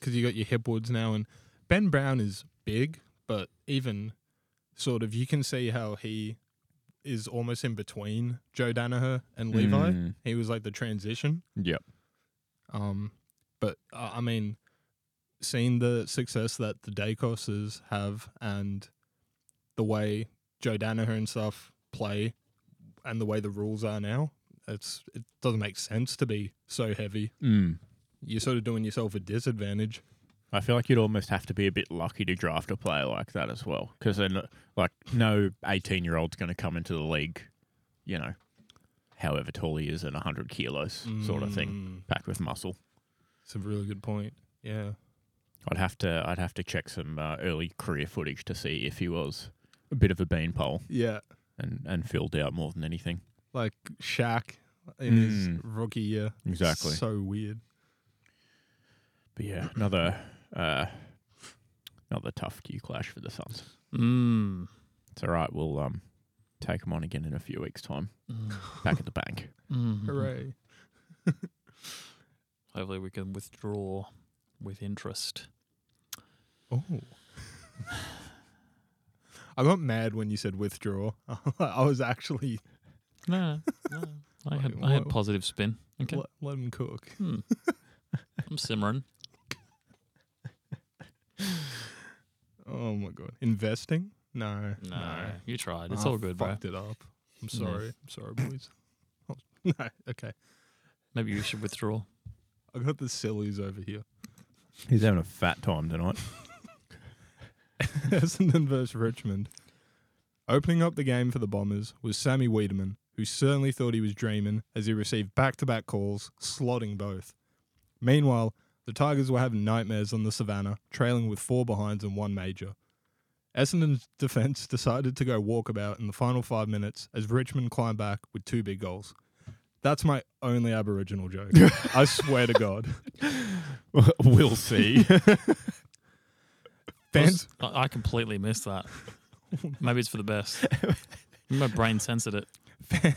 [SPEAKER 2] cuz you got your Hipwoods now and Ben Brown is big, but even sort of you can see how he is almost in between Joe Danaher and Levi.
[SPEAKER 1] Mm,
[SPEAKER 2] He was like the transition.
[SPEAKER 1] yep.
[SPEAKER 2] Um, but uh, I mean, seeing the success that the Dacoses have and the way Joe Danaher and stuff play and the way the rules are now, it's it doesn't make sense to be so heavy.
[SPEAKER 1] Mm.
[SPEAKER 2] You're sort of doing yourself a disadvantage.
[SPEAKER 1] I feel like you'd almost have to be a bit lucky to draft a player like that as well, because then, like, no eighteen-year-old's going to come into the league, you know, however tall he is and hundred kilos, sort of thing,
[SPEAKER 2] Mm,
[SPEAKER 1] packed with muscle.
[SPEAKER 2] It's a really good point. Yeah.
[SPEAKER 1] I'd have to, I'd have to check some uh, early career footage to see if he was a bit of a beanpole
[SPEAKER 2] Yeah.
[SPEAKER 1] and and filled out more than anything.
[SPEAKER 2] Like Shaq in his
[SPEAKER 1] Mm.
[SPEAKER 2] rookie year.
[SPEAKER 1] Exactly.
[SPEAKER 2] So weird.
[SPEAKER 1] But yeah, another, uh, another tough Q clash for the Suns.
[SPEAKER 3] Mm.
[SPEAKER 1] It's all right. We'll um, take him on again in a few weeks' time,
[SPEAKER 3] Mm.
[SPEAKER 1] back at the bank.
[SPEAKER 3] Mm.
[SPEAKER 2] Hooray.
[SPEAKER 3] Hopefully, we can withdraw with interest.
[SPEAKER 2] Oh. I got mad when you said withdraw. <laughs> I was actually
[SPEAKER 3] No, no, no. I had
[SPEAKER 2] Wait,
[SPEAKER 3] I had
[SPEAKER 2] what-
[SPEAKER 3] positive spin. Okay,
[SPEAKER 2] let, let him cook.
[SPEAKER 3] Hmm. I'm simmering.
[SPEAKER 2] Oh my god. Investing? No.
[SPEAKER 3] No, Ah, you tried. It's
[SPEAKER 2] I
[SPEAKER 3] all good, bro.
[SPEAKER 2] Fucked it up. I'm sorry. I'm sorry, boys. <laughs> Oh, no. Okay.
[SPEAKER 3] Maybe you should withdraw.
[SPEAKER 2] I got the sillies over here.
[SPEAKER 1] He's having a fat time tonight.
[SPEAKER 2] Essendon versus Richmond. Opening up the game for the Bombers was Sammy Wiedemann, who certainly thought he was dreaming as he received back to back calls, slotting both. Meanwhile, the Tigers were having nightmares on the Savannah, trailing with four behinds and one major. Essendon's <laughs> defence decided to go walkabout in the final five minutes as Richmond climbed back with two big goals. That's my only Aboriginal joke. I swear to God.
[SPEAKER 1] <laughs> we'll see.
[SPEAKER 2] Fans,
[SPEAKER 3] I, I completely missed <laughs> that. Maybe it's for the <laughs> best. My brain censored it.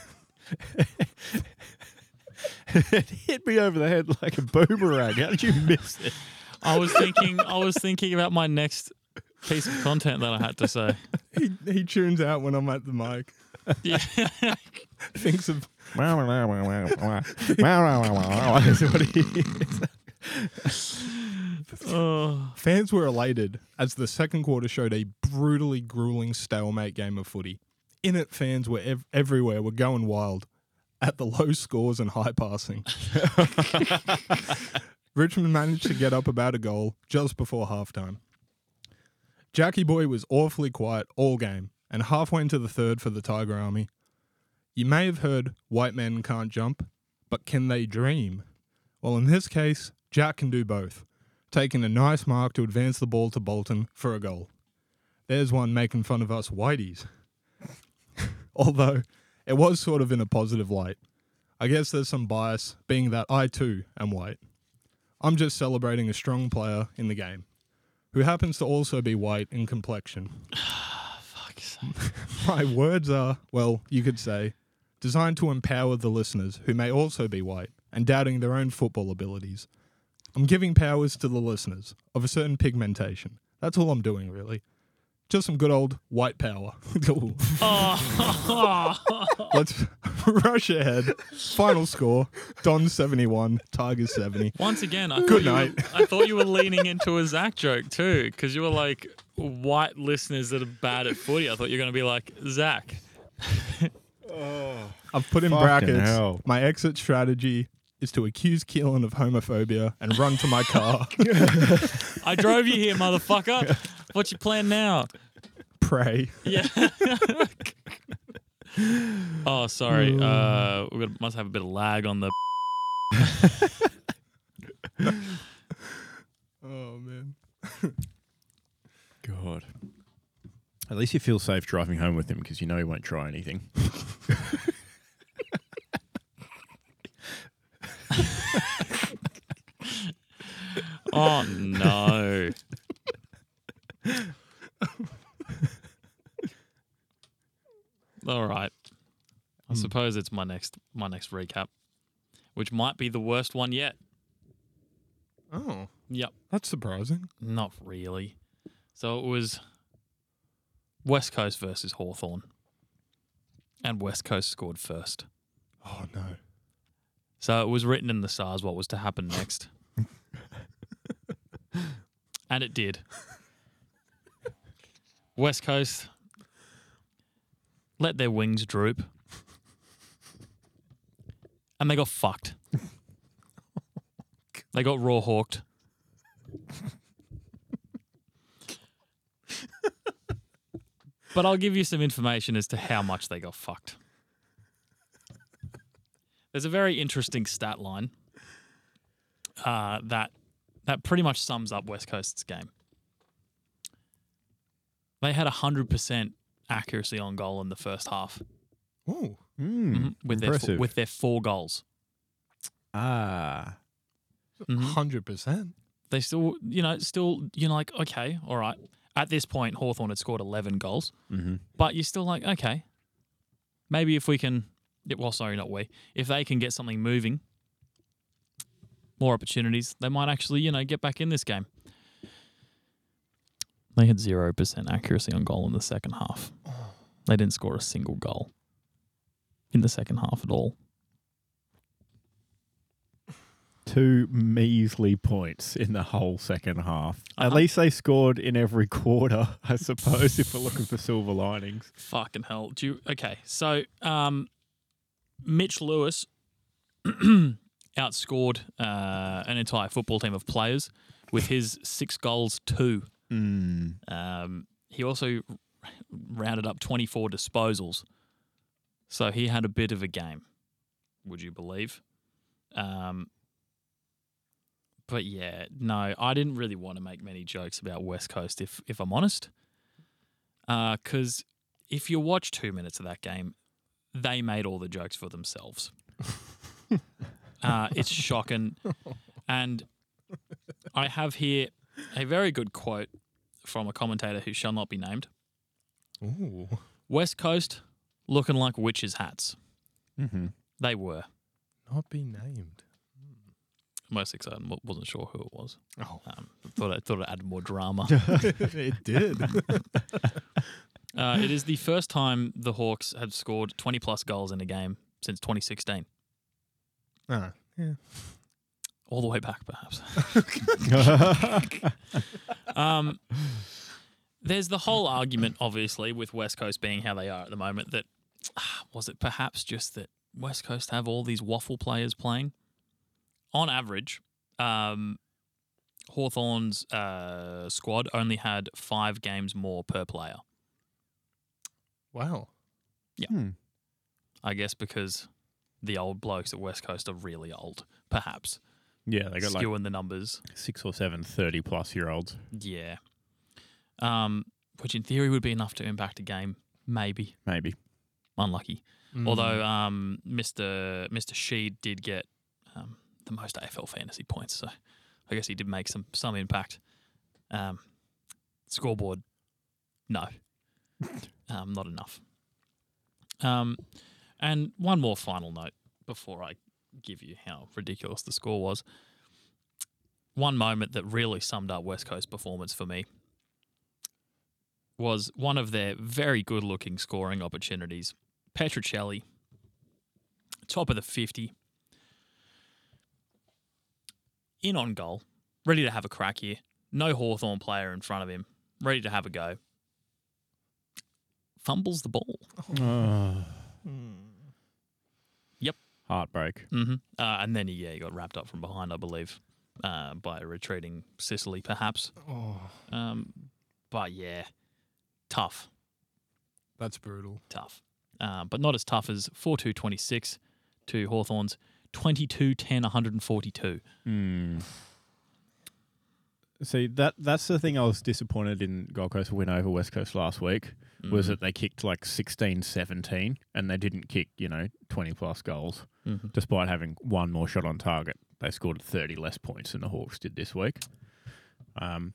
[SPEAKER 1] it <laughs> hit me over the head like a boomerang. How did you miss it?
[SPEAKER 3] I was thinking. I was thinking about my next piece of content that I had to say.
[SPEAKER 2] he, he tunes out when I'm at the mic,
[SPEAKER 3] Yeah.
[SPEAKER 2] <laughs> thinks of
[SPEAKER 1] <laughs> That's what he is.
[SPEAKER 3] oh.
[SPEAKER 2] Fans were elated as the second quarter showed a brutally grueling stalemate game of footy. In it, fans were ev- everywhere, were going wild at the <laughs> low scores and high passing. Richmond managed to get up about a goal just before halftime. Jackie Boy was awfully quiet all game and halfway into the third for the Tiger Army. You may have heard white men can't jump, but can they dream? Well, in this case, Jack can do both taking a nice mark to advance the ball to Bolton for a goal. There's one making fun of us <laughs> whiteys. Although it was sort of in a positive light. I guess there's some bias, being that I too am white. I'm just celebrating a strong player in the game, who happens to also be white in complexion. <sighs>
[SPEAKER 3] Fuck's
[SPEAKER 2] <laughs> My words are, well, you could say, designed to empower the listeners who may also be white and doubting their own football abilities. I'm giving powers to the listeners of a certain pigmentation. That's all I'm doing, really. Just some good old white power. <laughs> Ooh. Let's <laughs> rush ahead. Final score Don 71, Tigers 70.
[SPEAKER 3] Once again, I thought
[SPEAKER 2] Good
[SPEAKER 3] you were-
[SPEAKER 2] night.
[SPEAKER 3] I thought you were leaning into a Zach joke too, because you were like white listeners that are bad at footy. I thought you were going to be like Zach.
[SPEAKER 2] I've put in
[SPEAKER 1] Fucking
[SPEAKER 2] brackets.
[SPEAKER 1] hell.
[SPEAKER 2] My exit strategy is to accuse Keelan of homophobia and run to my car. <laughs>
[SPEAKER 3] I drove you here, motherfucker. What's your plan now?
[SPEAKER 2] Pray.
[SPEAKER 3] Yeah. <laughs> oh, sorry. Uh, we got- must have a bit of lag on the.
[SPEAKER 2] Oh, man.
[SPEAKER 1] God. At least you feel safe driving home with him because you know he won't try anything.
[SPEAKER 3] Oh no. All right. I suppose it's my next my next recap, which might be the worst one yet.
[SPEAKER 2] Oh,
[SPEAKER 3] Yep.
[SPEAKER 2] that's surprising.
[SPEAKER 3] Not really. So it was West Coast versus Hawthorn, And West Coast scored first.
[SPEAKER 2] Oh, no.
[SPEAKER 3] So it was written in the stars what was to happen next. and it did. West Coast let their wings droop. And they got fucked. They got raw hawked. but I'll give you some information as to how much they got fucked. There's a very interesting stat line uh, that that pretty much sums up West Coast's game. They had 100% accuracy on goal in the first half
[SPEAKER 2] Oh,
[SPEAKER 1] Hmm.
[SPEAKER 3] mhm, with their
[SPEAKER 1] impressive.
[SPEAKER 3] four, with their four goals.
[SPEAKER 1] Ah.
[SPEAKER 2] Mm-hmm.
[SPEAKER 3] Mhm.
[SPEAKER 2] 100%.
[SPEAKER 3] They still, you know, still, you know, like okay, all right. At this point, Hawthorn had scored 11 goals,
[SPEAKER 1] Mm-hmm.
[SPEAKER 3] but you're still like okay, maybe if we can, yeah, well, sorry, not we, if they can get something moving, more opportunities, they might actually, you know, get back in this game. They had 0% accuracy on goal in the second half. They didn't score a single goal in the second half at all.
[SPEAKER 1] Two measly points in the whole second half. At
[SPEAKER 3] Uh-huh.
[SPEAKER 1] least they scored in every quarter, <laughs> I suppose, if we're looking for silver linings.
[SPEAKER 3] Fucking hell. Do you, okay, so um, Mitch Lewis <clears throat> outscored uh, an entire football team of players with his six goals, two.
[SPEAKER 1] Mm.
[SPEAKER 3] Um, he also r- rounded up 24 disposals. So he had a bit of a game, would you believe? Um, but yeah, no, I didn't really want to make many jokes about West Coast, if, if I'm honest. Because if you watch two minutes of that game, they made all the jokes for themselves. uh, it's shocking. And I have here a very good quote from a commentator who shall not be named.
[SPEAKER 2] Ooh.
[SPEAKER 3] West Coast looking like witches' hats.
[SPEAKER 1] Mm-hmm.
[SPEAKER 3] They were.
[SPEAKER 2] Not be named.
[SPEAKER 3] Most excited. wa- Wasn't sure who it was.
[SPEAKER 2] Oh.
[SPEAKER 3] Um, thought I thought it added more drama.
[SPEAKER 2] <laughs> it did.
[SPEAKER 3] Uh, it is the first time the Hawks have scored 20 plus goals in a game since 2016.
[SPEAKER 2] ah, yeah.
[SPEAKER 3] All the way back, perhaps. Um, there's the whole argument, obviously, with West Coast being how they are at the moment. That ah, was it perhaps just that West Coast have all these waffle players playing. On average, um, Hawthorne's uh, squad only had five games more per player.
[SPEAKER 2] Wow.
[SPEAKER 1] Hmm.
[SPEAKER 3] I guess because the old blokes at West Coast are really old, perhaps
[SPEAKER 1] Yeah, they got like
[SPEAKER 3] skewing the numbers.
[SPEAKER 1] six or seven 30 plus year olds.
[SPEAKER 3] Yeah, um, which in theory would be enough to impact a game, maybe.
[SPEAKER 1] Maybe.
[SPEAKER 3] unlucky. Although um, Mr. Mr. Sheed did get um, the most AFL fantasy points, so I guess he did make some some impact. Um, scoreboard, no, um, not enough. Um, and one more final note before I give you how ridiculous the score was. One moment that really summed up West Coast performance for me was one of their very good looking scoring opportunities. Petricelli, top of the 50, in on goal, ready to have a crack here. No Hawthorn player in front of him, ready to have a go. Fumbles the ball.
[SPEAKER 1] Ah,
[SPEAKER 3] Mm. Yep.
[SPEAKER 1] Heartbreak.
[SPEAKER 3] hmm Uh, and then, yeah, he got wrapped up from behind, I believe, uh, by a retreating Sicily, perhaps.
[SPEAKER 2] Oh,
[SPEAKER 3] Um, but yeah, tough,
[SPEAKER 2] that's brutal.
[SPEAKER 3] tough. Uh, but not as tough as 4 2 26 to Hawthorns 22 10 142.
[SPEAKER 1] Mm. See that that's the thing I was disappointed in Gold Coast win over West Coast last week
[SPEAKER 3] Mm.
[SPEAKER 1] was that they kicked like 16 17 and they didn't kick, you know, 20 plus goals
[SPEAKER 3] Mm-hmm.
[SPEAKER 1] despite having one more shot on target. They scored 30 less points than the Hawks did this week. Um,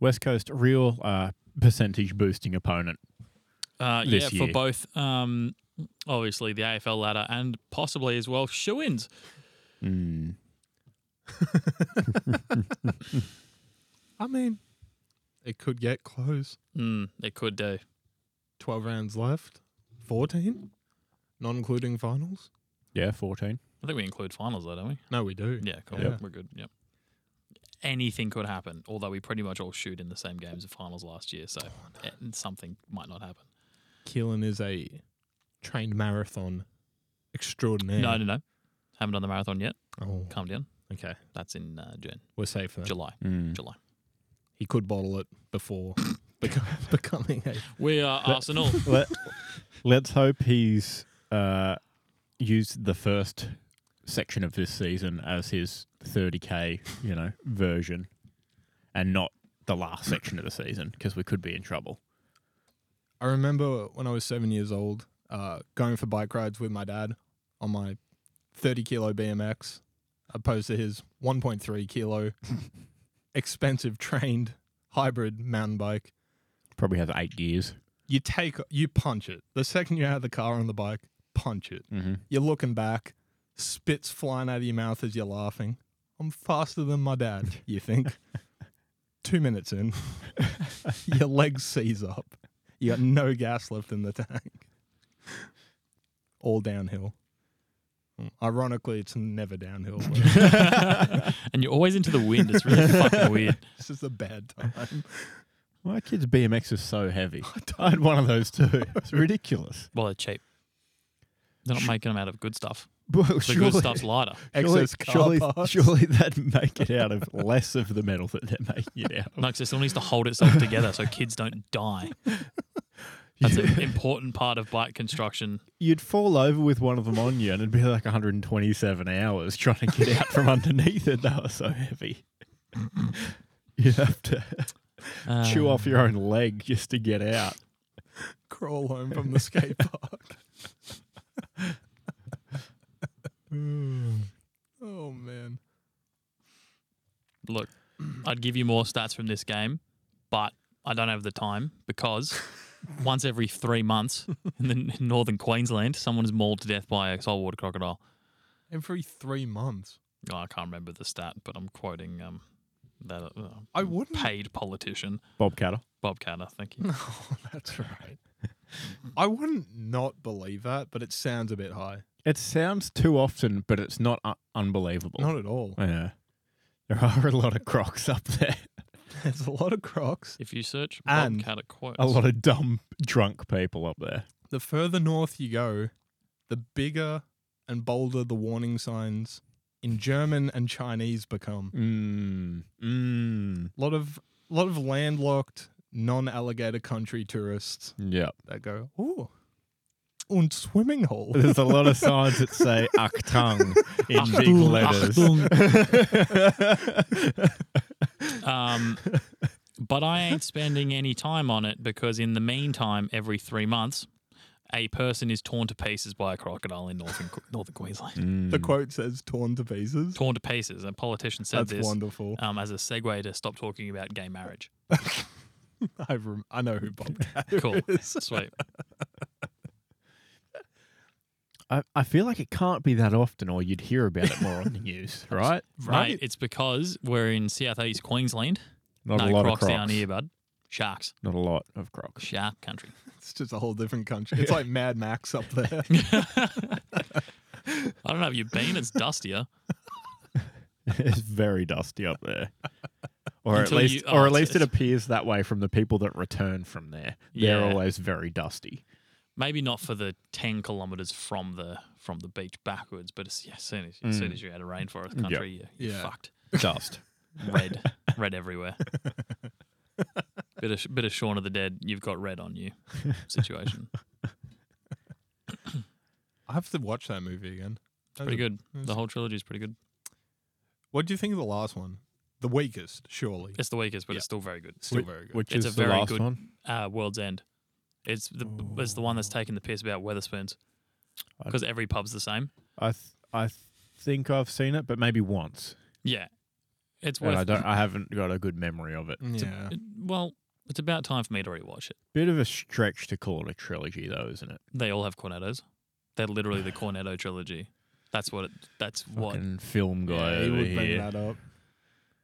[SPEAKER 1] West Coast real uh, percentage boosting opponent.
[SPEAKER 3] Uh, yeah,
[SPEAKER 1] this
[SPEAKER 3] for
[SPEAKER 1] year.
[SPEAKER 3] both, um, obviously, the AFL ladder and possibly as well shoe ins.
[SPEAKER 1] Mm.
[SPEAKER 2] I mean, it could get close.
[SPEAKER 3] Mm, it could do.
[SPEAKER 2] 12 rounds left, 14, not including finals.
[SPEAKER 1] Yeah, 14.
[SPEAKER 3] I think we include finals, though, don't we?
[SPEAKER 2] No, we do.
[SPEAKER 3] Yeah, cool.
[SPEAKER 2] Yeah.
[SPEAKER 3] We're good. Yep. Anything could happen, although we pretty much all shoot in the same games of finals last year, so eh, something might not happen.
[SPEAKER 2] Oh, Keelan is a trained marathon extraordinaire.
[SPEAKER 3] No, no, no. Haven't done the marathon yet.
[SPEAKER 2] Oh,
[SPEAKER 3] Calm down.
[SPEAKER 2] okay.
[SPEAKER 3] That's in uh, June,
[SPEAKER 2] We're safe then.
[SPEAKER 3] July,
[SPEAKER 1] Mm.
[SPEAKER 3] July.
[SPEAKER 2] He could bottle it before <laughs> beco- becoming a.
[SPEAKER 3] We are Arsenal.
[SPEAKER 1] Let, let's hope he's uh, used the first section of this season as his 30k, you know, version, and not the last section of the season because we could be in trouble.
[SPEAKER 2] I remember when I was seven years old, uh, going for bike rides with my dad on my 30 kilo BMX, opposed to his 1.3 kilo expensive trained hybrid mountain bike.
[SPEAKER 1] Probably has eight gears.
[SPEAKER 2] You take, you punch it. The second you're out of the car on the bike, punch it.
[SPEAKER 1] Mm-hmm.
[SPEAKER 2] You're looking back, spits flying out of your mouth as you're laughing. I'm faster than my dad, you <laughs> think. Two minutes in, <laughs> your leg seize up. You got no gas left in the tank. All downhill. Ironically, it's never downhill. <laughs> but
[SPEAKER 3] <laughs> and you're always into the wind. It's really fucking weird.
[SPEAKER 2] this is a bad time.
[SPEAKER 1] My kid's BMX is so heavy. <laughs> I had one of those too. It's <laughs> ridiculous.
[SPEAKER 3] Well, they're cheap. They're not making them out of good stuff.
[SPEAKER 1] Well,
[SPEAKER 3] The good stuff's lighter.
[SPEAKER 1] surely,
[SPEAKER 2] Excess car
[SPEAKER 1] surely,
[SPEAKER 2] parts.
[SPEAKER 1] surely that'd make it out of less of the metal that they're making it out of.
[SPEAKER 3] No, 'cause it still needs to hold itself together so kids don't die.
[SPEAKER 1] <laughs>
[SPEAKER 3] That's an important part of bike construction.
[SPEAKER 1] You'd fall over with one of them on you, and it'd be like 127 hours trying to get out from underneath it. They were so heavy. <laughs> You'd have to chew off your own leg just to get out.
[SPEAKER 2] Crawl home from the skate <laughs> park. oh, man.
[SPEAKER 3] Um, Look, I'd give you more stats from this game, but I don't have the time
[SPEAKER 1] <laughs>
[SPEAKER 3] because once every three months in the in northern Queensland, someone is mauled to death by a saltwater crocodile.
[SPEAKER 2] Every three months.
[SPEAKER 3] Oh, I can't remember the stat, but I'm quoting um, that uh,
[SPEAKER 2] I wouldn't.
[SPEAKER 3] paid politician,
[SPEAKER 1] Bob Catter.
[SPEAKER 3] Bob Catter. Thank
[SPEAKER 2] <laughs>
[SPEAKER 3] you.
[SPEAKER 2] No, that's right. I wouldn't not believe that, but it sounds a bit high.
[SPEAKER 1] It sounds too often, but it's not u- unbelievable.
[SPEAKER 2] Not at
[SPEAKER 3] <laughs>
[SPEAKER 2] all.
[SPEAKER 1] <laughs> yeah. There are a lot of crocs up there.
[SPEAKER 2] There's a lot of crocs.
[SPEAKER 3] If you search Bob
[SPEAKER 2] And
[SPEAKER 3] Catter quotes,
[SPEAKER 1] A lot of dumb, drunk people up there.
[SPEAKER 2] The further north you go, the bigger and bolder the warning signs in German and Chinese become.
[SPEAKER 1] Mm. Mm.
[SPEAKER 2] A lot of lot of landlocked, non-alligator country tourists
[SPEAKER 1] Yeah.
[SPEAKER 2] that go, "Oh, und swimming hole."
[SPEAKER 3] Mm.
[SPEAKER 1] There's a lot of signs that say Achtung in big
[SPEAKER 3] Achtung,
[SPEAKER 1] letters. <laughs>
[SPEAKER 3] Um, but I ain't spending any time on it because in the meantime, every three months, a person is torn to pieces by a crocodile in northern northern Queensland.
[SPEAKER 2] The
[SPEAKER 1] Mm.
[SPEAKER 2] quote says torn to pieces.
[SPEAKER 3] Torn to pieces. A politician said
[SPEAKER 2] That's
[SPEAKER 3] this <laughs>
[SPEAKER 2] wonderful.
[SPEAKER 3] um, as a segue to stop talking about gay marriage.
[SPEAKER 1] <laughs>
[SPEAKER 2] I rem- I know who Bob
[SPEAKER 3] <laughs> Cool.
[SPEAKER 2] is.
[SPEAKER 1] <laughs>
[SPEAKER 3] Sweet.
[SPEAKER 1] I, I feel like it can't be that often, or you'd hear about it more on the <laughs> news, right?
[SPEAKER 3] Right. It's because we're in southeast Queensland.
[SPEAKER 1] Not
[SPEAKER 3] no
[SPEAKER 1] a lot
[SPEAKER 3] crocs,
[SPEAKER 1] of crocs.
[SPEAKER 3] down here, bud. Sharks.
[SPEAKER 1] Not a lot of crocs.
[SPEAKER 3] Shark country.
[SPEAKER 2] It's just a whole different country. It's like Mad Max up there.
[SPEAKER 3] I don't know if you've
[SPEAKER 1] <laughs>
[SPEAKER 3] been. It's dustier.
[SPEAKER 1] <laughs> it's very dusty up there.
[SPEAKER 3] <laughs>
[SPEAKER 1] Or
[SPEAKER 3] Until
[SPEAKER 1] at least,
[SPEAKER 3] you- oh,
[SPEAKER 1] or at
[SPEAKER 3] it's-
[SPEAKER 1] least it
[SPEAKER 3] it's-
[SPEAKER 1] appears that way from the people that return from there. They're
[SPEAKER 3] Yeah.
[SPEAKER 1] always very
[SPEAKER 3] <laughs>
[SPEAKER 1] dusty.
[SPEAKER 3] Maybe not for the ten kilometers from the from the beach backwards, but as, yeah, as soon as as soon as you're out of rainforest country, you, you're
[SPEAKER 2] Yeah.
[SPEAKER 3] fucked.
[SPEAKER 1] Dust.
[SPEAKER 3] Red, red everywhere. bit of bit of Shaun of the Dead. You've got red on you. Situation.
[SPEAKER 2] I have to watch that movie again. That's
[SPEAKER 3] Pretty
[SPEAKER 2] a-
[SPEAKER 3] good. The
[SPEAKER 2] that's-
[SPEAKER 3] whole trilogy is pretty good.
[SPEAKER 2] What do you think of the last one? The weakest, surely.
[SPEAKER 3] It's the weakest, but
[SPEAKER 2] Yeah.
[SPEAKER 3] it's still very good.
[SPEAKER 2] Still
[SPEAKER 1] Wh-
[SPEAKER 2] very good.
[SPEAKER 1] Which
[SPEAKER 3] It's
[SPEAKER 1] is
[SPEAKER 3] a
[SPEAKER 1] the
[SPEAKER 3] very
[SPEAKER 1] last
[SPEAKER 3] good-
[SPEAKER 1] one?
[SPEAKER 3] Uh, World's End. It's the it's the one that's taking the piss about Weatherspoons
[SPEAKER 1] I-
[SPEAKER 3] because every pub's the same.
[SPEAKER 1] I th- I th- think I've seen it, but maybe once.
[SPEAKER 3] Yeah, it's
[SPEAKER 1] And
[SPEAKER 3] worth. Mm.
[SPEAKER 1] I don't. I haven't got a good memory of it.
[SPEAKER 3] it's a-
[SPEAKER 2] yeah.
[SPEAKER 3] it- well, it's about time for me to rewatch it.
[SPEAKER 1] Bit of a stretch to call it a trilogy, though, isn't it?
[SPEAKER 3] They all have cornetos. They're literally the cornetto trilogy. That's what. It, that's what.
[SPEAKER 1] Fucking film guy
[SPEAKER 2] yeah, he
[SPEAKER 1] over
[SPEAKER 2] would bring
[SPEAKER 1] here.
[SPEAKER 2] that
[SPEAKER 3] <laughs>
[SPEAKER 2] up.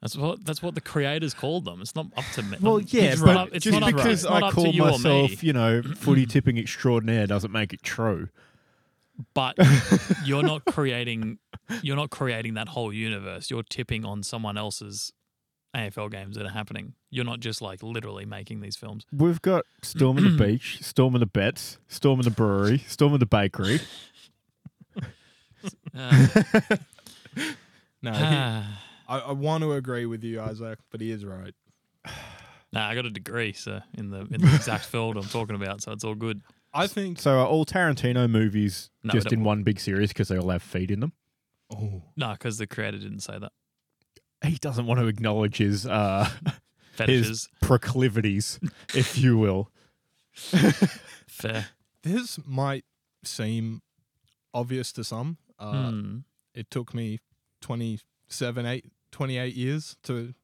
[SPEAKER 3] That's what. That's what the creators called them. It's not up to me.
[SPEAKER 1] Well,
[SPEAKER 3] um,
[SPEAKER 1] yeah,
[SPEAKER 3] it's
[SPEAKER 1] but
[SPEAKER 3] not up, it's
[SPEAKER 1] just
[SPEAKER 3] not up,
[SPEAKER 1] because
[SPEAKER 3] it's not
[SPEAKER 1] I
[SPEAKER 3] up
[SPEAKER 1] call
[SPEAKER 3] to you or
[SPEAKER 1] myself,
[SPEAKER 3] me.
[SPEAKER 1] you
[SPEAKER 3] <clears throat>
[SPEAKER 1] know, footy tipping extraordinaire doesn't make it true. <laughs>
[SPEAKER 3] but you're not creating. You're not creating that whole universe. You're tipping on someone else's AFL games that are happening. You're not just like literally making these films.
[SPEAKER 1] We've got Storm in
[SPEAKER 3] <clears throat>
[SPEAKER 1] the Beach, Storm in the Bets, Storm in the Brewery, Storm in the Bakery.
[SPEAKER 3] Uh,
[SPEAKER 2] No, he-
[SPEAKER 3] ah.
[SPEAKER 2] <laughs> I, I want to agree with you, Isaac, but he is right.
[SPEAKER 3] Nah, I got a degree, so in the in the exact field I'm talking about, so it's all good.
[SPEAKER 2] I think.
[SPEAKER 1] So are all Tarantino movies
[SPEAKER 3] No,
[SPEAKER 1] just
[SPEAKER 3] they-
[SPEAKER 1] in one big series because they all have feet in them?
[SPEAKER 2] Oh,
[SPEAKER 3] No, because the creator didn't say that.
[SPEAKER 1] He doesn't want to acknowledge his uh, <laughs>
[SPEAKER 3] Fetishes,
[SPEAKER 1] proclivities, if you
[SPEAKER 3] <laughs>
[SPEAKER 1] will.
[SPEAKER 3] fair.
[SPEAKER 2] this might seem obvious to some. Uh,
[SPEAKER 3] Hmm.
[SPEAKER 2] It took me 27, 8, 28 years to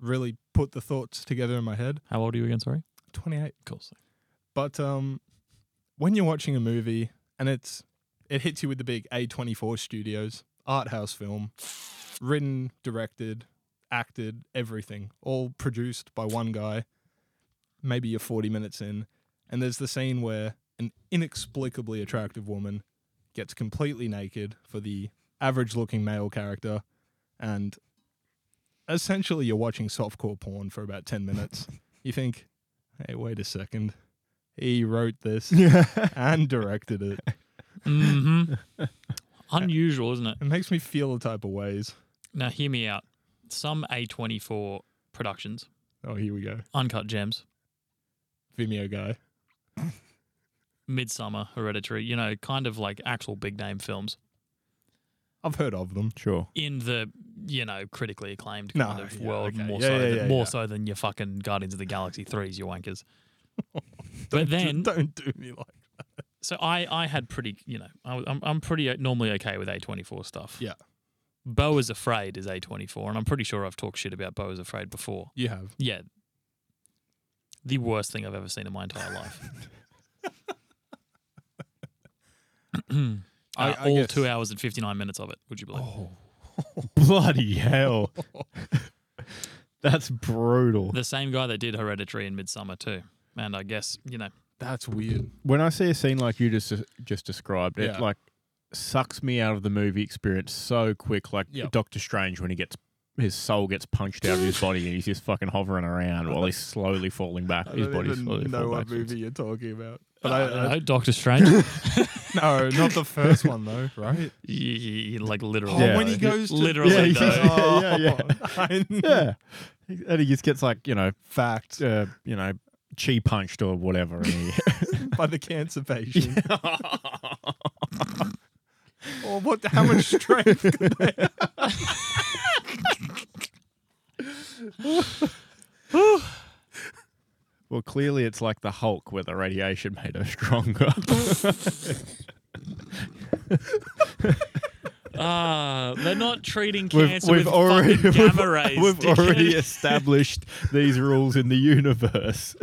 [SPEAKER 2] really put the thoughts together in my head.
[SPEAKER 3] How old are you again? Sorry.
[SPEAKER 2] 28.
[SPEAKER 3] Cool.
[SPEAKER 2] But um, when you're watching a movie and it's it hits you with the big A24 studios art house film, written, directed, acted, everything, all produced by one guy. Maybe you're 40 minutes in, and there's the scene where an inexplicably attractive woman gets completely naked for the average-looking male character, and essentially you're watching softcore porn for about 10 minutes. you think, "Hey, wait a second. He wrote this and directed it. <laughs>
[SPEAKER 3] Mm-hmm. Unusual, isn't it?
[SPEAKER 2] It makes me feel the type of ways.
[SPEAKER 3] Now, hear me out. Some A24 productions,
[SPEAKER 2] Oh, here we go.
[SPEAKER 3] Uncut Gems,
[SPEAKER 2] Vimeo guy.
[SPEAKER 3] Midsummer, Hereditary, you know, kind of like actual big name films
[SPEAKER 2] I've heard of them. <laughs>
[SPEAKER 1] Sure.
[SPEAKER 3] in the, you know, critically acclaimed
[SPEAKER 2] No,
[SPEAKER 3] kind of
[SPEAKER 2] yeah,
[SPEAKER 3] world
[SPEAKER 2] okay.
[SPEAKER 3] more,
[SPEAKER 2] Yeah,
[SPEAKER 3] so,
[SPEAKER 2] yeah,
[SPEAKER 3] than,
[SPEAKER 2] yeah,
[SPEAKER 3] more
[SPEAKER 2] yeah.
[SPEAKER 3] so than your fucking Guardians of the Galaxy 3s,
[SPEAKER 2] <laughs>
[SPEAKER 3] you wankers. but then,
[SPEAKER 2] don't do me like.
[SPEAKER 3] so I, I had pretty, you know, I, was- I'm, I'm pretty uh, normally okay with A24 stuff.
[SPEAKER 2] Yeah.
[SPEAKER 3] Bo is Afraid is A24, and I'm pretty sure I've talked shit about Bo is Afraid before.
[SPEAKER 2] You have.
[SPEAKER 3] Yeah. The worst thing I've ever seen in my entire life. Uh,
[SPEAKER 2] I- I
[SPEAKER 3] all
[SPEAKER 2] guess-
[SPEAKER 3] two hours and 59 minutes of it, would you believe?
[SPEAKER 2] Oh,
[SPEAKER 1] <laughs> Bloody hell. <laughs> That's brutal.
[SPEAKER 3] The same guy that did Hereditary and Midsummer, too. And I guess, you know,
[SPEAKER 2] that's weird.
[SPEAKER 1] When I see a scene like you just just described, it
[SPEAKER 2] Yeah.
[SPEAKER 1] like sucks me out of the movie experience so quick. Like
[SPEAKER 2] Yep.
[SPEAKER 1] Doctor Strange when he gets his soul gets punched out of his body and he's just fucking hovering around while <laughs> he's slowly falling back.
[SPEAKER 2] I
[SPEAKER 1] his
[SPEAKER 2] don't
[SPEAKER 1] body's
[SPEAKER 2] even
[SPEAKER 1] slowly
[SPEAKER 2] know
[SPEAKER 1] falling
[SPEAKER 2] what
[SPEAKER 1] back.
[SPEAKER 2] movie you're talking about. But
[SPEAKER 3] Uh, I don't
[SPEAKER 2] I,
[SPEAKER 3] know,
[SPEAKER 1] <laughs>
[SPEAKER 2] <laughs>
[SPEAKER 3] Doctor Strange. Y-
[SPEAKER 2] no, not the first one though, right?
[SPEAKER 3] y- y- like, literally.
[SPEAKER 2] Oh,
[SPEAKER 1] Yeah.
[SPEAKER 2] when he goes to
[SPEAKER 3] Literally,
[SPEAKER 1] Yeah, he-
[SPEAKER 2] <laughs> Oh,
[SPEAKER 1] yeah, yeah.
[SPEAKER 2] I know.
[SPEAKER 1] Yeah, and he just gets like you know,
[SPEAKER 2] Fact
[SPEAKER 1] uh, you know, chi punched or whatever. And he, <laughs>
[SPEAKER 2] by the cancer patient. <laughs> Or Oh, what? How much
[SPEAKER 1] <laughs>
[SPEAKER 2] strength? could they have?
[SPEAKER 1] well, clearly it's like the Hulk where the radiation made her stronger.
[SPEAKER 3] Ah, they're not treating
[SPEAKER 1] <laughs> We've-
[SPEAKER 3] cancer
[SPEAKER 1] we've
[SPEAKER 3] with
[SPEAKER 1] already-
[SPEAKER 3] fucking
[SPEAKER 1] we've-
[SPEAKER 3] gamma
[SPEAKER 1] <laughs>
[SPEAKER 3] rays.
[SPEAKER 1] We've
[SPEAKER 3] dickhead.
[SPEAKER 1] already established these rules in the <laughs> universe.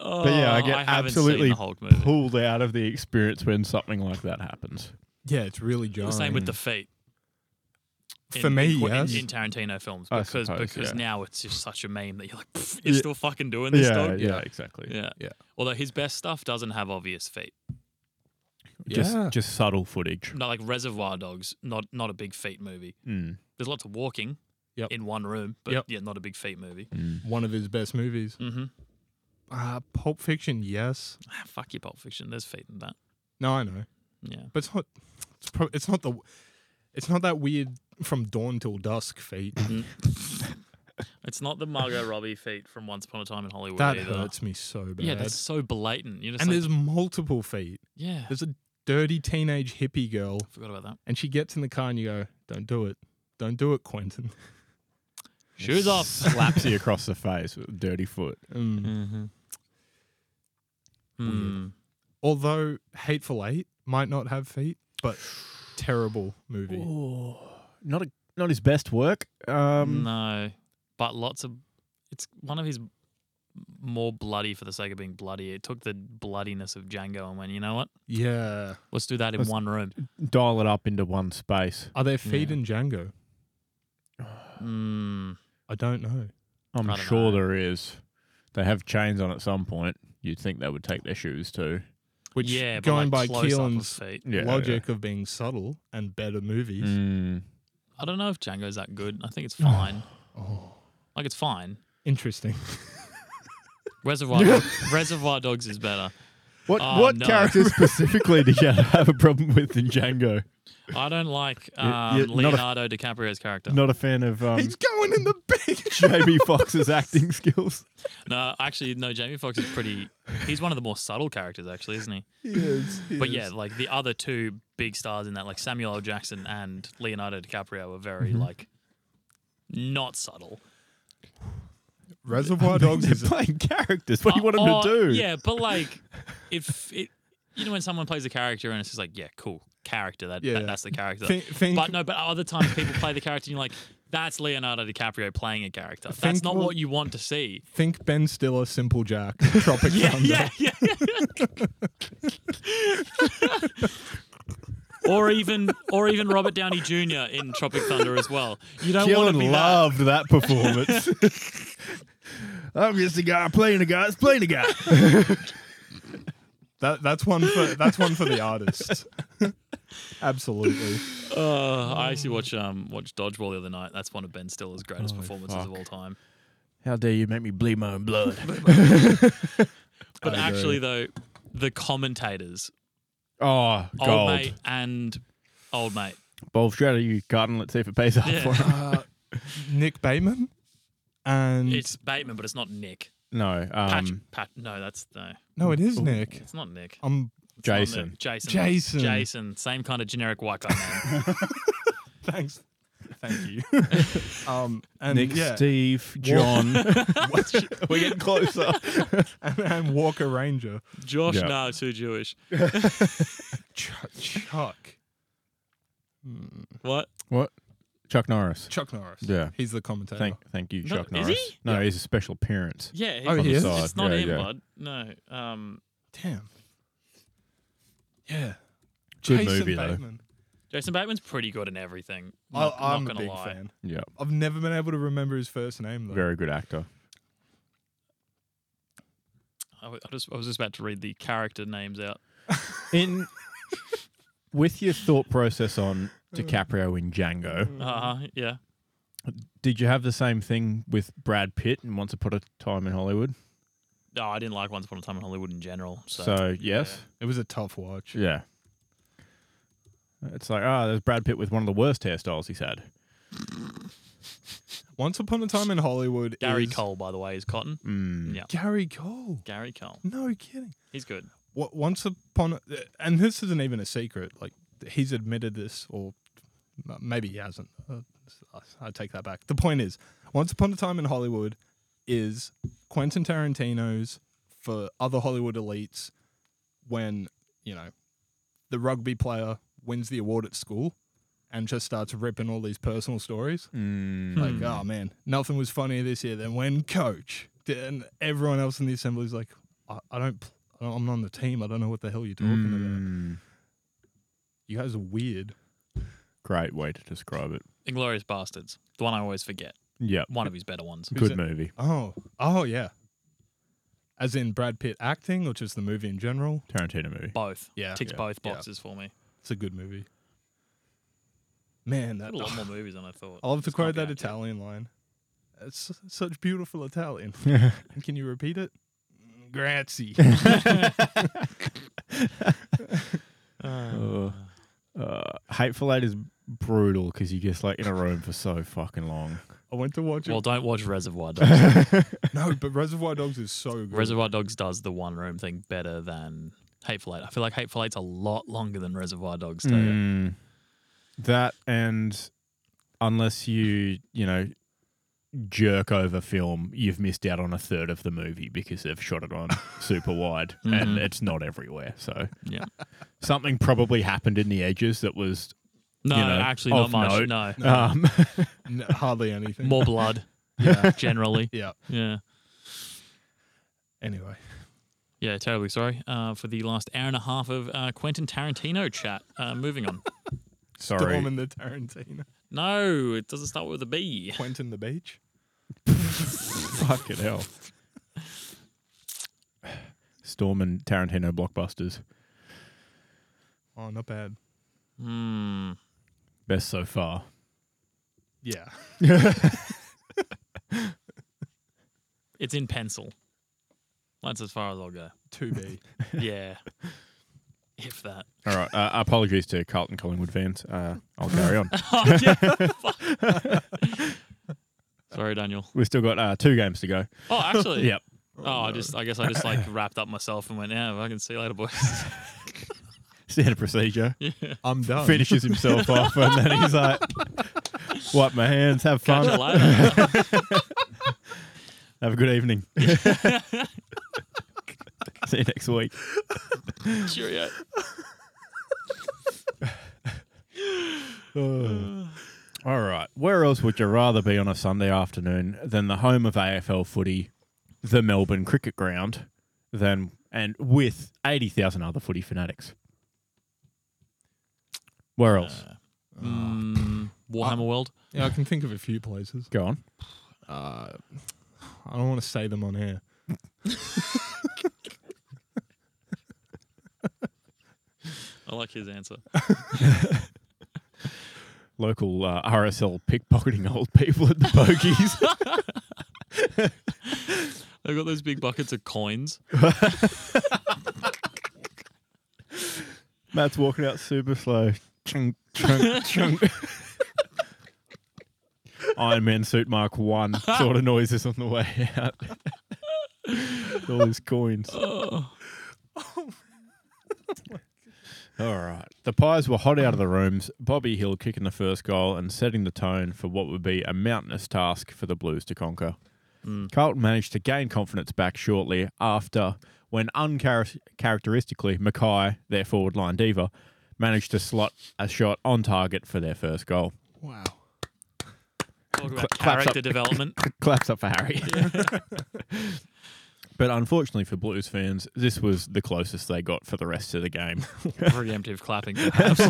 [SPEAKER 3] Oh,
[SPEAKER 1] But yeah, I get
[SPEAKER 3] haven't seen
[SPEAKER 1] absolutely
[SPEAKER 3] the Hulk movie.
[SPEAKER 1] pulled out of the experience when something like that happens.
[SPEAKER 2] Yeah, it's really jarring.
[SPEAKER 3] the same with the feet.
[SPEAKER 2] For me,
[SPEAKER 3] in,
[SPEAKER 2] yes.
[SPEAKER 3] in Tarantino films,
[SPEAKER 1] I
[SPEAKER 3] because
[SPEAKER 1] suppose,
[SPEAKER 3] because
[SPEAKER 1] yeah.
[SPEAKER 3] now it's just such a meme that you're like, "Pff, you're
[SPEAKER 1] Yeah.
[SPEAKER 3] still fucking doing this dog.
[SPEAKER 1] yeah, exactly.
[SPEAKER 3] Yeah.
[SPEAKER 2] Yeah.
[SPEAKER 3] Although his best stuff doesn't have obvious feet.
[SPEAKER 1] Just
[SPEAKER 2] Yeah.
[SPEAKER 1] just subtle footage.
[SPEAKER 3] Not like Reservoir Dogs, not not a big feet movie.
[SPEAKER 1] Mm,
[SPEAKER 3] There's lots of walking
[SPEAKER 2] Yep.
[SPEAKER 3] in one room, but
[SPEAKER 2] Yep.
[SPEAKER 3] yeah, not a big feet movie.
[SPEAKER 1] mm.
[SPEAKER 2] one of his best movies.
[SPEAKER 3] Mm-hmm.
[SPEAKER 2] Uh, Pulp Fiction, yes.
[SPEAKER 3] Ah, fuck your Pulp Fiction. There's feet in that.
[SPEAKER 2] No, I know,
[SPEAKER 3] Yeah.
[SPEAKER 2] but it's not. It's, pro- it's not the. It's not that weird from dawn till dusk feat.
[SPEAKER 3] Mm. <laughs> It's not the Margot Robbie feet from Once Upon a Time in Hollywood
[SPEAKER 2] That
[SPEAKER 3] either.
[SPEAKER 2] hurts me so bad.
[SPEAKER 3] Yeah, that's so blatant. You're just
[SPEAKER 2] and
[SPEAKER 3] like,
[SPEAKER 2] there's multiple feet.
[SPEAKER 3] yeah.
[SPEAKER 2] There's a dirty teenage hippie girl,
[SPEAKER 3] forgot about that.
[SPEAKER 2] and she gets in the car, and you go, "Don't do it, don't do it, Quentin."
[SPEAKER 3] Shoes
[SPEAKER 1] <laughs>
[SPEAKER 3] off.
[SPEAKER 1] Slaps you across the face with a dirty foot.
[SPEAKER 2] Mm.
[SPEAKER 3] Mm-hmm. Hmm.
[SPEAKER 2] Weird. Although Hateful Eight might not have feet, but terrible movie.
[SPEAKER 1] not a, not his best work. Um,
[SPEAKER 3] no, but lots of. It's one of his more bloody for the sake of being bloody. It took the bloodiness of Django and went, you know what?
[SPEAKER 2] Yeah.
[SPEAKER 3] Let's do that in
[SPEAKER 1] Let's-
[SPEAKER 3] one room.
[SPEAKER 1] Dial it up into one
[SPEAKER 3] <sighs>
[SPEAKER 1] space.
[SPEAKER 2] Are there feet
[SPEAKER 3] Yeah.
[SPEAKER 2] in Django?
[SPEAKER 3] Mm.
[SPEAKER 2] I don't know.
[SPEAKER 1] I'm
[SPEAKER 3] I don't
[SPEAKER 1] sure
[SPEAKER 3] know.
[SPEAKER 1] there is. They have chains on at some point. You'd think they would take their shoes too.
[SPEAKER 2] Which
[SPEAKER 3] yeah,
[SPEAKER 2] going
[SPEAKER 3] but like
[SPEAKER 2] by
[SPEAKER 3] close up of
[SPEAKER 2] Keelan's
[SPEAKER 3] feet.
[SPEAKER 1] Yeah,
[SPEAKER 2] logic of being subtle and better movies.
[SPEAKER 1] yeah. Mm.
[SPEAKER 3] I don't know if Django's that good. I think it's fine.
[SPEAKER 2] Oh,
[SPEAKER 3] like it's fine.
[SPEAKER 2] interesting.
[SPEAKER 1] <laughs>
[SPEAKER 3] Reservoir Dog- Reservoir Dogs is better.
[SPEAKER 1] What
[SPEAKER 3] Oh,
[SPEAKER 1] what
[SPEAKER 3] no.
[SPEAKER 1] character
[SPEAKER 3] <laughs>
[SPEAKER 1] specifically did you have a problem with in Django?
[SPEAKER 3] I don't like
[SPEAKER 1] Y-
[SPEAKER 3] um,
[SPEAKER 1] yeah, not a-
[SPEAKER 3] Leonardo DiCaprio's character.
[SPEAKER 1] Not a fan of um,
[SPEAKER 2] He's going in the <laughs> beach.
[SPEAKER 1] Jamie Foxx's acting <laughs> skills.
[SPEAKER 3] No, actually, no. Jamie Foxx is pretty. He's one of the more subtle characters, actually, isn't he?
[SPEAKER 2] yes,
[SPEAKER 3] But yeah, like the other two big stars in that, like Samuel L. Jackson and Leonardo DiCaprio, were very
[SPEAKER 1] Mm-hmm.
[SPEAKER 3] like not subtle.
[SPEAKER 1] <laughs>
[SPEAKER 2] Reservoir Dogs
[SPEAKER 1] They're
[SPEAKER 2] is
[SPEAKER 1] playing characters. What do you want
[SPEAKER 3] Uh,
[SPEAKER 1] them to
[SPEAKER 3] or-
[SPEAKER 1] do?
[SPEAKER 3] Yeah,
[SPEAKER 1] <laughs>
[SPEAKER 3] but like if it, you know, when someone plays a character and it's just like, yeah, cool character. That,
[SPEAKER 2] Yeah.
[SPEAKER 3] that that's the character.
[SPEAKER 2] Think, think,
[SPEAKER 3] but
[SPEAKER 1] <laughs>
[SPEAKER 3] no, but other times people play the character and you're like, that's Leonardo DiCaprio playing a character. That's
[SPEAKER 2] Think
[SPEAKER 3] not
[SPEAKER 2] we'll-
[SPEAKER 3] what you want to see.
[SPEAKER 2] think Ben Stiller, Simple Jack, Tropic Thunder.
[SPEAKER 3] yeah, yeah, or even, or even Robert Downey Jr. in Tropic Thunder as well. You don't want to be
[SPEAKER 1] Keelan loved that <laughs> performance. I'm just a guy playing a guy. It's playing a guy.
[SPEAKER 2] That, that's one for that's one for the artist. <laughs> Absolutely.
[SPEAKER 3] that. Uh, I actually watched um watched Dodgeball the other night. That's one of Ben Stiller's greatest
[SPEAKER 1] Oh,
[SPEAKER 3] performances of all time.
[SPEAKER 1] <laughs> How dare you make me bleed my own blood?
[SPEAKER 3] But
[SPEAKER 2] I agree.
[SPEAKER 3] actually, though, the commentators,
[SPEAKER 1] <laughs> oh,
[SPEAKER 3] old
[SPEAKER 1] gold.
[SPEAKER 3] mate and old mate,
[SPEAKER 1] Both strategy, Carton. Let's see if it pays off. for
[SPEAKER 3] Yeah.
[SPEAKER 1] him.
[SPEAKER 2] Uh, <laughs> Nick Bateman and
[SPEAKER 3] it's Bateman, but it's not Nick.
[SPEAKER 1] <laughs> No,
[SPEAKER 3] Pat,
[SPEAKER 1] Mm. um,
[SPEAKER 3] Pat, no, that's no,
[SPEAKER 2] no, it is Nick. Um,
[SPEAKER 3] it's not Nick.
[SPEAKER 2] I'm
[SPEAKER 3] It's not Nick.
[SPEAKER 1] Jason. <laughs>
[SPEAKER 3] Jason.
[SPEAKER 2] Jason.
[SPEAKER 3] Jason. Same kind of generic white guy name.
[SPEAKER 2] thanks. Thank you. um, and
[SPEAKER 1] Nick, <laughs>
[SPEAKER 2] yeah,
[SPEAKER 1] Steve, John. <laughs>
[SPEAKER 2] we're getting closer. <laughs> and, and Walker Ranger.
[SPEAKER 3] Josh,
[SPEAKER 1] Yeah.
[SPEAKER 3] no, too Jewish.
[SPEAKER 2] Chuck. Chuck. Hmm.
[SPEAKER 3] What?
[SPEAKER 1] what? Chuck Norris.
[SPEAKER 2] Chuck Norris.
[SPEAKER 1] Yeah.
[SPEAKER 2] He's the commentator.
[SPEAKER 1] Thank, thank you,
[SPEAKER 3] No,
[SPEAKER 1] Chuck
[SPEAKER 3] is
[SPEAKER 1] Norris.
[SPEAKER 3] he?
[SPEAKER 1] No, he's a special appearance.
[SPEAKER 3] Yeah, he,
[SPEAKER 2] Oh, he
[SPEAKER 3] it's,
[SPEAKER 2] is?
[SPEAKER 3] it's not
[SPEAKER 1] Yeah,
[SPEAKER 3] him,
[SPEAKER 1] yeah.
[SPEAKER 3] bud. No. Um,
[SPEAKER 2] Damn. Yeah.
[SPEAKER 1] Good movie, though.
[SPEAKER 2] Bateman.
[SPEAKER 3] Jason Bateman's pretty good in everything.
[SPEAKER 2] I,
[SPEAKER 3] Not,
[SPEAKER 2] I'm
[SPEAKER 3] not
[SPEAKER 2] a
[SPEAKER 3] gonna
[SPEAKER 2] big
[SPEAKER 3] lie.
[SPEAKER 2] fan.
[SPEAKER 1] Yeah,
[SPEAKER 2] I've never been able to remember his first name though.
[SPEAKER 1] very good actor.
[SPEAKER 3] I, w- I just, I was just about to read the character names out.
[SPEAKER 1] In with your thought process on DiCaprio in
[SPEAKER 2] Mm-hmm.
[SPEAKER 1] Django,
[SPEAKER 3] Uh huh. Yeah.
[SPEAKER 1] did you have the same thing with Brad Pitt in Once Upon a Time in Hollywood?
[SPEAKER 3] No, I didn't like Once Upon a Time in Hollywood in general. So,
[SPEAKER 1] So, yes,
[SPEAKER 2] It was a tough watch.
[SPEAKER 1] yeah. It's like ah, there's Brad Pitt with one of the worst hairstyles he's had.
[SPEAKER 2] Once upon a time in Hollywood.
[SPEAKER 3] Gary
[SPEAKER 2] is-
[SPEAKER 3] Cole, by the way, is Cotton.
[SPEAKER 1] Mm.
[SPEAKER 3] Yeah.
[SPEAKER 2] Gary Cole.
[SPEAKER 3] Gary Cole.
[SPEAKER 2] No kidding.
[SPEAKER 3] He's good.
[SPEAKER 2] What once upon a, and this isn't even a secret. Like he's admitted this, or m- maybe he hasn't. Uh, I- I take that back. The point is, once upon a time in Hollywood is Quentin Tarantino's for other Hollywood elites when, you know, the rugby player wins the award at school and just starts ripping all these personal stories.
[SPEAKER 1] Mm.
[SPEAKER 3] Hmm.
[SPEAKER 2] Like, oh man, nothing was funnier this year than when coach did, and everyone else in the assembly's like, I, I don't, pl- I don't- I'm on the team. I don't know what the hell you're talking
[SPEAKER 3] Hmm.
[SPEAKER 2] about.
[SPEAKER 1] Mm.
[SPEAKER 2] You guys are weird.
[SPEAKER 1] Great way to describe it.
[SPEAKER 3] Inglorious Bastards, the one I always forget.
[SPEAKER 1] Yep.
[SPEAKER 3] One of his better ones.
[SPEAKER 2] Who's
[SPEAKER 1] Good
[SPEAKER 2] it?
[SPEAKER 1] movie.
[SPEAKER 2] Oh, oh yeah. As in Brad Pitt acting, or just the movie in general.
[SPEAKER 1] Tarantino movie.
[SPEAKER 3] Both.
[SPEAKER 2] Yeah,
[SPEAKER 3] Ticks
[SPEAKER 1] yeah,
[SPEAKER 3] both
[SPEAKER 2] yeah.
[SPEAKER 3] boxes for me.
[SPEAKER 2] it's a good movie. Man, that
[SPEAKER 3] Got a lot more movies than I thought.
[SPEAKER 2] I love to
[SPEAKER 3] It's not
[SPEAKER 2] quote that
[SPEAKER 3] bad.
[SPEAKER 2] Italian line. It's such beautiful Italian. <laughs>
[SPEAKER 1] <laughs>
[SPEAKER 2] Can you repeat it?
[SPEAKER 3] <laughs>
[SPEAKER 2] Grazie.
[SPEAKER 1] Ugh. Uh, Hateful Eight is brutal because you're just like in a room for so fucking long.
[SPEAKER 2] I went to watch it.
[SPEAKER 3] Well, don't watch Reservoir
[SPEAKER 2] <laughs>
[SPEAKER 3] Dogs. <laughs>
[SPEAKER 2] no, but Reservoir Dogs is so
[SPEAKER 1] Mm.
[SPEAKER 2] good.
[SPEAKER 3] Reservoir Dogs does the one room thing better than Hateful Eight. I feel like Hateful Eight's a lot longer than Reservoir Dogs. Though.
[SPEAKER 1] Mm. That and unless you, you know, jerk over film, you've missed out on a third of the movie because they've shot it on super wide and
[SPEAKER 3] Mhm.
[SPEAKER 1] it's not everywhere. So
[SPEAKER 3] Yeah.
[SPEAKER 1] <laughs> something probably happened in the edges that was
[SPEAKER 3] No,
[SPEAKER 1] You know,
[SPEAKER 3] actually,
[SPEAKER 1] of
[SPEAKER 3] not much.
[SPEAKER 1] note.
[SPEAKER 3] No.
[SPEAKER 1] um, <laughs>
[SPEAKER 2] N- hardly anything.
[SPEAKER 3] More blood,
[SPEAKER 2] Yeah.
[SPEAKER 3] generally.
[SPEAKER 2] <laughs> yeah.
[SPEAKER 3] Yeah.
[SPEAKER 2] Anyway,
[SPEAKER 3] Yeah, terribly sorry uh, for the last hour and a half of uh, Quentin Tarantino chat. Uh,
[SPEAKER 1] <laughs>
[SPEAKER 3] moving on.
[SPEAKER 1] sorry. <laughs>
[SPEAKER 2] Storm in the Tarantino.
[SPEAKER 3] No, it doesn't start with a B.
[SPEAKER 2] Quentin the Beach.
[SPEAKER 1] Fucking hell. Storm and Tarantino blockbusters.
[SPEAKER 2] Oh, not bad.
[SPEAKER 3] Hmm.
[SPEAKER 1] Best so far.
[SPEAKER 2] <laughs> Yeah.
[SPEAKER 3] It's in pencil. That's as far as
[SPEAKER 1] <laughs>
[SPEAKER 3] I'll go.
[SPEAKER 2] To <laughs> be.
[SPEAKER 3] Yeah.
[SPEAKER 1] <laughs>
[SPEAKER 3] if that.
[SPEAKER 1] All right. Uh, apologies to Carlton Collingwood fans. Uh, I'll carry on.
[SPEAKER 3] Oh, yeah. <laughs> sorry, Daniel.
[SPEAKER 1] We've still got uh, two games to go.
[SPEAKER 3] Oh, actually.
[SPEAKER 1] Yep.
[SPEAKER 3] Oh, I just I guess I
[SPEAKER 1] <laughs>
[SPEAKER 3] just like wrapped up myself and went, yeah, well, I can see you later, boys. <laughs>
[SPEAKER 1] Standard procedure.
[SPEAKER 3] yeah.
[SPEAKER 2] I'm done.
[SPEAKER 1] Finishes
[SPEAKER 3] <laughs>
[SPEAKER 1] himself off and then he's like, wipe my hands, have
[SPEAKER 3] Catch you
[SPEAKER 1] fun,
[SPEAKER 3] later.
[SPEAKER 1] <laughs> have a good
[SPEAKER 3] <laughs>
[SPEAKER 1] evening. See you next week.
[SPEAKER 3] Cheerio.
[SPEAKER 1] All right. Where else would you rather be on a Sunday afternoon than the home of AFL footy, the Melbourne Cricket Ground, than and with eighty thousand other footy fanatics? Where else?
[SPEAKER 3] Uh.
[SPEAKER 1] Ah.
[SPEAKER 3] Mm, Warhammer World.
[SPEAKER 2] Yeah, I can think of a few places.
[SPEAKER 1] Go on.
[SPEAKER 2] uh, I don't want to say them on air.
[SPEAKER 3] I like his answer.
[SPEAKER 1] Local uh, RSL pickpocketing <laughs> old people at the bogies.
[SPEAKER 3] They've got those big buckets of
[SPEAKER 1] <laughs>
[SPEAKER 3] coins.
[SPEAKER 1] Matt's walking out super slow. Chunk, chunk, chunk. Iron Man suit Mark One sort of noises on the way out. <laughs> All his coins.
[SPEAKER 3] Oh.
[SPEAKER 1] All right. The Pies were hot out of the rooms, Bobby Hill kicking the first goal and setting the tone for what would be a mountainous task for the Blues to conquer.
[SPEAKER 3] Mm.
[SPEAKER 1] Carlton managed to gain confidence back shortly after when uncharacteristically Mackay, their forward line diva, managed to slot a shot on target for their first goal. <laughs>
[SPEAKER 2] Wow.
[SPEAKER 3] Talk about
[SPEAKER 1] claps
[SPEAKER 3] character
[SPEAKER 1] up.
[SPEAKER 3] development.
[SPEAKER 1] <laughs> Claps up for Harry. <laughs> but unfortunately for Blues fans, this was the closest they got for the rest of the game.
[SPEAKER 3] Preemptive clapping, <laughs> perhaps.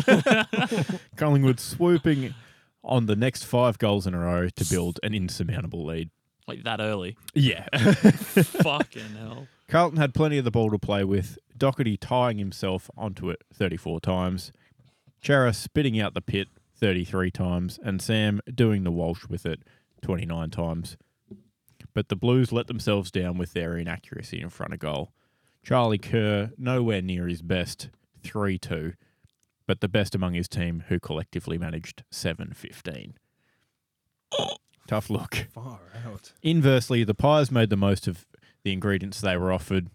[SPEAKER 1] Collingwood swooping on the next five goals in a row to build an insurmountable lead.
[SPEAKER 3] like that
[SPEAKER 1] <laughs>
[SPEAKER 3] early.
[SPEAKER 1] Yeah.
[SPEAKER 3] Fucking hell.
[SPEAKER 1] Carlton had plenty of the ball to play with, Doherty tying himself onto it 34 times, Chara spitting out the pit 33 times, and Sam doing the Walsh with it 29 times. But the Blues let themselves down with their inaccuracy in front of goal. Charlie Kerr, nowhere near his best, 3 2, but the best among his team, who collectively managed 7 15. Tough look.
[SPEAKER 2] Far out.
[SPEAKER 1] Inversely, the pies made the most of the ingredients they were offered.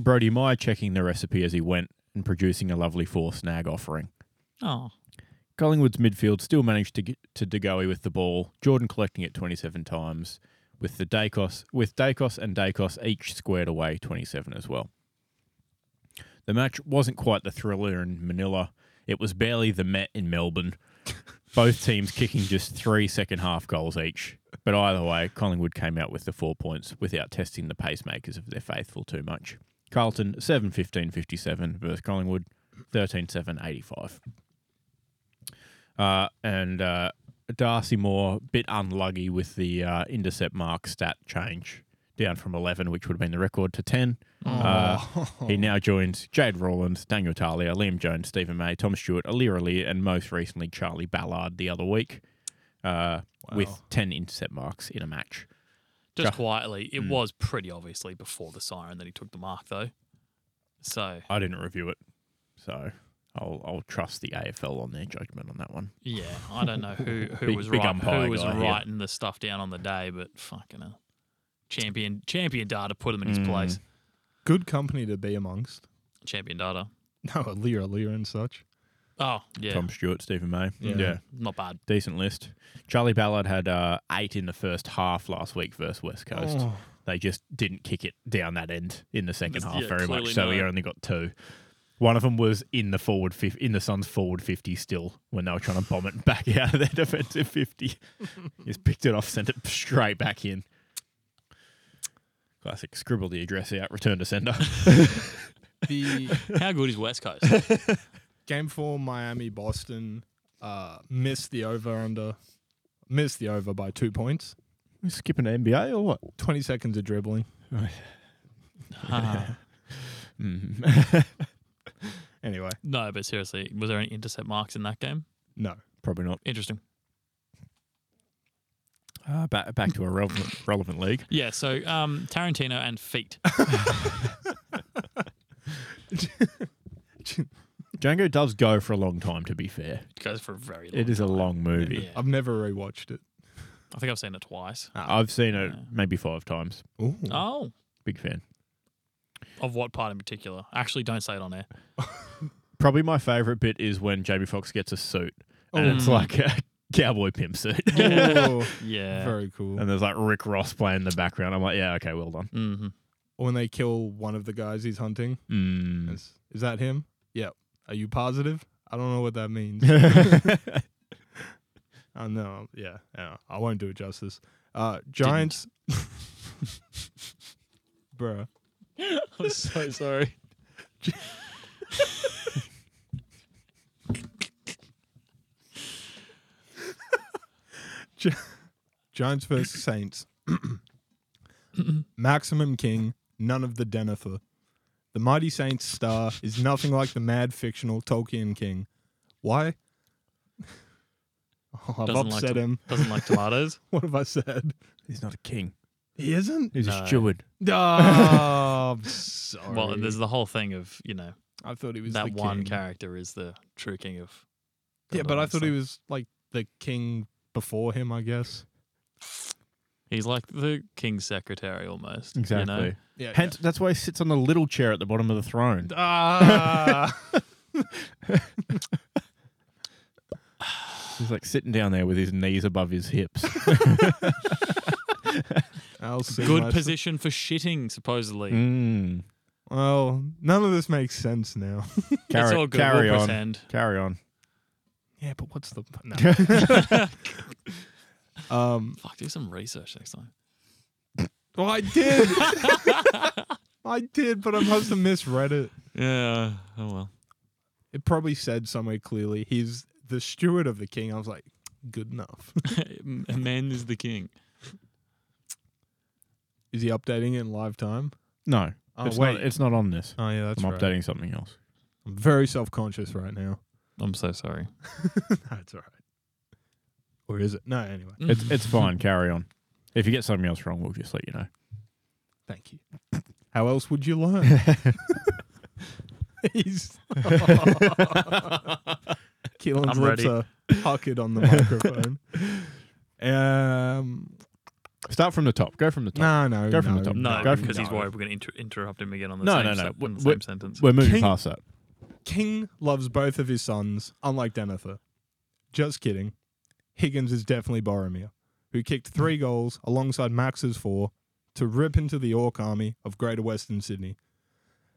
[SPEAKER 1] Brody Meyer checking the recipe as he went and producing a lovely four snag offering.
[SPEAKER 3] Oh.
[SPEAKER 1] Collingwood's midfield still managed to get to De Goey with the ball, Jordan collecting it 27 times, with the Dacos with Dacos and Dacos each squared away 27 as well. The match wasn't quite the thriller in Manila. It was barely the Met in Melbourne. Both teams kicking just three second half goals each. But either way, Collingwood came out with the four points without testing the pacemakers of their faithful too much. Carlton 7 15 57 versus Collingwood 13 7 85. Uh, and uh, Darcy Moore, bit unlucky with the uh, intercept mark stat change down from 11, which would have been the record, to 10.
[SPEAKER 2] Oh.
[SPEAKER 1] Uh,
[SPEAKER 2] <laughs>
[SPEAKER 1] he now joins Jade Rawland, Daniel Talia, Liam Jones, Stephen May, Tom Stewart, Alir Alir, and most recently Charlie Ballard the other week uh, with 10 intercept marks in a match.
[SPEAKER 3] Just
[SPEAKER 1] Ju-
[SPEAKER 3] quietly,
[SPEAKER 1] Hmm.
[SPEAKER 3] it was pretty obviously before the siren that he took the mark, though. So
[SPEAKER 1] I didn't review it, so I'll, I'll trust the AFL on their judgment on that one.
[SPEAKER 3] yeah, I don't know who who
[SPEAKER 1] Big-
[SPEAKER 3] was
[SPEAKER 1] big
[SPEAKER 3] right,
[SPEAKER 1] umpire
[SPEAKER 3] who was
[SPEAKER 1] guy here.
[SPEAKER 3] writing the stuff down on the day, but fucking hell. champion champion data put him in his place.
[SPEAKER 2] Good company to be amongst. <laughs>
[SPEAKER 3] Champion data.
[SPEAKER 2] No, Lear, Lear, and such.
[SPEAKER 3] Oh yeah,
[SPEAKER 1] Tom Stewart, Stephen May.
[SPEAKER 2] Yeah.
[SPEAKER 1] yeah.
[SPEAKER 3] not bad.
[SPEAKER 1] decent list. Charlie Ballard had uh, eight in the first half last week versus West Coast. <laughs>
[SPEAKER 2] Oh.
[SPEAKER 1] They just didn't kick it down that end in the second
[SPEAKER 3] Just-
[SPEAKER 1] half
[SPEAKER 3] yeah,
[SPEAKER 1] very much,
[SPEAKER 3] clearly
[SPEAKER 1] so he
[SPEAKER 3] not.
[SPEAKER 1] only got two. One of them was in the forward fif- in the Suns forward fifty still when they were trying to bomb it back <laughs> out of their defensive
[SPEAKER 3] <laughs>
[SPEAKER 1] fifty. just picked it off, sent it straight back in. Classic. Scribble the address out, return to
[SPEAKER 3] <laughs>
[SPEAKER 1] sender.
[SPEAKER 2] The
[SPEAKER 3] How good is West Coast?
[SPEAKER 2] game four, Miami, Boston, uh, missed the over under, missed the over by two points.
[SPEAKER 1] Skipping the NBA or what?
[SPEAKER 2] 20 seconds of dribbling.
[SPEAKER 3] Ah.
[SPEAKER 1] Mm.
[SPEAKER 2] Anyway,
[SPEAKER 3] no, but seriously, was there any intercept marks in that game?
[SPEAKER 2] no.
[SPEAKER 1] <laughs> Probably not.
[SPEAKER 3] Interesting.
[SPEAKER 1] Uh, back back to a relevant relevant league.
[SPEAKER 3] Yeah, so um, Tarantino and feet.
[SPEAKER 1] Django does go for a long time. To be fair,
[SPEAKER 3] It goes for a very long
[SPEAKER 1] it is a
[SPEAKER 3] time.
[SPEAKER 1] long movie.
[SPEAKER 3] Yeah.
[SPEAKER 2] I've never rewatched it.
[SPEAKER 3] I think I've seen it twice.
[SPEAKER 1] I've seen it
[SPEAKER 3] Yeah.
[SPEAKER 1] maybe five times.
[SPEAKER 2] Ooh.
[SPEAKER 3] Oh,
[SPEAKER 1] Big fan.
[SPEAKER 3] of what part in particular? Actually, don't say it on air.
[SPEAKER 1] Probably my favorite bit is when JB Fox gets a suit, and
[SPEAKER 3] Oh.
[SPEAKER 1] it's like a <laughs> cowboy pimp
[SPEAKER 3] <laughs>
[SPEAKER 1] suit,
[SPEAKER 2] Ooh.
[SPEAKER 3] Yeah.
[SPEAKER 2] Very cool.
[SPEAKER 1] and there's like Rick Ross playing in the background. I'm like, yeah, okay, well done.
[SPEAKER 3] hmm
[SPEAKER 2] when they kill one of the guys he's hunting.
[SPEAKER 1] <laughs> Mm.
[SPEAKER 2] Is, is that him? Yep. Are you positive? I don't know what that
[SPEAKER 1] <laughs>
[SPEAKER 2] means. I know. Yeah, yeah. I won't do it justice. Uh, Giants. <laughs> Bruh.
[SPEAKER 3] I'm so sorry.
[SPEAKER 2] Giants versus Saints. Maximum King, none of the Denethor. The mighty Saints star is nothing like the mad fictional Tolkien King. Why? <laughs> Oh, I've
[SPEAKER 3] Doesn't like
[SPEAKER 2] upset
[SPEAKER 3] to-
[SPEAKER 2] him. <laughs>
[SPEAKER 3] Doesn't like tomatoes.
[SPEAKER 2] What have I said?
[SPEAKER 1] He's not a king.
[SPEAKER 2] He <laughs> isn't.
[SPEAKER 1] He's
[SPEAKER 3] No.
[SPEAKER 1] a steward.
[SPEAKER 2] Oh, I'm sorry.
[SPEAKER 3] well, there's the whole thing of you know
[SPEAKER 2] I thought he was
[SPEAKER 3] that
[SPEAKER 2] the
[SPEAKER 3] one
[SPEAKER 2] king.
[SPEAKER 3] character is the true king of.
[SPEAKER 2] Yeah, but I
[SPEAKER 3] Gondola,
[SPEAKER 2] thought
[SPEAKER 3] so-
[SPEAKER 2] he was like the king before him. I guess.
[SPEAKER 3] He's like the king's secretary almost.
[SPEAKER 1] Exactly.
[SPEAKER 3] You know?
[SPEAKER 2] Yeah.
[SPEAKER 1] Hence, that's why he sits on the little chair at the bottom of the throne.
[SPEAKER 2] <laughs> Ah.
[SPEAKER 1] He's like sitting down there with his knees above his
[SPEAKER 3] <laughs>
[SPEAKER 1] hips.
[SPEAKER 2] I'll see.
[SPEAKER 3] Good
[SPEAKER 2] my-
[SPEAKER 3] position for shitting, supposedly.
[SPEAKER 1] Mm.
[SPEAKER 2] Well, none of this makes sense now.
[SPEAKER 1] Carry,
[SPEAKER 3] it's all good.
[SPEAKER 1] carry
[SPEAKER 3] we'll
[SPEAKER 1] on.
[SPEAKER 3] pretend.
[SPEAKER 1] Carry on.
[SPEAKER 2] <laughs> yeah, but what's the no. <laughs> um?
[SPEAKER 3] Fuck, do some research next time.
[SPEAKER 2] Well, I <laughs> did. I did, but I must have misread it.
[SPEAKER 3] Yeah. Oh <laughs> well.
[SPEAKER 2] It probably said somewhere clearly he's the steward of the king. I was like, good enough. <laughs>
[SPEAKER 3] Man is the king.
[SPEAKER 2] Is he updating it in live time?
[SPEAKER 1] No,
[SPEAKER 2] Oh
[SPEAKER 1] it's
[SPEAKER 2] wait.
[SPEAKER 1] not. It's not on this.
[SPEAKER 2] oh yeah, that's
[SPEAKER 1] I'm
[SPEAKER 2] right.
[SPEAKER 1] updating something else.
[SPEAKER 2] I'm very self conscious right now. <laughs>
[SPEAKER 3] I'm so sorry.
[SPEAKER 2] That's all right. Or is it? No, anyway.
[SPEAKER 1] It's it's
[SPEAKER 3] <laughs>
[SPEAKER 1] fine. Carry on. If you get something else wrong, we'll just let you know.
[SPEAKER 2] Thank you. <laughs> How else would you learn? He's <laughs> Keelan's
[SPEAKER 3] I'm
[SPEAKER 2] lips
[SPEAKER 3] ready.
[SPEAKER 2] are puckered on the microphone. Um,
[SPEAKER 1] Start from the top. Go from the top.
[SPEAKER 2] no, no,
[SPEAKER 1] Go from the top.
[SPEAKER 3] Mm. No,
[SPEAKER 1] Go from
[SPEAKER 3] because
[SPEAKER 1] the
[SPEAKER 3] he's
[SPEAKER 1] top.
[SPEAKER 3] worried we're going to inter- interrupt him again on the
[SPEAKER 1] No,
[SPEAKER 3] same,
[SPEAKER 1] no, no.
[SPEAKER 3] sen- on the
[SPEAKER 1] We're-
[SPEAKER 3] same sentence.
[SPEAKER 1] We're moving
[SPEAKER 2] King-
[SPEAKER 1] past that.
[SPEAKER 2] King loves both of his sons, unlike Denethor. Just kidding. Higgins is definitely Boromir. who kicked three goals alongside Max's four to rip into the Orc army of Greater Western Sydney.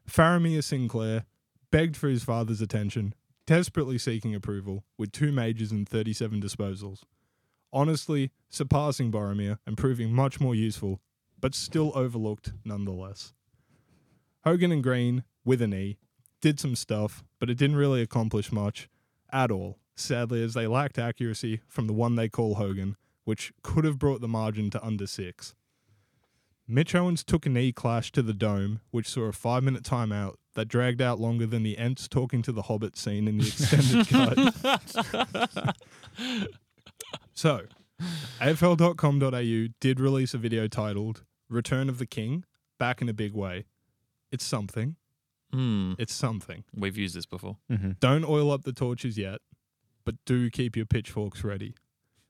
[SPEAKER 2] Faramir Sinclair begged for his father's attention, desperately seeking approval, with two majors and 37 disposals. Honestly, surpassing Boromir and proving much more useful, but still overlooked nonetheless. Hogan and Green, with an E, did some stuff, but it didn't really accomplish much at all, sadly, as they lacked accuracy from the one they call Hogan, which could have brought the margin to under six. Mitch Owens took a knee clash to the dome, which saw a five minute timeout that dragged out longer than the Ents talking to the Hobbit scene in the extended cut. so, AFL.com.au did release a video titled Return of the King Back in a Big Way. It's something.
[SPEAKER 3] Hmm.
[SPEAKER 2] It's something.
[SPEAKER 3] We've used this before.
[SPEAKER 1] Mm-hmm.
[SPEAKER 2] Don't oil up the torches yet, but do keep your pitchforks ready,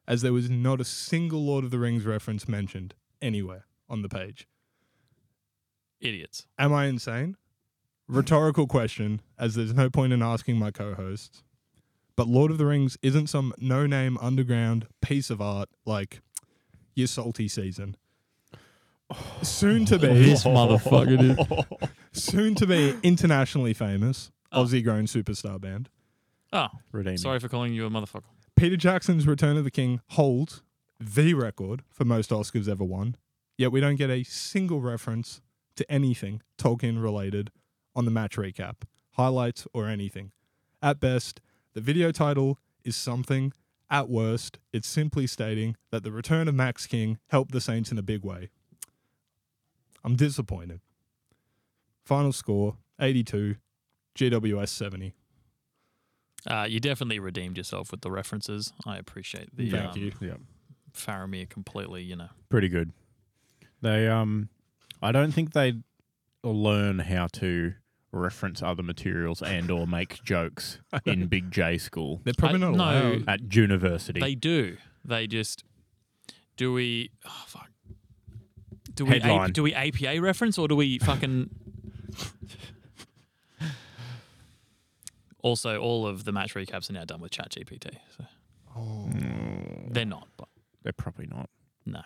[SPEAKER 2] as there was not a single Lord of the Rings reference mentioned anywhere on the page.
[SPEAKER 3] Idiots.
[SPEAKER 2] Am I insane? Rhetorical question, as there's no point in asking my co hosts. But Lord of the Rings isn't some no name underground piece of art like your salty season. Soon to be,
[SPEAKER 3] <laughs> This motherfucker, <laughs>
[SPEAKER 2] soon to be internationally famous Aussie grown superstar band.
[SPEAKER 3] Oh,
[SPEAKER 1] Redeeming.
[SPEAKER 3] sorry for calling you a motherfucker.
[SPEAKER 2] Peter Jackson's Return of the King holds the record for most Oscars ever won, yet we don't get a single reference to anything Tolkien related on the match recap, highlights, or anything. At best, the video title is something. At worst, it's simply stating that the return of Max King helped the Saints in a big way. I'm disappointed. Final score 82, GWS 70.
[SPEAKER 3] Uh, you definitely redeemed yourself with the references. I appreciate the
[SPEAKER 2] Thank
[SPEAKER 3] um,
[SPEAKER 2] you.
[SPEAKER 1] Yeah.
[SPEAKER 3] Faramir completely, you know.
[SPEAKER 1] Pretty good. They um I don't think they learn how to reference other materials and or make
[SPEAKER 3] <laughs>
[SPEAKER 1] jokes in Big J school
[SPEAKER 2] They're probably
[SPEAKER 3] I-
[SPEAKER 2] not
[SPEAKER 3] no.
[SPEAKER 2] allowed.
[SPEAKER 1] at university.
[SPEAKER 3] They do. They just do we oh, fuck. Do we
[SPEAKER 1] Headline.
[SPEAKER 3] A, do we APA reference or do
[SPEAKER 1] <laughs>
[SPEAKER 3] we fucking Also, all of the match recaps are now done with ChatGPT. So
[SPEAKER 1] Oh.
[SPEAKER 3] they're not, but
[SPEAKER 1] Mm. They're probably not.
[SPEAKER 3] no.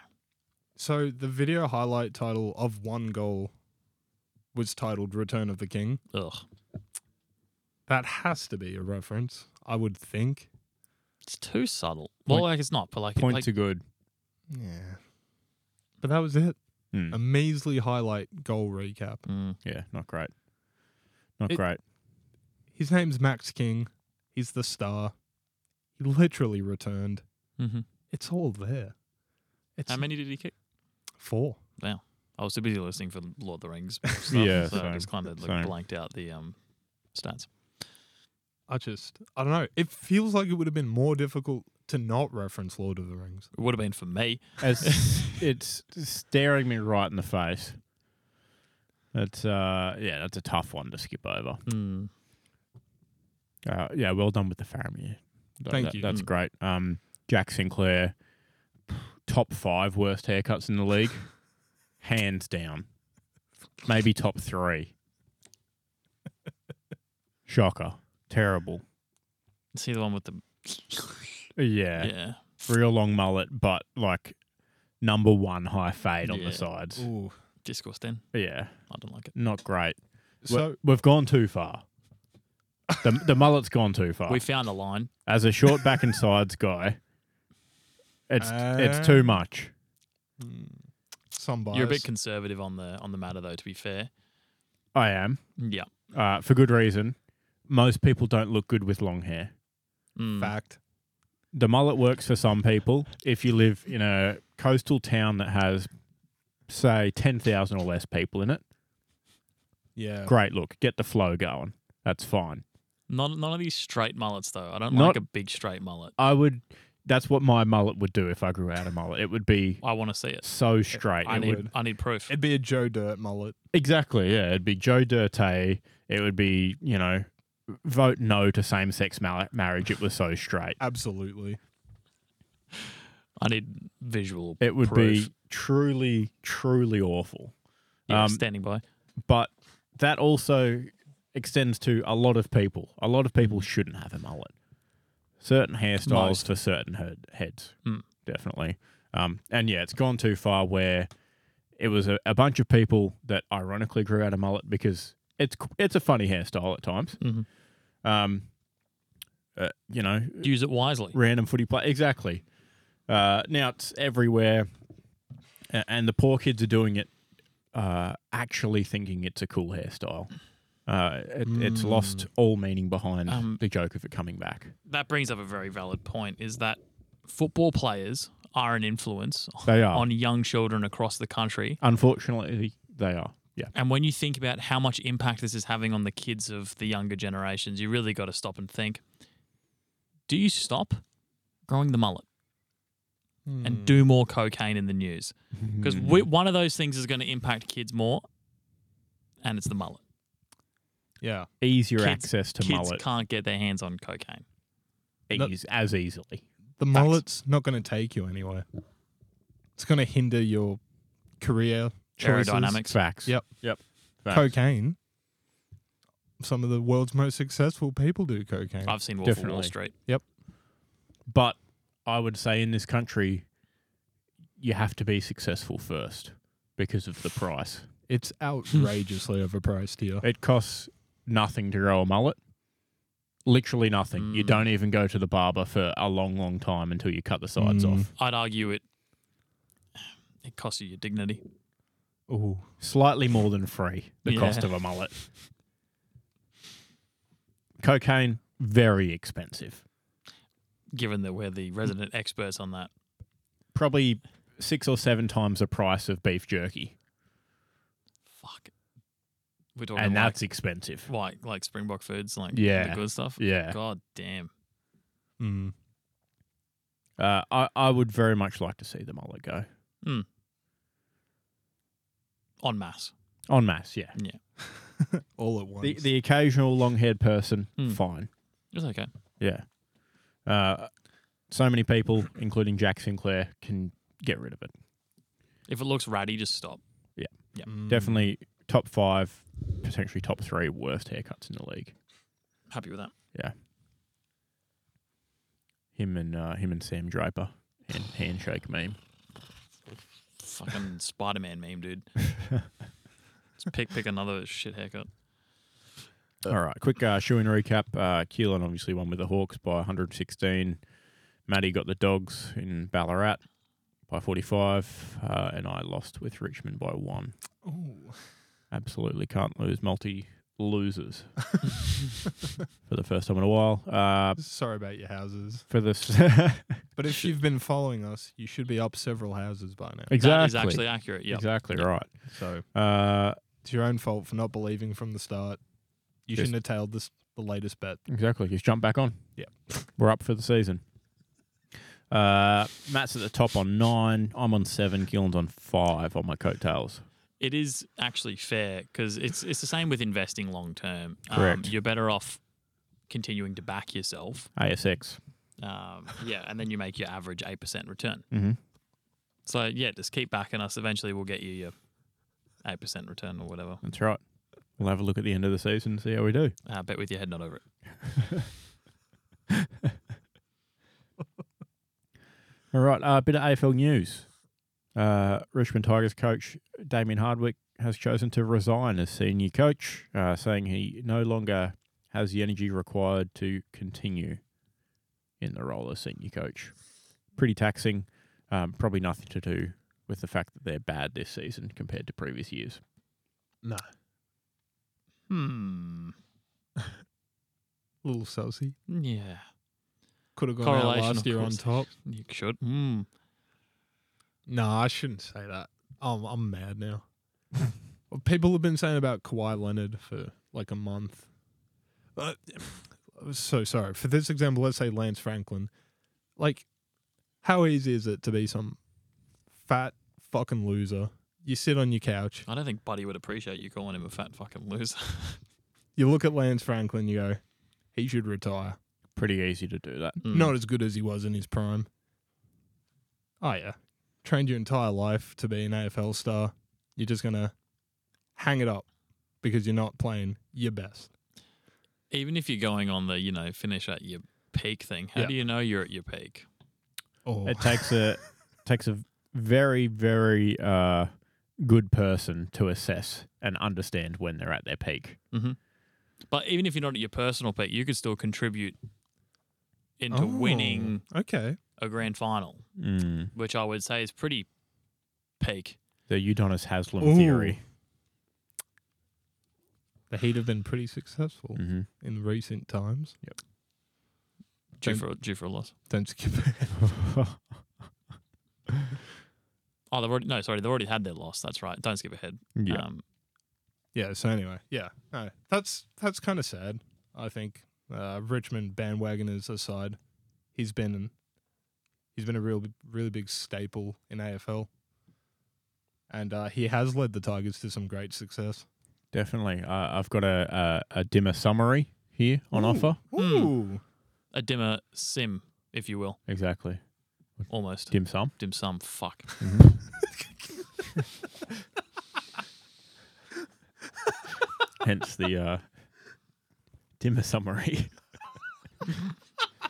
[SPEAKER 2] So the video highlight title of one goal was titled "Return of the King."
[SPEAKER 3] Ugh.
[SPEAKER 2] That has to be a reference, I would think.
[SPEAKER 3] It's too subtle. Well,
[SPEAKER 1] Point-
[SPEAKER 3] like it's not, but like,
[SPEAKER 1] Point
[SPEAKER 3] like
[SPEAKER 1] to good.
[SPEAKER 2] Yeah, but that was it.
[SPEAKER 1] Hmm.
[SPEAKER 2] A
[SPEAKER 3] Um,
[SPEAKER 2] measly highlight goal recap.
[SPEAKER 3] Mm.
[SPEAKER 1] Yeah, not great. Not
[SPEAKER 2] It-
[SPEAKER 1] great.
[SPEAKER 2] His name's Max King. He's the star. He literally returned.
[SPEAKER 3] hmm
[SPEAKER 2] It's all there. It's
[SPEAKER 3] How many did he kick?
[SPEAKER 2] four.
[SPEAKER 3] I was too busy listening for Lord of the Rings. Stuff, uh,
[SPEAKER 1] Yeah,
[SPEAKER 3] so
[SPEAKER 1] <laughs>
[SPEAKER 3] I
[SPEAKER 1] same,
[SPEAKER 3] just kind of like
[SPEAKER 1] same.
[SPEAKER 3] blanked out the um, stats.
[SPEAKER 2] I just, I don't know. It feels like it would have been more difficult to not reference Lord of the Rings.
[SPEAKER 3] It would have been for me. <laughs>
[SPEAKER 1] As it's staring me right in the face. That's uh yeah, that's a tough one to skip over.
[SPEAKER 3] Mm.
[SPEAKER 1] Uh, yeah, well done with the Faramir. Th-
[SPEAKER 2] Thank
[SPEAKER 1] that-
[SPEAKER 2] you.
[SPEAKER 1] That's
[SPEAKER 3] Mm.
[SPEAKER 1] great. Um, Jack Sinclair, top five worst haircuts in the
[SPEAKER 3] <laughs>
[SPEAKER 1] league, hands down. Maybe top
[SPEAKER 3] <laughs>
[SPEAKER 1] three. Shocker. Terrible.
[SPEAKER 3] Hmm. See the one with the
[SPEAKER 1] Yeah.
[SPEAKER 3] yeah.
[SPEAKER 1] Real long mullet, but like number one high fade on
[SPEAKER 3] Yeah.
[SPEAKER 1] the sides.
[SPEAKER 2] Ooh.
[SPEAKER 3] discourse. Then
[SPEAKER 1] Yeah.
[SPEAKER 3] I don't like it.
[SPEAKER 1] Not great. We-
[SPEAKER 2] So
[SPEAKER 1] We've gone too far. The, the mullet's gone too far.
[SPEAKER 3] We found a line.
[SPEAKER 1] As a short back and sides guy, it's it's too
[SPEAKER 3] Uh,
[SPEAKER 2] Um,
[SPEAKER 1] much. Mm.
[SPEAKER 2] some bias.
[SPEAKER 3] You're a bit conservative on the on the matter, though. To be fair,
[SPEAKER 1] I am,
[SPEAKER 3] yeah.
[SPEAKER 1] uh, for good reason. Most people don't look good with long hair.
[SPEAKER 3] Mm.
[SPEAKER 2] fact.
[SPEAKER 1] The mullet works for some people. If you live in a coastal town that has, say, 10,000 or less people in it,
[SPEAKER 2] Yeah.
[SPEAKER 1] great look. Get the flow going. That's fine.
[SPEAKER 3] None, none of these straight mullets, though. I don't
[SPEAKER 1] Not-
[SPEAKER 3] like a big straight mullet.
[SPEAKER 1] I would, that's what my mullet would do if I grew out a mullet. It would be
[SPEAKER 3] I want to see it.
[SPEAKER 1] so straight.
[SPEAKER 3] I
[SPEAKER 1] It
[SPEAKER 3] need
[SPEAKER 1] would-
[SPEAKER 3] I need proof.
[SPEAKER 2] It'd be a Joe Dirt mullet.
[SPEAKER 1] exactly. Yeah. It'd be Joe Dirte. It would be, you know, vote no to same sex marriage. It was so straight.
[SPEAKER 2] Absolutely.
[SPEAKER 3] I need visual.
[SPEAKER 1] It would
[SPEAKER 3] proof.
[SPEAKER 1] be truly, truly awful.
[SPEAKER 3] yeah,
[SPEAKER 1] um,
[SPEAKER 3] standing by.
[SPEAKER 1] but that also extends to a lot of people. A lot of people shouldn't have a mullet. Certain hairstyles
[SPEAKER 2] Most.
[SPEAKER 1] for certain head, heads,
[SPEAKER 3] Mm.
[SPEAKER 1] definitely. Um, and yeah, it's gone too far where it was a, a bunch of people that ironically grew out a mullet because it's qu- it's a funny hairstyle at times.
[SPEAKER 3] Mhm.
[SPEAKER 1] Um, uh, you know,
[SPEAKER 3] Use it wisely.
[SPEAKER 1] random footy play. Exactly. Uh, now it's everywhere, a- and the poor kids are doing it, uh, actually thinking it's a cool hairstyle. Uh, it, It's lost all meaning behind
[SPEAKER 3] Hmm. Um,
[SPEAKER 1] the joke of it coming back.
[SPEAKER 3] That brings up a very valid point is that football players are an influence
[SPEAKER 1] They are,
[SPEAKER 3] on young children across the country.
[SPEAKER 1] unfortunately, they are. Yeah,
[SPEAKER 3] <laughs> And when you think about how much impact this is having on the kids of the younger generations, you really got to stop and think do you stop growing the mullet and do
[SPEAKER 1] Mm.
[SPEAKER 3] more cocaine in the news? Because one of those things is going to impact kids more, and it's the mullet.
[SPEAKER 2] Yeah.
[SPEAKER 1] easier
[SPEAKER 3] kids-
[SPEAKER 1] access to
[SPEAKER 3] kids
[SPEAKER 1] mullet
[SPEAKER 3] can't get their hands on cocaine.
[SPEAKER 2] Not-
[SPEAKER 1] eas- as easily.
[SPEAKER 2] The mullet's not going to take you anywhere. It's going to hinder your career choices.
[SPEAKER 3] Aerodynamics.
[SPEAKER 1] Facts.
[SPEAKER 2] Yep.
[SPEAKER 1] Yep. Facts.
[SPEAKER 2] Cocaine. Some of the world's most successful people do cocaine.
[SPEAKER 3] I've seen Wolf of Wall
[SPEAKER 1] Definitely.
[SPEAKER 3] Street.
[SPEAKER 1] But I would say in this country, you have to be successful first because of the price.
[SPEAKER 2] It's outrageously overpriced here.
[SPEAKER 1] It costs nothing to grow a mullet. Literally nothing. You
[SPEAKER 3] Mm.
[SPEAKER 1] don't even go to the barber for a long, long time until you cut the sides
[SPEAKER 2] Mm.
[SPEAKER 1] off.
[SPEAKER 3] I'd argue it it costs you your dignity.
[SPEAKER 2] Ooh.
[SPEAKER 1] Slightly more than free, the
[SPEAKER 3] Yeah.
[SPEAKER 1] cost of a mullet. Cocaine, very expensive.
[SPEAKER 3] Given that we're
[SPEAKER 1] Mm.
[SPEAKER 3] the resident experts on that,
[SPEAKER 1] Probably six or seven times the price of beef jerky.
[SPEAKER 3] fuck, we're talking
[SPEAKER 1] And
[SPEAKER 3] like,
[SPEAKER 1] that's
[SPEAKER 3] <laughs>
[SPEAKER 1] expensive.
[SPEAKER 3] like like Springbok Foods, like
[SPEAKER 1] Yeah.
[SPEAKER 3] the good stuff.
[SPEAKER 1] Yeah.
[SPEAKER 3] God damn.
[SPEAKER 2] Mm.
[SPEAKER 1] Uh, I, I would very much like to see the mullet go.
[SPEAKER 3] En masse.
[SPEAKER 1] En masse, yeah.
[SPEAKER 2] All at once.
[SPEAKER 1] The, the occasional long haired person,
[SPEAKER 3] Hmm.
[SPEAKER 1] fine.
[SPEAKER 3] It's okay.
[SPEAKER 1] Yeah. Uh, so many people, including Jack Sinclair, can get rid of it.
[SPEAKER 3] If it looks ratty, just stop.
[SPEAKER 2] Mm.
[SPEAKER 1] Definitely top five, potentially top three worst haircuts in the league.
[SPEAKER 3] Happy with that.
[SPEAKER 1] Him and uh, him and Sam Draper, hand, handshake meme. <laughs>
[SPEAKER 3] Fucking Spider Man meme, dude. Just pick pick another shit haircut.
[SPEAKER 1] All right, quick uh, shoe in recap. Uh, Keelan obviously won with the Hawks by 116. Maddie got the Dogs in Ballarat by 45, uh, and I lost with Richmond by one.
[SPEAKER 2] Ooh. <laughs>
[SPEAKER 1] Absolutely can't lose. Multi losers for the first time in a while. Uh,
[SPEAKER 2] Sorry about your houses.
[SPEAKER 1] for this, <laughs>
[SPEAKER 2] But if you've been following us, you should be up several houses by now.
[SPEAKER 3] That is actually accurate. Yeah.
[SPEAKER 1] exactly right.
[SPEAKER 2] So
[SPEAKER 1] Uh,
[SPEAKER 2] it's your own fault for not believing from the start. You
[SPEAKER 1] Just-
[SPEAKER 2] shouldn't have tailed this the latest bet.
[SPEAKER 1] Exactly. Just jump back on.
[SPEAKER 2] Yeah.
[SPEAKER 1] <laughs> We're up for the season. Uh, Matt's at the top on nine. I'm on seven. Gillen's on five on my coattails.
[SPEAKER 3] It is actually fair because it's it's the same with investing long term. Um,
[SPEAKER 1] Correct.
[SPEAKER 3] you're better off continuing to back yourself.
[SPEAKER 1] ASX.
[SPEAKER 3] Um, yeah, and then you make your average eight percent return.
[SPEAKER 1] Mm-hmm.
[SPEAKER 3] So yeah, just keep backing us. Eventually, we'll get you your eight percent return or whatever.
[SPEAKER 1] That's right. We'll have a look at the end of the season and see how we do.
[SPEAKER 3] Uh, bet with your head not over it.
[SPEAKER 1] All right. uh, bit of AFL news. Uh, Richmond Tigers coach Damien Hardwick has chosen to resign as senior coach, uh, saying he no longer has the energy required to continue in the role as senior coach. Pretty taxing. Um, probably nothing to do with the fact that they're bad this season compared to previous years.
[SPEAKER 2] No.
[SPEAKER 3] Hmm.
[SPEAKER 2] Little Celsi.
[SPEAKER 3] Yeah.
[SPEAKER 2] Could have gone out
[SPEAKER 3] Correlation,
[SPEAKER 2] last
[SPEAKER 3] of
[SPEAKER 2] year on
[SPEAKER 3] course.
[SPEAKER 2] top.
[SPEAKER 3] You should. Hmm.
[SPEAKER 2] No, I shouldn't say that. I'm, I'm mad now. Well, People have been saying about Kawhi Leonard for like a month. Uh, I was so sorry. For this example, let's say Lance Franklin. Like, how easy is it to be some fat fucking loser? You sit on your couch,
[SPEAKER 3] I don't think Buddy would appreciate you calling him a fat fucking loser.
[SPEAKER 2] you look at Lance Franklin, you go, he should retire.
[SPEAKER 1] Pretty easy to do that.
[SPEAKER 3] <laughs> Mm.
[SPEAKER 2] Not as good as he was in his prime. Oh, yeah. Trained your entire life to be an AFL star. You're just going to hang it up because you're not playing your best.
[SPEAKER 3] even if you're going on the you know finish at your peak thing. How
[SPEAKER 2] Yeah.
[SPEAKER 3] do you know you're at your peak?
[SPEAKER 2] Oh,
[SPEAKER 1] It takes a takes a very, very uh, good person to assess and understand when they're at their peak.
[SPEAKER 3] But even if you're not at your personal peak, you could still contribute into
[SPEAKER 2] Oh,
[SPEAKER 3] winning
[SPEAKER 2] Okay.
[SPEAKER 3] a grand final,
[SPEAKER 1] Mm.
[SPEAKER 3] which I would say is pretty peak.
[SPEAKER 1] The Udonis Haslam
[SPEAKER 2] Ooh.
[SPEAKER 1] theory.
[SPEAKER 2] The Heat have been pretty successful
[SPEAKER 1] <laughs> Mm-hmm.
[SPEAKER 2] in recent times.
[SPEAKER 3] Due
[SPEAKER 2] Don't-
[SPEAKER 3] for, due for a loss.
[SPEAKER 2] Don't skip
[SPEAKER 3] Oh, they've already no, sorry, they've already had their loss. That's right. Don't skip ahead.
[SPEAKER 1] yeah.
[SPEAKER 3] Um,
[SPEAKER 2] Yeah. So anyway, yeah, no, that's that's kind of sad. I think uh, Richmond bandwagoners aside, he's been he's been a real really big staple in AFL, and uh, he has led the Tigers to some great success.
[SPEAKER 1] Definitely. Uh, I've got a, a, a dimmer summary here on offer.
[SPEAKER 2] Hmm. Ooh,
[SPEAKER 3] a dimmer sim, if you will,
[SPEAKER 1] Exactly.
[SPEAKER 3] almost.
[SPEAKER 1] Dim sum.
[SPEAKER 3] Dim sum. Fuck.
[SPEAKER 1] Hence the uh, dimmer summary. <laughs>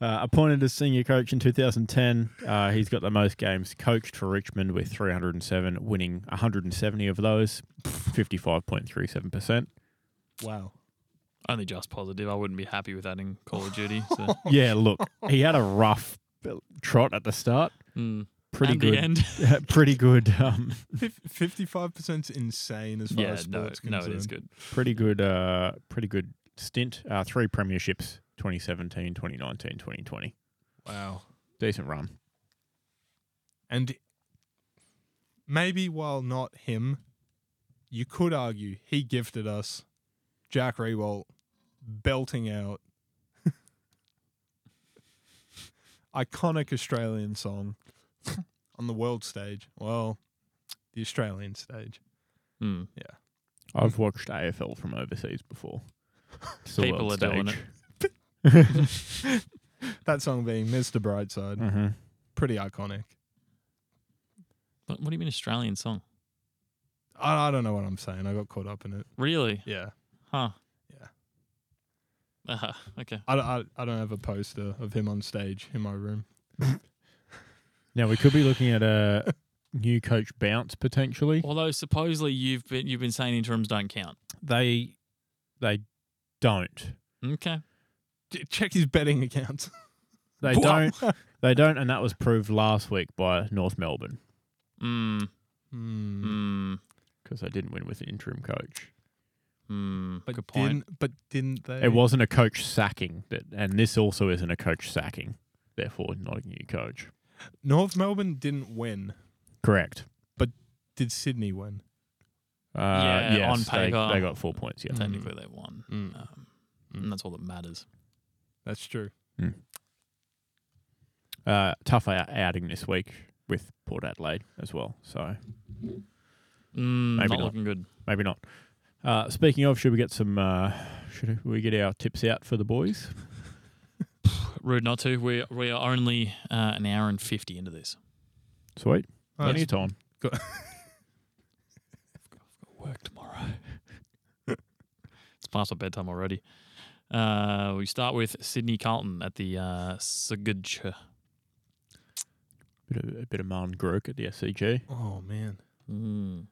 [SPEAKER 1] uh, appointed as senior coach in 2010, uh, he's got the most games coached for Richmond with 307, winning 170 of those, 55.37%.
[SPEAKER 2] wow.
[SPEAKER 3] Only just positive. I wouldn't be happy with that in Call of Duty. So.
[SPEAKER 1] Yeah, look, he had a rough trot at the start.
[SPEAKER 3] Mm.
[SPEAKER 1] Pretty
[SPEAKER 3] and
[SPEAKER 1] good.
[SPEAKER 3] the
[SPEAKER 1] <laughs>
[SPEAKER 3] end.
[SPEAKER 1] pretty good. Um,
[SPEAKER 2] Fifty-five percent's insane as far
[SPEAKER 3] yeah,
[SPEAKER 2] as
[SPEAKER 3] no,
[SPEAKER 2] sports
[SPEAKER 3] no,
[SPEAKER 2] concerned.
[SPEAKER 3] it is good.
[SPEAKER 1] pretty good. Uh, pretty good stint. Uh, three premierships: 2017, 2019, 2020.
[SPEAKER 2] Wow.
[SPEAKER 1] Decent run.
[SPEAKER 2] And maybe while not him, you could argue he gifted us Jack Rewalt belting out <laughs> iconic Australian song on the world stage. Well, the Australian stage. <laughs>
[SPEAKER 3] Mm. Hmm.
[SPEAKER 1] I've watched AFL from overseas before. It's the
[SPEAKER 3] People
[SPEAKER 1] world
[SPEAKER 3] are doing
[SPEAKER 1] stage.
[SPEAKER 2] That song being Mr. Brightside.
[SPEAKER 1] Mhm.
[SPEAKER 2] Pretty iconic.
[SPEAKER 3] What, what do you mean Australian song?
[SPEAKER 2] I, I don't know what I'm saying. I got caught up in it.
[SPEAKER 3] Really?
[SPEAKER 2] Yeah.
[SPEAKER 3] Huh.
[SPEAKER 2] Yeah.
[SPEAKER 3] Uh, okay.
[SPEAKER 2] I, I, I don't have a poster of him on stage in my room.
[SPEAKER 1] Now we could be looking at a new coach bounce potentially.
[SPEAKER 3] Although supposedly you've been you've been saying interims don't count.
[SPEAKER 1] They they don't.
[SPEAKER 3] Okay.
[SPEAKER 2] Ch- Check his betting account.
[SPEAKER 1] They
[SPEAKER 2] Wow.
[SPEAKER 1] don't.
[SPEAKER 3] <laughs>
[SPEAKER 1] They don't, and that was proved last week by North Melbourne
[SPEAKER 3] Mm.
[SPEAKER 2] Hmm.
[SPEAKER 3] Mm.
[SPEAKER 1] because they didn't win with an interim coach.
[SPEAKER 3] Mm.
[SPEAKER 2] But
[SPEAKER 3] Good point.
[SPEAKER 2] didn't but didn't they?
[SPEAKER 1] It wasn't a coach sacking, that, and this also isn't a coach sacking. Therefore, not a new coach.
[SPEAKER 2] North Melbourne didn't win.
[SPEAKER 1] Correct.
[SPEAKER 2] Did Sydney win?
[SPEAKER 1] Uh,
[SPEAKER 3] Yeah,
[SPEAKER 1] yes,
[SPEAKER 3] on
[SPEAKER 1] they-
[SPEAKER 3] paper.
[SPEAKER 1] They, got four points. Yeah.
[SPEAKER 2] Mm.
[SPEAKER 3] Technically they won. Um,
[SPEAKER 2] Mm.
[SPEAKER 3] And that's all that matters.
[SPEAKER 2] That's true.
[SPEAKER 1] Uh, tough out- outing this week with Port Adelaide as well. So
[SPEAKER 3] Mm,
[SPEAKER 1] Maybe
[SPEAKER 3] not,
[SPEAKER 1] not.
[SPEAKER 3] looking good.
[SPEAKER 1] maybe not. Uh, speaking of, should we get some? Uh, should we get our tips out for the boys?
[SPEAKER 3] Rude not to. We we are only uh, an hour and fifty into this.
[SPEAKER 1] Sweet,
[SPEAKER 2] Oh,
[SPEAKER 1] plenty of time.
[SPEAKER 3] Work tomorrow. it's past my bedtime already. Uh, we start with Sydney Carlton at the uh, Sigurdsson.
[SPEAKER 1] Bit of, a bit of Marn Grook at the SCG.
[SPEAKER 2] oh man.
[SPEAKER 3] Mm.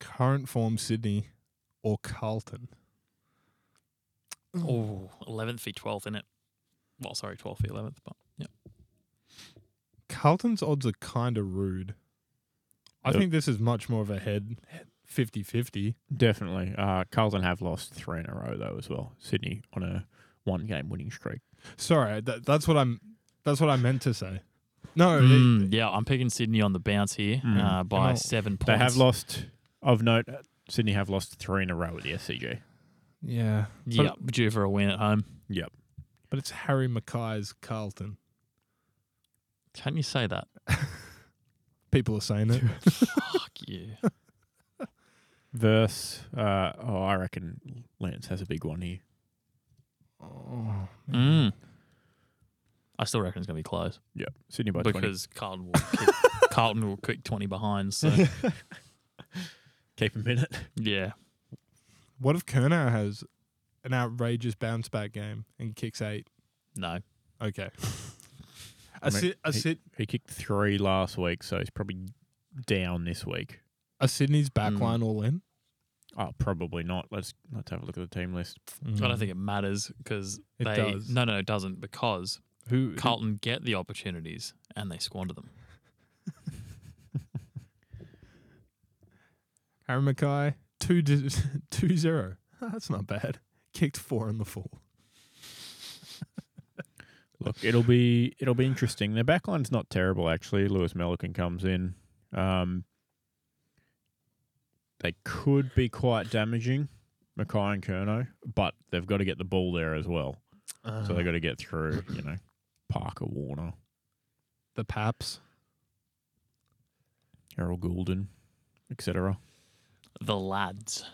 [SPEAKER 2] Current form Sydney or Carlton.
[SPEAKER 3] Oh, 11th v 12th in it. Well, sorry, 12th v 11th, but yeah.
[SPEAKER 2] Carlton's odds are kind of rude. I
[SPEAKER 1] Yep.
[SPEAKER 2] think this is much more of a head 50-50.
[SPEAKER 1] Definitely. Uh, Carlton have lost three in a row though as well. Sydney on a one-game winning streak.
[SPEAKER 2] Sorry, that, that's what I'm that's what I meant to say.
[SPEAKER 1] Oh,
[SPEAKER 2] No, they-
[SPEAKER 3] Mm, yeah, I'm picking Sydney on the bounce here
[SPEAKER 1] Mm.
[SPEAKER 3] uh, by
[SPEAKER 2] Oh.
[SPEAKER 3] seven points.
[SPEAKER 1] They have lost. Of note, uh, Sydney have lost three in a row at the SCG.
[SPEAKER 2] yeah.
[SPEAKER 3] Yeah, due for a win at home.
[SPEAKER 1] Yep.
[SPEAKER 2] But it's Harry Mackay's Carlton.
[SPEAKER 3] Can you say that?
[SPEAKER 2] People are saying it.
[SPEAKER 3] Fuck you.
[SPEAKER 1] <laughs> Verse. Uh, oh, I reckon Lance has a big one here.
[SPEAKER 2] oh,
[SPEAKER 3] Mm. I still reckon it's going to be close
[SPEAKER 1] Yep. Sydney by twenty.
[SPEAKER 3] because Carlton will <laughs> kick,
[SPEAKER 1] <laughs>
[SPEAKER 3] Carlton will kick 20 behind. So,
[SPEAKER 1] Keep a minute.
[SPEAKER 3] yeah.
[SPEAKER 2] What if Kernow has an outrageous bounce back game and kicks eight?
[SPEAKER 3] No.
[SPEAKER 2] Okay. A, Sy- a,
[SPEAKER 1] he-
[SPEAKER 2] Sy-
[SPEAKER 1] He kicked three last week, so he's probably down this week.
[SPEAKER 2] a Sydney's backline
[SPEAKER 3] Mm.
[SPEAKER 2] all in?
[SPEAKER 1] Oh, probably not. Let's let's have a look at the team list. <laughs>
[SPEAKER 3] I don't think it matters because
[SPEAKER 2] Mm. It
[SPEAKER 3] they
[SPEAKER 2] does.
[SPEAKER 3] no no it
[SPEAKER 2] <laughs>
[SPEAKER 3] doesn't because
[SPEAKER 2] who
[SPEAKER 3] Carlton get the opportunities and they squander them.
[SPEAKER 2] Harry Mackay, 2 di- <laughs> 2 0. <laughs> That's not bad. Kicked four in the full.
[SPEAKER 1] Look, it'll be it'll be interesting. Their backline's not terrible actually. Lewis Melican comes in. Um, they could be quite damaging, Mackay and Kerno, but they've got to get the ball there as well. So
[SPEAKER 2] Ah.
[SPEAKER 1] they got to get through, you know, Parker Warner,
[SPEAKER 2] the Paps.
[SPEAKER 1] Errol Goulden, etc.
[SPEAKER 3] The lads.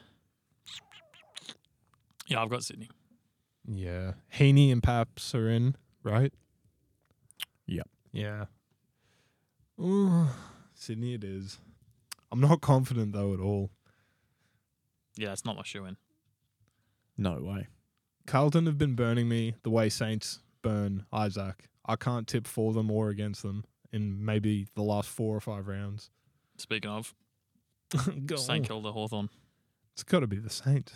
[SPEAKER 3] Yeah, I've got Sydney.
[SPEAKER 2] Yeah. Haney and Paps are in, right?
[SPEAKER 1] Yep.
[SPEAKER 2] Yeah. Ooh, Sydney it is. I'm not confident though at all.
[SPEAKER 3] Yeah, it's not my shoe in.
[SPEAKER 1] No way.
[SPEAKER 2] Carlton have been burning me the way Saints burn Isaac. I can't tip for them or against them in maybe the last four or five rounds.
[SPEAKER 3] Speaking of
[SPEAKER 2] Go
[SPEAKER 3] St Kilda Hawthorn.
[SPEAKER 2] It's got to be the Saints.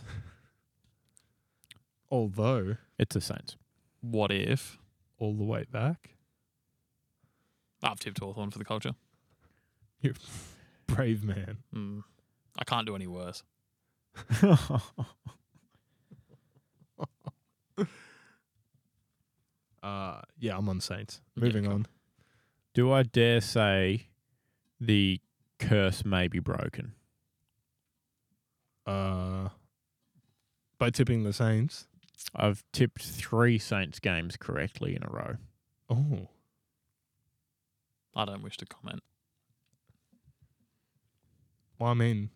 [SPEAKER 2] <laughs> Although,
[SPEAKER 1] It's the Saints.
[SPEAKER 3] What if
[SPEAKER 2] all the way back,
[SPEAKER 3] I've tipped Hawthorn for the culture?
[SPEAKER 2] brave man.
[SPEAKER 3] Mm. I can't do any worse.
[SPEAKER 2] Uh, yeah, I'm on Saints.
[SPEAKER 3] Yeah,
[SPEAKER 2] Moving
[SPEAKER 3] cool.
[SPEAKER 2] on.
[SPEAKER 1] Do I dare say the curse may be broken?
[SPEAKER 2] Uh, by tipping the Saints.
[SPEAKER 1] I've tipped three Saints games correctly in a row.
[SPEAKER 2] Oh,
[SPEAKER 3] I don't wish to comment.
[SPEAKER 2] well, I mean,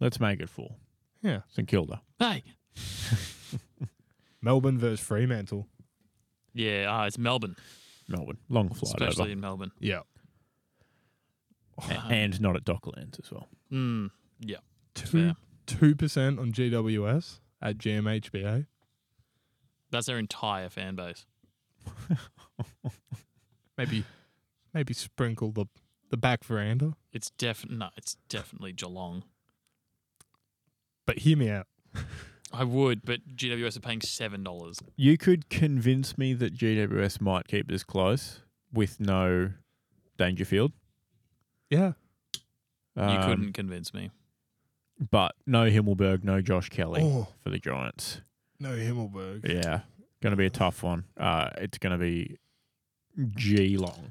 [SPEAKER 1] Let's make it four.
[SPEAKER 2] Yeah.
[SPEAKER 1] St Kilda.
[SPEAKER 2] <laughs>
[SPEAKER 3] Hey.
[SPEAKER 2] Melbourne versus Fremantle.
[SPEAKER 3] Yeah, ah, it's Melbourne,
[SPEAKER 1] Melbourne. Long flight
[SPEAKER 3] especially
[SPEAKER 1] over.
[SPEAKER 3] in Melbourne. Uh,
[SPEAKER 2] Yeah, Oh,
[SPEAKER 1] A- and not at Docklands as well.
[SPEAKER 3] Mm,
[SPEAKER 2] two
[SPEAKER 3] fair.
[SPEAKER 2] two percent on GWS at GMHBA.
[SPEAKER 3] That's their entire fan base.
[SPEAKER 2] Maybe, maybe sprinkle the the back veranda.
[SPEAKER 3] It's def no, it's definitely Geelong.
[SPEAKER 2] But hear me out.
[SPEAKER 3] I would, but GWS are paying seven dollars.
[SPEAKER 1] You could convince me that GWS might keep this close with no Dangerfield.
[SPEAKER 2] Yeah,
[SPEAKER 3] you
[SPEAKER 1] Um,
[SPEAKER 3] couldn't convince me.
[SPEAKER 1] But no Himmelberg, no Josh Kelly
[SPEAKER 2] Oh.
[SPEAKER 1] for the Giants.
[SPEAKER 2] no Himmelberg.
[SPEAKER 1] Yeah. Going to be a tough one. Uh, it's going to be Geelong.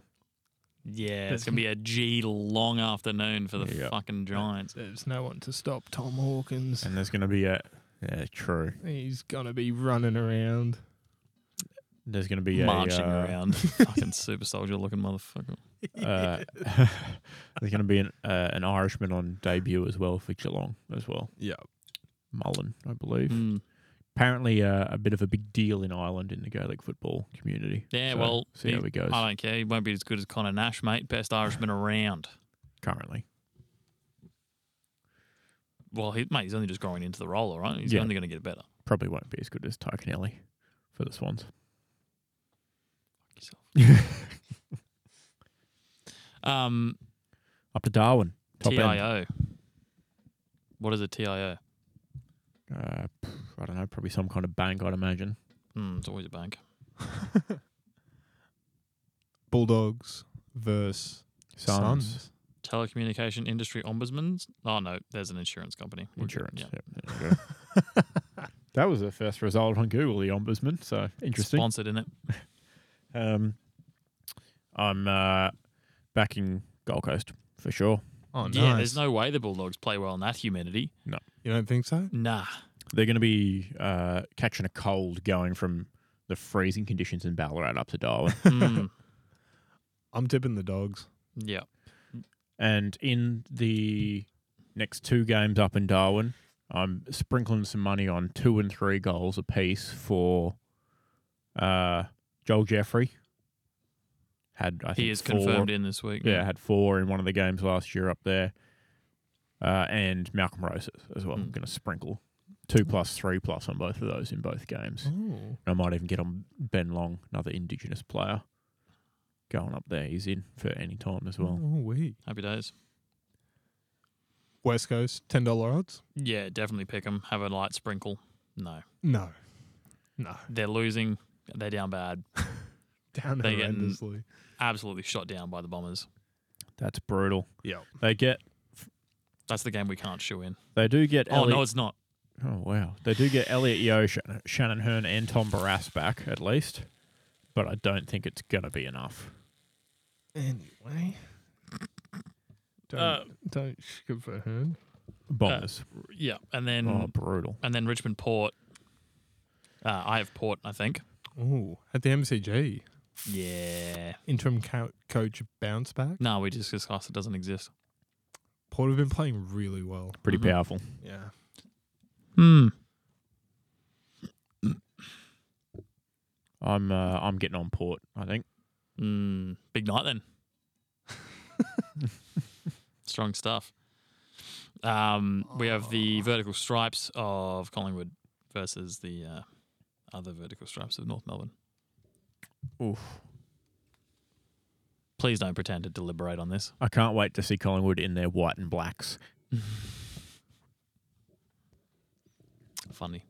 [SPEAKER 3] Yeah, it's
[SPEAKER 1] <laughs>
[SPEAKER 3] gonna be a G long afternoon for the
[SPEAKER 1] Yeah.
[SPEAKER 3] fucking Giants.
[SPEAKER 2] There's no one to stop Tom Hawkins.
[SPEAKER 1] And there's going to be a. Yeah, true.
[SPEAKER 2] He's gonna be running around.
[SPEAKER 1] There's going to be
[SPEAKER 3] Marching
[SPEAKER 1] a. uh, <laughs>
[SPEAKER 3] around, fucking super soldier looking motherfucker.
[SPEAKER 2] <laughs>
[SPEAKER 1] Uh, <laughs> there's going to be an uh, an Irishman on debut as well for Geelong as well.
[SPEAKER 2] Yeah.
[SPEAKER 1] Mullen, I believe.
[SPEAKER 3] Mm.
[SPEAKER 1] Apparently, uh, a bit of a big deal in Ireland in the Gaelic football community.
[SPEAKER 3] Yeah,
[SPEAKER 1] So,
[SPEAKER 3] well,
[SPEAKER 1] see how
[SPEAKER 3] he-
[SPEAKER 1] it goes
[SPEAKER 3] I don't care. He won't be as good as Connor Nash, mate. Best Irishman around.
[SPEAKER 1] currently.
[SPEAKER 3] Well, he, mate, he's only just growing into the role, all right. He's
[SPEAKER 1] Yeah.
[SPEAKER 3] only going to get better.
[SPEAKER 1] Probably won't be as good as Tycanelli for the Swans.
[SPEAKER 3] Um,
[SPEAKER 1] <laughs> Up to Darwin, top end.
[SPEAKER 3] TIO. What is a TIO?
[SPEAKER 1] Uh, pff, I don't know, probably some kind of bank, I'd imagine.
[SPEAKER 3] Mm, it's always a bank.
[SPEAKER 2] Bulldogs versus Suns.
[SPEAKER 1] Suns.
[SPEAKER 3] Telecommunication industry ombudsman. Oh no, there's an insurance company. We're good.
[SPEAKER 1] Insurance.
[SPEAKER 3] Yeah.
[SPEAKER 1] Yep, there you go. <laughs> that was the first result on Google, the ombudsman. So interesting.
[SPEAKER 3] Sponsored in it.
[SPEAKER 1] Um, I'm uh, backing Gold Coast for sure.
[SPEAKER 2] Oh, nice.
[SPEAKER 3] Yeah, there's no way the Bulldogs play well in that humidity.
[SPEAKER 2] You don't think so?
[SPEAKER 3] Nah.
[SPEAKER 1] <laughs> They're going to be uh, catching a cold going from the freezing conditions in Ballarat up to
[SPEAKER 3] <laughs>
[SPEAKER 1] Darwin.
[SPEAKER 3] Mm,
[SPEAKER 2] I'm tipping the dogs.
[SPEAKER 3] yeah.
[SPEAKER 1] and in the next two games up in Darwin, I'm sprinkling some money on two and three goals apiece for uh, Joel Jeffrey. Had I think
[SPEAKER 3] He is
[SPEAKER 1] four-
[SPEAKER 3] confirmed in this week.
[SPEAKER 1] Yeah, had four in one of the games last year up there. Uh, and Malcolm Rose as well. I'm
[SPEAKER 3] Mm.
[SPEAKER 1] going to sprinkle two plus, three plus on both of those in both games.
[SPEAKER 2] Oh.
[SPEAKER 1] I might even get on Ben Long, another Indigenous player. going up there. He's in for any time as
[SPEAKER 2] Oh,
[SPEAKER 1] well.
[SPEAKER 2] wee.
[SPEAKER 3] Happy days.
[SPEAKER 2] West Coast, ten dollar odds.
[SPEAKER 3] Yeah, definitely pick them. Have a light sprinkle. No,
[SPEAKER 2] No, no,
[SPEAKER 3] they're losing. They're down bad.
[SPEAKER 2] down
[SPEAKER 3] They getting-
[SPEAKER 2] horrendously.
[SPEAKER 3] Absolutely shot down by the Bombers.
[SPEAKER 1] That's brutal.
[SPEAKER 2] Yeah,
[SPEAKER 1] They get
[SPEAKER 3] That's the game we can't shoe in.
[SPEAKER 1] they do get
[SPEAKER 3] Oh
[SPEAKER 1] Elliot.
[SPEAKER 3] no, it's not.
[SPEAKER 1] Oh wow, they do get Elliot Yo, Shannon, Shannon Hearn, and Tom Barras back at least, but I don't think it's gonna be enough.
[SPEAKER 2] Anyway,
[SPEAKER 1] Um,
[SPEAKER 2] don't
[SPEAKER 3] Uh,
[SPEAKER 2] don't skip for her.
[SPEAKER 1] Bombers,
[SPEAKER 3] Yeah, Uh, and then
[SPEAKER 1] oh brutal.
[SPEAKER 3] and then Richmond Port. Uh, I have Port, I think.
[SPEAKER 2] Oh, at the MCG,
[SPEAKER 3] Yeah.
[SPEAKER 2] interim co- coach bounce back.
[SPEAKER 3] No, we just discussed it doesn't exist.
[SPEAKER 2] Port have been playing really well.
[SPEAKER 1] Pretty
[SPEAKER 3] Mhm.
[SPEAKER 1] powerful.
[SPEAKER 2] Yeah,
[SPEAKER 3] Hmm.
[SPEAKER 1] I'm uh, I'm getting on port. I think
[SPEAKER 3] Mm, big night <laughs> then. Strong stuff. Um, we have the vertical stripes of Collingwood versus the uh, other vertical stripes of North Melbourne.
[SPEAKER 1] Oof.
[SPEAKER 3] Please don't pretend to deliberate on this.
[SPEAKER 1] I can't wait to see Collingwood in their white and blacks.
[SPEAKER 3] Funny.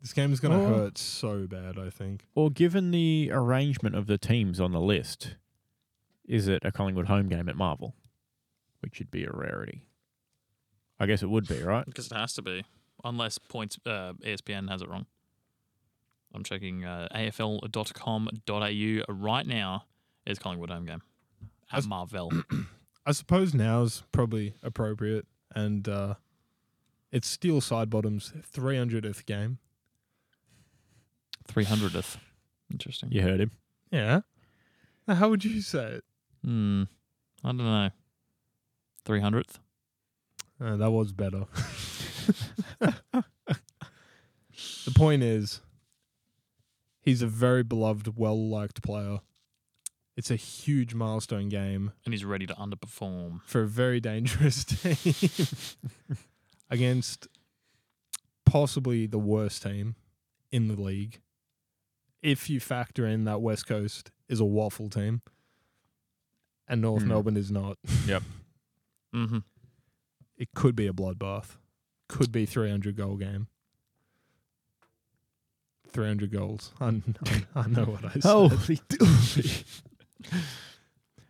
[SPEAKER 2] this game is gonna
[SPEAKER 1] Oh.
[SPEAKER 2] hurt so bad. I think.
[SPEAKER 1] Or given the arrangement of the teams on the list, is it a Collingwood home game at Marvel, which would be a rarity? I guess it would be, right?
[SPEAKER 3] Because it has to be, unless points uh, ESPN has it wrong. I'm checking uh, AFL.com.au right now. Is Collingwood home game at
[SPEAKER 2] That's-
[SPEAKER 3] Marvel?
[SPEAKER 2] I suppose now's probably appropriate, and uh, it's still side bottoms three hundredth game.
[SPEAKER 3] Three hundredth. Interesting.
[SPEAKER 1] You heard him.
[SPEAKER 2] Yeah. Now, How would you say it?
[SPEAKER 3] Hmm. I don't know. Three hundredth.
[SPEAKER 2] Uh, that was better. <laughs> the point is, he's a very beloved, well liked player. It's a huge milestone game
[SPEAKER 3] and he's ready to underperform.
[SPEAKER 2] for a very dangerous <laughs> team against possibly the worst team in the league. If you factor in that West Coast is a waffle team and North
[SPEAKER 1] Hmm.
[SPEAKER 2] Melbourne is not,
[SPEAKER 3] Mm-hmm.
[SPEAKER 2] it could be a bloodbath. Could be 300 goal game. 300 goals. I, kn- I know what I
[SPEAKER 1] <laughs>
[SPEAKER 2] said.
[SPEAKER 1] Holy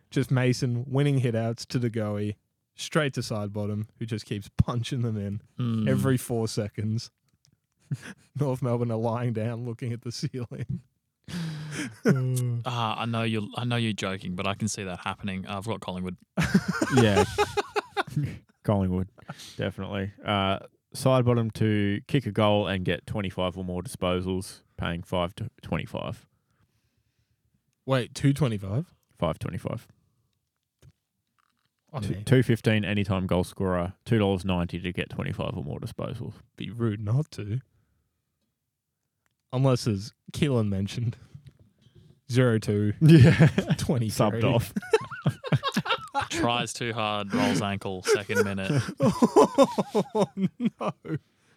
[SPEAKER 2] Just Mason winning hitouts to Degoe, straight to side bottom, who just keeps <laughs> punching them in
[SPEAKER 3] Hmm.
[SPEAKER 2] every four seconds. <laughs> North Melbourne are lying down, looking at the ceiling.
[SPEAKER 3] Ah, I know you're. I know you're joking, but I can see that happening. Uh, I've
[SPEAKER 2] <laughs>
[SPEAKER 3] got Collingwood.
[SPEAKER 1] <laughs> yeah. Collingwood, definitely. Uh, side bottom to kick a goal and get 25 or more disposals, paying 5 to 25.
[SPEAKER 2] <laughs> Wait, 225?
[SPEAKER 1] 525.
[SPEAKER 2] I
[SPEAKER 1] Two-
[SPEAKER 2] mean,
[SPEAKER 1] 215 anytime goal scorer, $2.90 to get 25 or more disposals.
[SPEAKER 2] be rude not to. Unless, as Keelan mentioned, 02,
[SPEAKER 1] <laughs> <laughs> Yeah.
[SPEAKER 2] 23.
[SPEAKER 1] Subbed off.
[SPEAKER 3] Tries too hard, rolls ankle, second minute.
[SPEAKER 2] <laughs> oh no!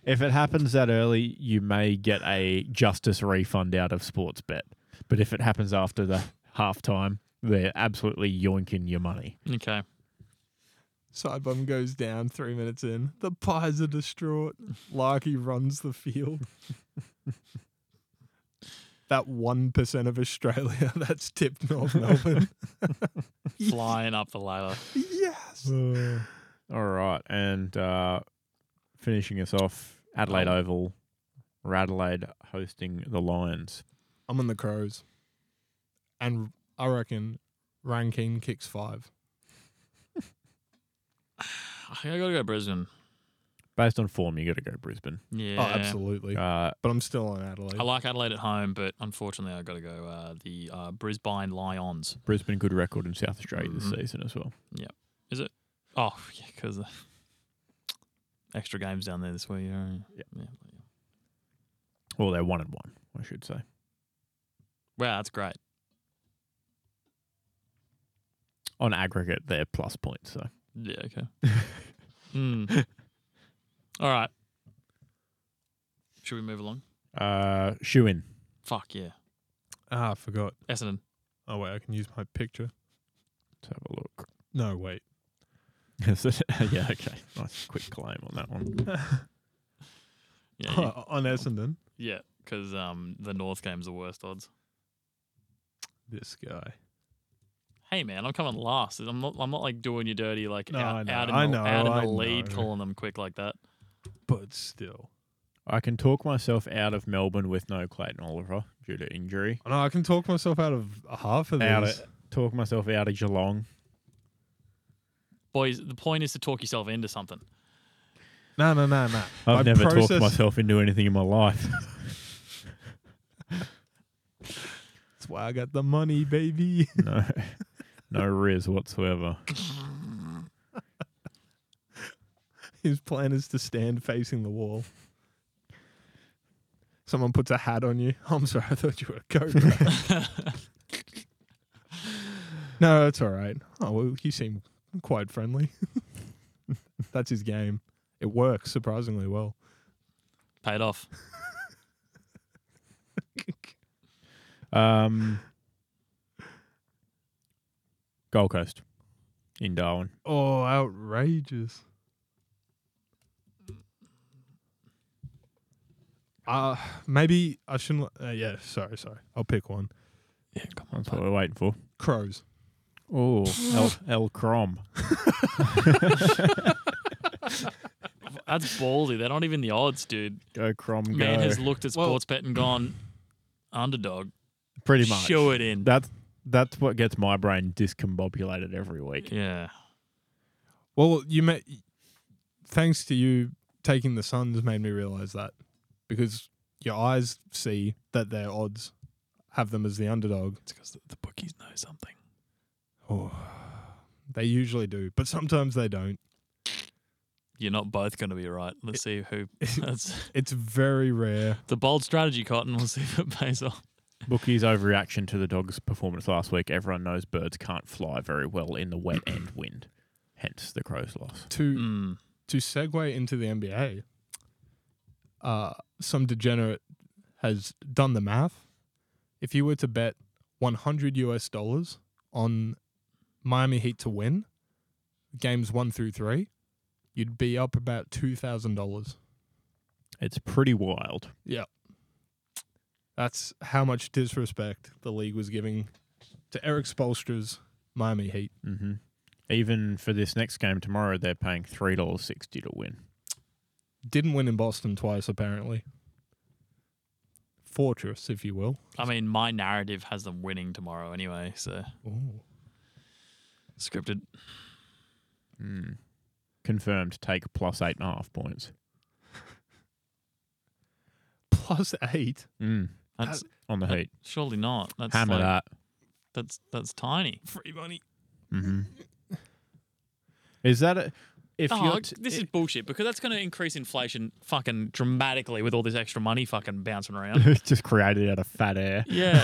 [SPEAKER 1] If it happens that early, you may get a justice refund out of sports bet. But if it happens after the halftime, they're absolutely yoinking your money.
[SPEAKER 2] <laughs>
[SPEAKER 3] Okay.
[SPEAKER 2] Side bum goes down three minutes in. The pies are
[SPEAKER 3] <laughs>
[SPEAKER 2] distraught. Larky runs the field. that one percent of Australia <laughs> that's tipped North
[SPEAKER 3] <laughs>
[SPEAKER 2] Melbourne.
[SPEAKER 3] Flying up the ladder.
[SPEAKER 2] yes.
[SPEAKER 1] All right, and uh, finishing us off, Adelaide
[SPEAKER 3] Oh.
[SPEAKER 1] Oval, Adelaide hosting the Lions.
[SPEAKER 2] I'm on the Crows, and I reckon Rankin kicks five.
[SPEAKER 3] I think I gotta go Brisbane.
[SPEAKER 1] Based on form, you got to go Brisbane.
[SPEAKER 3] Yeah.
[SPEAKER 2] Oh, absolutely.
[SPEAKER 1] Uh,
[SPEAKER 2] but I'm still on Adelaide.
[SPEAKER 3] I like Adelaide at home, but unfortunately, I gotta go uh, the uh, Brisbane Lions.
[SPEAKER 1] Brisbane good record in South Australia
[SPEAKER 3] Mhm.
[SPEAKER 1] this season as well.
[SPEAKER 3] Oh, yeah, because extra games down there this week. Yeah.
[SPEAKER 1] Yep.
[SPEAKER 3] yeah.
[SPEAKER 1] Well, they're one and one, I should say.
[SPEAKER 3] Wow, that's great.
[SPEAKER 1] On aggregate, they're plus points. So
[SPEAKER 3] Yeah, okay. mm. All right. Should we move along?
[SPEAKER 1] uh, shoe in.
[SPEAKER 3] Fuck yeah.
[SPEAKER 2] ah, I forgot.
[SPEAKER 3] Essendon.
[SPEAKER 2] Oh wait, I can use my picture.
[SPEAKER 1] Let's have a look.
[SPEAKER 2] No, wait.
[SPEAKER 1] <laughs> yeah, okay. Nice quick claim on that one.
[SPEAKER 3] Yeah,
[SPEAKER 2] <laughs>
[SPEAKER 3] you-
[SPEAKER 2] on Essendon,
[SPEAKER 3] yeah, because um, the North game's the worst odds.
[SPEAKER 2] this guy.
[SPEAKER 3] Hey man, I'm coming last. I'm not. I'm not like doing you dirty. Like
[SPEAKER 2] No, I
[SPEAKER 3] out,
[SPEAKER 2] know,
[SPEAKER 3] out in
[SPEAKER 2] I
[SPEAKER 3] the,
[SPEAKER 2] know,
[SPEAKER 3] out in
[SPEAKER 2] I
[SPEAKER 3] the lead,
[SPEAKER 2] know.
[SPEAKER 3] calling them quick like that.
[SPEAKER 2] But still,
[SPEAKER 1] I can talk myself out of Melbourne with no Clayton Oliver due to injury.
[SPEAKER 2] no, I can talk myself out of half of
[SPEAKER 1] Out
[SPEAKER 2] this.
[SPEAKER 1] of, talk myself out of Geelong.
[SPEAKER 3] Boys, the point is to talk yourself into something.
[SPEAKER 2] No, no, no, no.
[SPEAKER 1] I've
[SPEAKER 2] My
[SPEAKER 1] never
[SPEAKER 2] process-
[SPEAKER 1] talked myself into anything in my life.
[SPEAKER 2] That's why I got the money, baby.
[SPEAKER 1] <laughs>
[SPEAKER 2] <laughs>
[SPEAKER 1] no, no riz whatsoever.
[SPEAKER 2] His plan is to stand facing the wall. Someone puts a hat on you. <laughs> I'm sorry, I thought you were a cobra. no, that's all right. Oh well, you seem quite friendly. <laughs> that's his game. It works surprisingly well.
[SPEAKER 3] Paid off.
[SPEAKER 1] Um, Gold Coast in Darwin.
[SPEAKER 2] Oh, outrageous. Uh, maybe I shouldn't. Uh, yeah, sorry, sorry. I'll pick one.
[SPEAKER 3] Yeah, come
[SPEAKER 1] That's what we're waiting for.
[SPEAKER 2] Crows.
[SPEAKER 1] Oh, El, El Crom.
[SPEAKER 3] That's ballsy. They're not even the odds, dude.
[SPEAKER 1] Go Crom, go.
[SPEAKER 3] Man has looked at
[SPEAKER 2] Well-
[SPEAKER 3] sports bet and gone underdog.
[SPEAKER 1] Pretty much.
[SPEAKER 3] Show it in.
[SPEAKER 1] That's that's what gets my brain discombobulated every week.
[SPEAKER 3] yeah.
[SPEAKER 2] Well, you may, thanks to you taking the Suns made me realize that because your eyes see that their odds have them as the underdog.
[SPEAKER 3] It's because the, the bookies know something.
[SPEAKER 2] Oh, they usually do, but sometimes they don't.
[SPEAKER 3] You're not both going to be right. Let's see
[SPEAKER 1] <laughs>
[SPEAKER 3] who. That's
[SPEAKER 2] It's very rare.
[SPEAKER 3] the bold strategy, Cotton. We'll see if it pays off.
[SPEAKER 1] Bookie's overreaction to the dog's performance last week. Everyone knows birds can't fly very well in the wet and wind, hence the Crows' loss.
[SPEAKER 2] To
[SPEAKER 1] Hmm.
[SPEAKER 3] Mm.
[SPEAKER 2] to segue into the NBA, uh, some degenerate has done the math. If you were to bet 100 US dollars on Miami Heat to win games one through three, you'd be up about $2,000.
[SPEAKER 1] It's pretty wild.
[SPEAKER 2] That's how much disrespect the league was giving to Eric Spolstra's Miami Heat.
[SPEAKER 1] hmm Even for this next game tomorrow, they're paying three dollars sixty to win.
[SPEAKER 2] Didn't win in Boston twice, apparently. Fortress, if you will.
[SPEAKER 3] I mean, my narrative has them winning tomorrow anyway, so
[SPEAKER 2] Ooh.
[SPEAKER 3] scripted. Hmm.
[SPEAKER 1] Mm. Confirmed. Take plus eight and a half points.
[SPEAKER 2] Plus eight.
[SPEAKER 1] Mm.
[SPEAKER 3] That's
[SPEAKER 1] On the heat,
[SPEAKER 3] surely not. Hmm. That's
[SPEAKER 1] hammer
[SPEAKER 3] like,
[SPEAKER 1] that.
[SPEAKER 3] That's that's tiny.
[SPEAKER 2] Free money.
[SPEAKER 1] hmm Is that a, if
[SPEAKER 3] Oh,
[SPEAKER 1] you're t-
[SPEAKER 3] this is bullshit because that's going to increase inflation fucking dramatically with all this extra money fucking bouncing
[SPEAKER 1] <laughs>
[SPEAKER 3] around.
[SPEAKER 1] just created out of fat air?
[SPEAKER 3] yeah,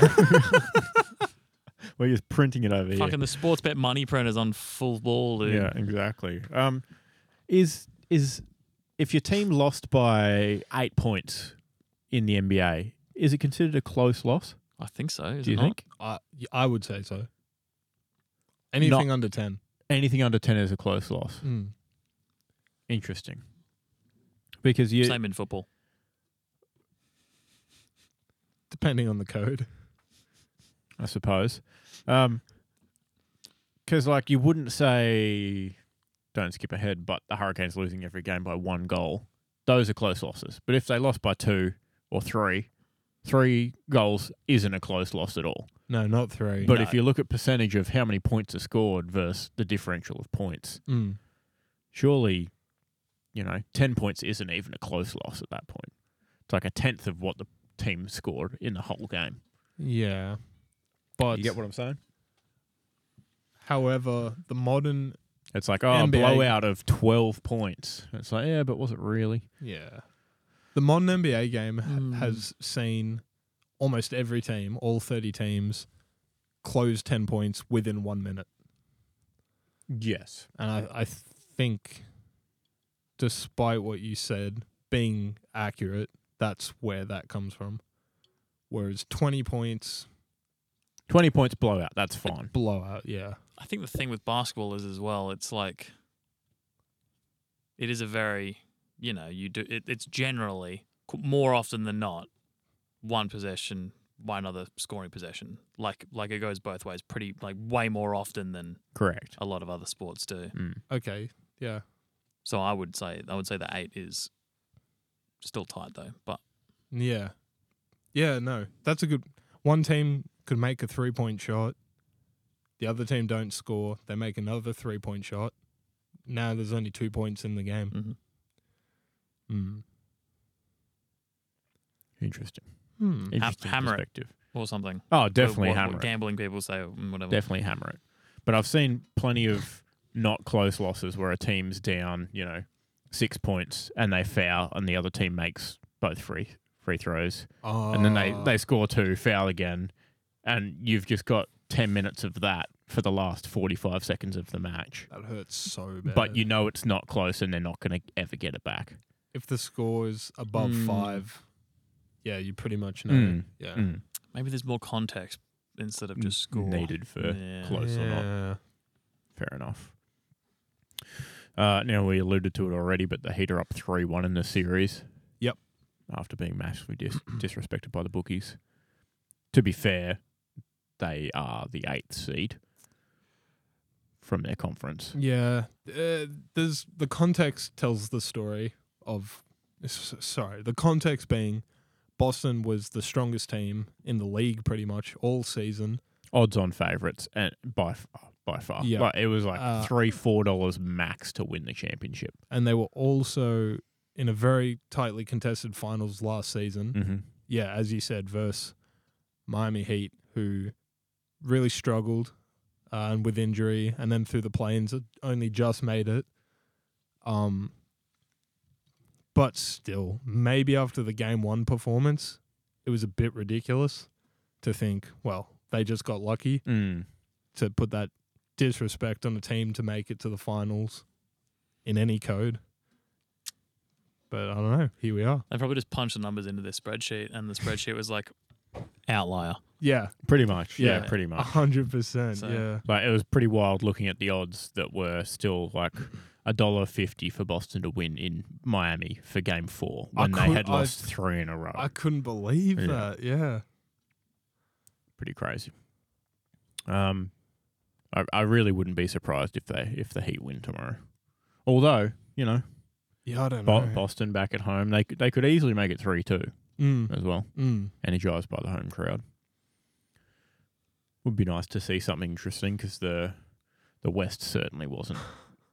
[SPEAKER 1] We're just printing it over here.
[SPEAKER 3] fucking the sports bet money printer's on full ball, dude.
[SPEAKER 1] Yeah, exactly. Um, is is if your team lost by eight points in the NBA, is it considered a close loss?
[SPEAKER 3] I think so. Is
[SPEAKER 1] Do you
[SPEAKER 3] it not?
[SPEAKER 1] think
[SPEAKER 2] I I would say so. Anything under ten.
[SPEAKER 1] anything under ten is a close loss?
[SPEAKER 2] Hmm.
[SPEAKER 1] Interesting, because you
[SPEAKER 3] Same in football.
[SPEAKER 2] Depending on the code.
[SPEAKER 1] I suppose. Um 'cause because like you wouldn't say, don't skip ahead, but the Hurricanes losing every game by one goal, those are close losses. But if they lost by two or three, three goals isn't a close loss at all.
[SPEAKER 2] No, not three.
[SPEAKER 1] But
[SPEAKER 3] No.
[SPEAKER 1] if you look at percentage of how many points are scored versus the differential of points,
[SPEAKER 2] Mm.
[SPEAKER 1] surely, you know, 10 points isn't even a close loss at that point. It's like a tenth of what the team scored in the whole game.
[SPEAKER 2] Yeah. But
[SPEAKER 1] Oh, what I'm saying?
[SPEAKER 2] however, the modern
[SPEAKER 1] It's like, oh, a
[SPEAKER 2] NBA.
[SPEAKER 1] blowout of 12 points. It's like, yeah, but was it really?
[SPEAKER 2] Yeah. The modern NBA game ha-
[SPEAKER 3] Mm.
[SPEAKER 2] has seen almost every team, all thirty teams, close ten points within one minute.
[SPEAKER 1] Yes.
[SPEAKER 2] And I, I think, despite what you said, being accurate, that's where that comes from. Whereas 20 points
[SPEAKER 1] Twenty points blowout. That's fine.
[SPEAKER 2] Blowout, yeah.
[SPEAKER 3] I think the thing with basketball is as well, it's like it is a very, you know, you do it, it's generally qu- more often than not one possession by another scoring possession. Like like it goes both ways pretty like way more often than
[SPEAKER 1] Correct.
[SPEAKER 3] a lot of other sports do.
[SPEAKER 1] Mm.
[SPEAKER 2] Okay, yeah.
[SPEAKER 3] So I would say I would say the 8 is still tight though, but
[SPEAKER 2] Yeah. Yeah, no. That's a good one team could make a three point shot. The other team don't score. They make another three point shot. Now there's only two points in the game.
[SPEAKER 1] Mm-hmm.
[SPEAKER 3] mhm.
[SPEAKER 1] Hmm.
[SPEAKER 2] Mm.
[SPEAKER 1] Interesting.
[SPEAKER 2] Hmm.
[SPEAKER 1] Interesting
[SPEAKER 3] hammer it.
[SPEAKER 1] perspective.
[SPEAKER 3] or something.
[SPEAKER 1] Oh, definitely
[SPEAKER 3] what, what
[SPEAKER 1] hammer it.
[SPEAKER 3] gambling people say mm, whatever.
[SPEAKER 1] Definitely hammer it. But I've seen plenty of not close losses where a team's down, you know, six points and they foul and the other team makes both free free throws and then they,
[SPEAKER 2] Ah.
[SPEAKER 1] they score two, foul again, and you've just got ten minutes of that for the last forty five seconds of the match.
[SPEAKER 2] that hurts so bad.
[SPEAKER 1] But you know it's not close and they're not gonna ever get it back.
[SPEAKER 2] if the score is above
[SPEAKER 1] Hmm.
[SPEAKER 3] Mm.
[SPEAKER 2] five, yeah, you pretty much know.
[SPEAKER 1] Mm.
[SPEAKER 2] Yeah.
[SPEAKER 1] Mm.
[SPEAKER 3] Maybe there's more context instead of just score.
[SPEAKER 1] Needed for
[SPEAKER 3] Yeah.
[SPEAKER 1] close or not.
[SPEAKER 2] Yeah.
[SPEAKER 1] Fair enough. Uh, now we alluded to it already, but the Heat are up three one in the series.
[SPEAKER 2] Yep.
[SPEAKER 1] After being massively dis- <clears throat> disrespected by the bookies. To be fair, they are the eighth seed from their conference.
[SPEAKER 2] Yeah, uh, there's the context tells the story of s- sorry, the context being Boston was the strongest team in the league pretty much all season.
[SPEAKER 1] Odds on favorites and by f- oh, by far.
[SPEAKER 2] Yeah.
[SPEAKER 1] Like, it was like
[SPEAKER 2] Uh,
[SPEAKER 1] three four dollars max to win the championship.
[SPEAKER 2] and they were also in a very tightly contested finals last season.
[SPEAKER 1] Mm-hmm.
[SPEAKER 2] Yeah, as you said, versus Miami Heat, who really struggled uh, and with injury, and then through the planes, only just made it. Um, but still, maybe after the game one performance, it was a bit ridiculous to think, well, they just got lucky
[SPEAKER 1] Mm.
[SPEAKER 2] to put that disrespect on a team to make it to the finals in any code. But I don't know. Here we are.
[SPEAKER 3] They probably just punched the numbers into their spreadsheet, and the spreadsheet was like outlier.
[SPEAKER 2] Yeah,
[SPEAKER 1] Pretty much. yeah
[SPEAKER 2] Yeah.
[SPEAKER 1] pretty
[SPEAKER 2] a
[SPEAKER 1] much.
[SPEAKER 2] hundred percent.
[SPEAKER 3] So-
[SPEAKER 2] Yeah,
[SPEAKER 1] Like it was pretty wild looking at the odds that were still like a dollar fifty for Boston to win in Miami for Game Four
[SPEAKER 2] I
[SPEAKER 1] when they
[SPEAKER 2] could-
[SPEAKER 1] had
[SPEAKER 2] I-
[SPEAKER 1] lost three in a row.
[SPEAKER 2] I couldn't believe
[SPEAKER 1] Yeah.
[SPEAKER 2] that. Yeah,
[SPEAKER 1] pretty crazy. Um, I, I really wouldn't be surprised if they if the Heat win tomorrow. Although you know
[SPEAKER 2] yeah. I don't
[SPEAKER 1] Bo-
[SPEAKER 2] know.
[SPEAKER 1] Boston back at home, they could- they could easily make it three two
[SPEAKER 2] Mm,
[SPEAKER 1] as well,
[SPEAKER 2] mm.
[SPEAKER 1] energized by the home crowd. Would be nice to see something interesting because the the West certainly
[SPEAKER 2] <laughs>
[SPEAKER 1] wasn't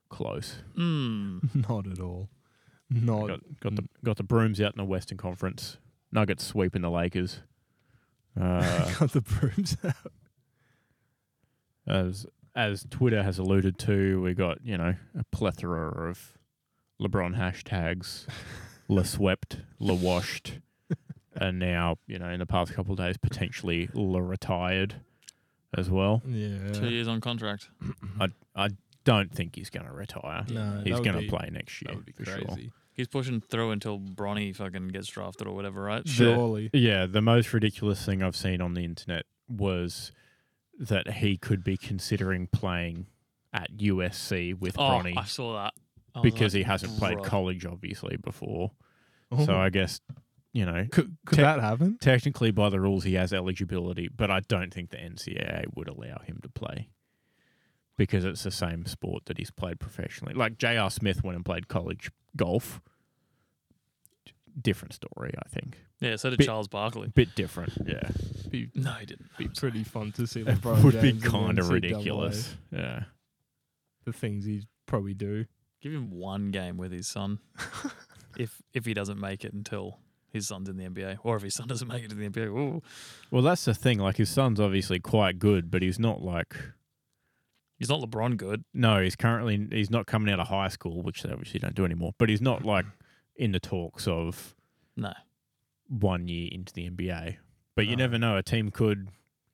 [SPEAKER 1] close. Hmm.
[SPEAKER 3] Mm.
[SPEAKER 2] Not at all. Not. <laughs>
[SPEAKER 1] got, got the got the brooms out in the Western Conference. Nuggets sweeping the Lakers.
[SPEAKER 2] <laughs>
[SPEAKER 1] Uh,
[SPEAKER 2] got the brooms out.
[SPEAKER 1] as as Twitter has alluded to, we got you know a plethora of LeBron
[SPEAKER 2] <laughs>
[SPEAKER 1] hashtags, la swept, la washed, and now you know in the past couple of days potentially la retired as well.
[SPEAKER 3] Two
[SPEAKER 1] <clears throat>
[SPEAKER 2] Yeah.
[SPEAKER 3] years on contract.
[SPEAKER 1] Don't think he's going to retire.
[SPEAKER 2] No, that
[SPEAKER 1] he's
[SPEAKER 2] would
[SPEAKER 1] going to
[SPEAKER 2] be-
[SPEAKER 1] play next year
[SPEAKER 2] That would be
[SPEAKER 1] for
[SPEAKER 2] crazy.
[SPEAKER 1] sure.
[SPEAKER 3] He's pushing through until Bronny fucking gets drafted or whatever, right?
[SPEAKER 2] Surely.
[SPEAKER 1] Yeah, the most ridiculous thing I've seen on the internet was that he could be considering playing at USC with
[SPEAKER 3] Oh,
[SPEAKER 1] Bronny
[SPEAKER 3] I saw that I was
[SPEAKER 1] because
[SPEAKER 3] like,
[SPEAKER 1] he hasn't played
[SPEAKER 3] "Bruh."
[SPEAKER 1] college, obviously, before.
[SPEAKER 2] Oh,
[SPEAKER 1] So I guess, you know,
[SPEAKER 2] could could
[SPEAKER 1] Tech-
[SPEAKER 2] that happen?
[SPEAKER 1] technically by the rules, he has eligibility, but I don't think the NCAA would allow him to play because it's the same sport that he's played professionally. Like J.R. Smith went and played college golf. Different story, I think.
[SPEAKER 3] Yeah, so did
[SPEAKER 1] Bit-
[SPEAKER 3] Charles Barkley.
[SPEAKER 1] Bit different, yeah.
[SPEAKER 2] Be,
[SPEAKER 3] No, he didn't.
[SPEAKER 2] be
[SPEAKER 3] I'm sorry.
[SPEAKER 2] pretty fun to see.
[SPEAKER 1] It
[SPEAKER 2] LeBron
[SPEAKER 1] would be
[SPEAKER 2] James in the
[SPEAKER 1] kind of
[SPEAKER 2] NCAA,
[SPEAKER 1] ridiculous. Yeah.
[SPEAKER 2] The things he'd probably do.
[SPEAKER 3] Give him one game with his son,
[SPEAKER 1] <laughs>
[SPEAKER 3] if if he doesn't make it until his son's in the NBA, or if his son doesn't make it to the NBA. Ooh.
[SPEAKER 1] Well, that's the thing. Like his son's obviously quite good, but he's not like
[SPEAKER 3] He's not LeBron good.
[SPEAKER 1] no. He's currently he's not coming out of high school, which they obviously don't do anymore. But he's not like in the talks of
[SPEAKER 3] No.
[SPEAKER 1] one year into the NBA. But you
[SPEAKER 2] No.
[SPEAKER 1] never know. A team could,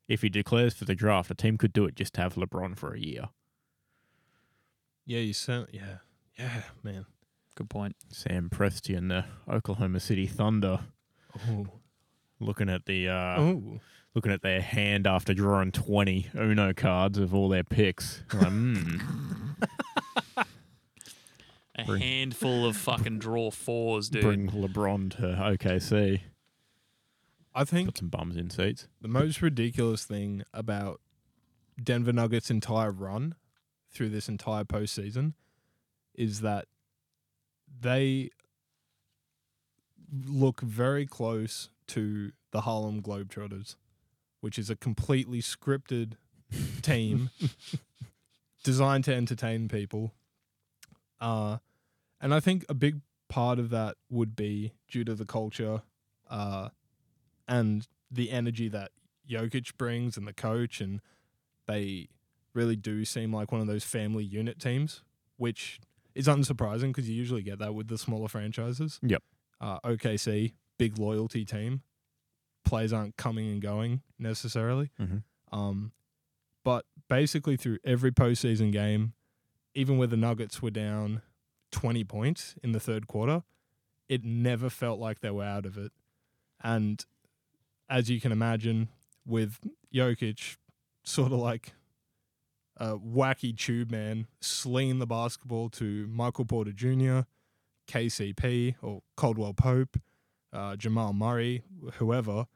[SPEAKER 1] if he declares for the draft, a team could do it just to have LeBron for a year.
[SPEAKER 2] Yeah, you sound. Yeah, yeah, man.
[SPEAKER 3] Good point.
[SPEAKER 1] Uh, Sam Presti and the Oklahoma City Thunder
[SPEAKER 2] Oh,
[SPEAKER 1] looking at the uh,
[SPEAKER 2] oh,
[SPEAKER 1] looking at their hand after drawing 20 Uno cards of all their picks. I'm like, "Hmm,
[SPEAKER 3] A
[SPEAKER 1] Bring-
[SPEAKER 3] handful of fucking draw fours, dude.
[SPEAKER 1] bring LeBron to OKC.
[SPEAKER 2] I think
[SPEAKER 1] Put some bums in seats.
[SPEAKER 2] the most ridiculous thing about Denver Nuggets' entire run through this entire postseason is that they look very close to the Harlem Globetrotters, which is a completely scripted team designed to entertain people. Uh, and I think a big part of that would be due to the culture uh, and the energy that Jokic brings and the coach, and they really do seem like one of those family unit teams, which is unsurprising because you usually get that with the smaller franchises.
[SPEAKER 1] Yep.
[SPEAKER 2] Uh, OKC, big loyalty team. Players aren't coming and going necessarily.
[SPEAKER 1] Mhm.
[SPEAKER 2] Um, but basically, through every postseason game, even where the Nuggets were down 20 points in the third quarter, it never felt like they were out of it. And as you can imagine, with Jokic, sort of like a wacky tube man, slinging the basketball to Michael Porter Jr., KCP, or Caldwell Pope, uh, Jamal Murray, whoever,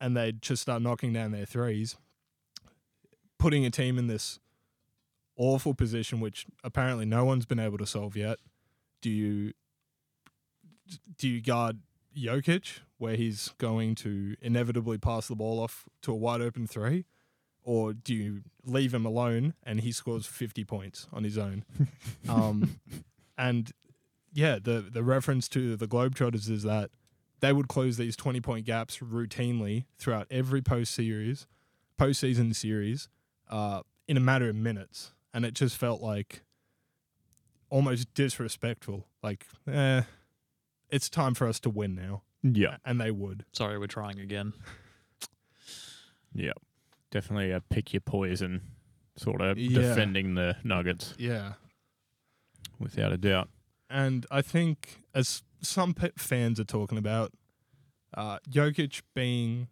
[SPEAKER 2] and they just start knocking down their threes, putting a team in this awful position, which apparently no one's been able to solve yet. Do you do you guard Jokic, where he's going to inevitably pass the ball off to a wide open three, or do you leave him alone and he scores 50 points on his own? um, and yeah, the, the reference to the Globetrotters is that they would close these 20 point gaps routinely throughout every post series, postseason series, uh, in a matter of minutes. And it just felt like almost disrespectful. Like, eh, it's time for us to win now
[SPEAKER 1] Yeah.
[SPEAKER 2] and they would.
[SPEAKER 3] Sorry, we're trying again.
[SPEAKER 1] Yeah. Definitely a pick your poison sort of
[SPEAKER 2] Yeah.
[SPEAKER 1] defending the Nuggets
[SPEAKER 2] Yeah,
[SPEAKER 1] without a doubt.
[SPEAKER 2] and I think as some pe- fans are talking about, uh, Jokic being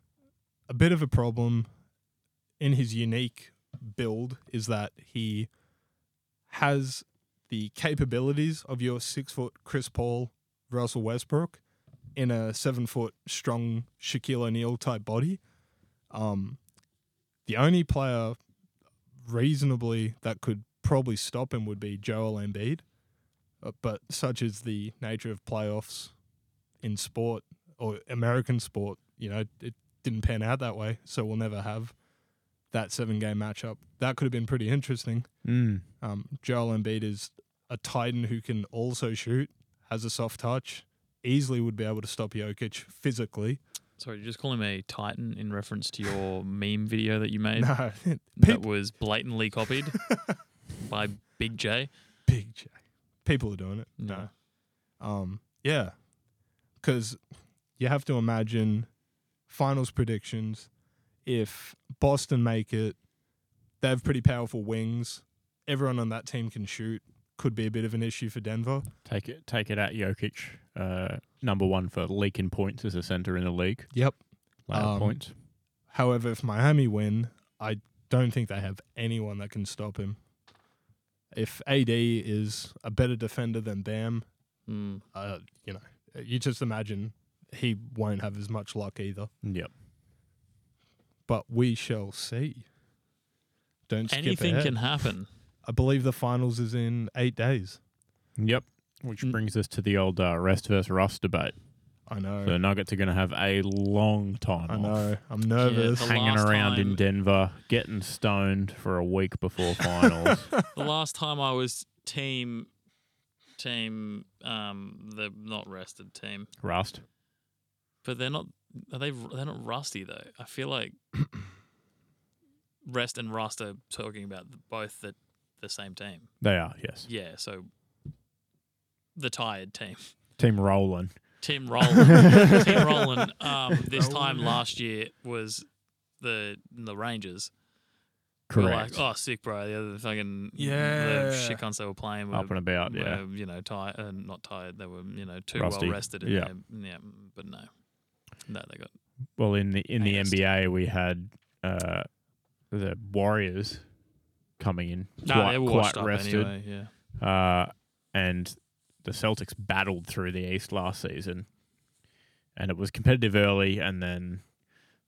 [SPEAKER 2] a bit of a problem in his unique build is that he has the capabilities of your six foot Chris Paul, Russell Westbrook, in a seven foot strong Shaquille O'Neal type body. Um, the only player reasonably that could probably stop him would be Joel Embiid, uh, but such is the nature of playoffs in sport or American sport. You know, it didn't pan out that way, so we'll never have that seven game matchup. That could have been pretty interesting.
[SPEAKER 1] Mm.
[SPEAKER 2] Um, Joel Embiid is a titan who can also shoot, has a soft touch, easily would be able to stop Jokic physically.
[SPEAKER 3] Sorry, you just call him a Titan in reference
[SPEAKER 2] <laughs>
[SPEAKER 3] to your meme video that you made
[SPEAKER 2] No, <laughs>
[SPEAKER 3] that was blatantly copied by Big J.
[SPEAKER 2] Big J. People are doing it.
[SPEAKER 3] No.
[SPEAKER 2] Um, yeah. Because you have to imagine finals predictions. If Boston make it, they have pretty powerful wings. Everyone on that team can shoot. Could be a bit of an issue for Denver.
[SPEAKER 1] Take it take it at Jokic. Uh, number one for leaking points as a center in the league.
[SPEAKER 2] Yep.
[SPEAKER 1] Loud
[SPEAKER 2] Um,
[SPEAKER 1] points.
[SPEAKER 2] However, if Miami win, I don't think they have anyone that can stop him. If AD is a better defender than Bam,
[SPEAKER 3] Mm.
[SPEAKER 2] uh, you know, you just imagine he won't have as much luck either.
[SPEAKER 1] Yep.
[SPEAKER 2] but we shall see. Don't skip
[SPEAKER 3] Anything
[SPEAKER 2] ahead. <laughs>
[SPEAKER 3] can happen.
[SPEAKER 2] I believe the finals is in eight days.
[SPEAKER 1] Yep. Which
[SPEAKER 3] Mm.
[SPEAKER 1] brings us to the old uh, rest versus rust debate.
[SPEAKER 2] I know.
[SPEAKER 1] The Nuggets are going to have a long time
[SPEAKER 2] Oh. I
[SPEAKER 1] off.
[SPEAKER 2] know. I'm nervous.
[SPEAKER 3] The
[SPEAKER 1] hanging
[SPEAKER 3] last
[SPEAKER 1] around in
[SPEAKER 3] time-
[SPEAKER 1] Denver, getting stoned for a week before finals.
[SPEAKER 3] The last time I was team, team, um, the not rested team,
[SPEAKER 1] Rust.
[SPEAKER 3] but they're not. Are they? They're not rusty though. I feel
[SPEAKER 2] <coughs>
[SPEAKER 3] like rest and rust are talking about both the the same team.
[SPEAKER 1] They are, yes.
[SPEAKER 3] Yeah, so the tired team.
[SPEAKER 1] Team rolling.
[SPEAKER 2] <laughs>
[SPEAKER 3] Tim
[SPEAKER 1] <laughs>
[SPEAKER 3] Roland. Tim Roland. Um, this
[SPEAKER 2] Oh,
[SPEAKER 3] time last year was the the Rangers. We were
[SPEAKER 1] Correct.
[SPEAKER 3] like, oh, sick, bro. The other fucking
[SPEAKER 2] Yeah.
[SPEAKER 3] the shit cons they were playing were,
[SPEAKER 1] Up and about, yeah.
[SPEAKER 3] oh, were, you know tired, uh, not tired. They were you know too
[SPEAKER 1] Rusty.
[SPEAKER 3] well rested. And
[SPEAKER 1] Yeah.
[SPEAKER 3] they- yeah, but no, no, they got
[SPEAKER 1] Well, in the in the
[SPEAKER 3] Highest.
[SPEAKER 1] NBA, we had uh, the Warriors coming in
[SPEAKER 3] Nah,
[SPEAKER 1] quite,
[SPEAKER 3] they're washed
[SPEAKER 1] quite
[SPEAKER 3] up
[SPEAKER 1] rested,
[SPEAKER 3] anyway. Yeah.
[SPEAKER 1] uh, and the Celtics battled through the East last season, and it was competitive early, and then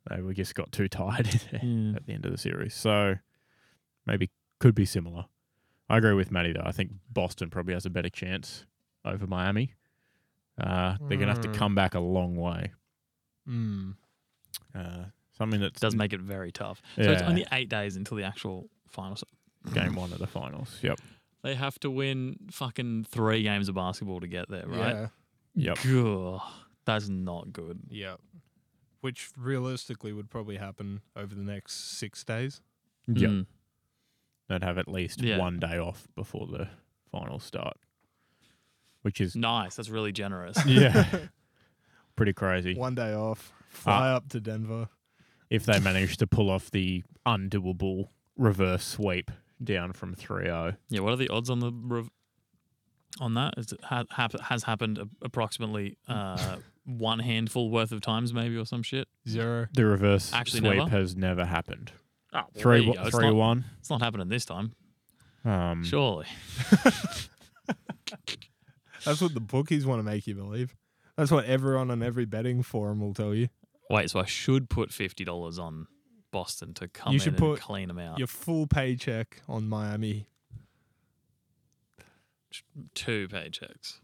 [SPEAKER 1] they were just got too tired <laughs>
[SPEAKER 3] Yeah.
[SPEAKER 1] at the end of the series. So maybe could be similar. I agree with Matty though. I think Boston probably has a better chance over Miami. Uh, they're gonna have to
[SPEAKER 2] Mm.
[SPEAKER 1] come back a long way.
[SPEAKER 2] Mm.
[SPEAKER 1] Uh, something that
[SPEAKER 3] Does make it very tough. So it's only eight days until the actual final. So
[SPEAKER 1] game one of the finals. Yep.
[SPEAKER 3] They have to win fucking three games of basketball to get there, right?
[SPEAKER 2] Yeah.
[SPEAKER 1] Yep.
[SPEAKER 3] Gah, that's not good.
[SPEAKER 2] Yeah. Which realistically would probably happen over the next six days.
[SPEAKER 1] Yep.
[SPEAKER 3] Mm.
[SPEAKER 1] They'd have at least
[SPEAKER 3] Yeah.
[SPEAKER 1] one day off before the finals start, which is
[SPEAKER 3] Nice. That's really generous.
[SPEAKER 1] <laughs> yeah,
[SPEAKER 3] <laughs>
[SPEAKER 1] pretty crazy.
[SPEAKER 2] One day off, fly up to Denver.
[SPEAKER 1] If they manage to pull off the undoable reverse sweep down from oh. 3-0.
[SPEAKER 3] yeah. What are the odds on the rev- on that? Is it ha- hap- has happened a- approximately uh, one handful worth of times, maybe, or some shit?
[SPEAKER 2] Zero.
[SPEAKER 1] The reverse
[SPEAKER 3] Actually
[SPEAKER 1] sweep
[SPEAKER 3] never?
[SPEAKER 1] has never happened.
[SPEAKER 3] Oh,
[SPEAKER 1] Three,
[SPEAKER 3] it's,
[SPEAKER 1] three
[SPEAKER 3] not,
[SPEAKER 1] one.
[SPEAKER 3] it's not happening this time,
[SPEAKER 2] Hmm.
[SPEAKER 1] Um,
[SPEAKER 3] surely.
[SPEAKER 2] That's what the bookies want to make you believe. That's what everyone on every betting forum will tell you.
[SPEAKER 3] Wait, so I should put fifty dollars on Boston to come
[SPEAKER 2] You
[SPEAKER 3] in
[SPEAKER 2] should
[SPEAKER 3] and
[SPEAKER 2] put
[SPEAKER 3] clean them out.
[SPEAKER 2] Your full paycheck on Miami,
[SPEAKER 3] Two paychecks,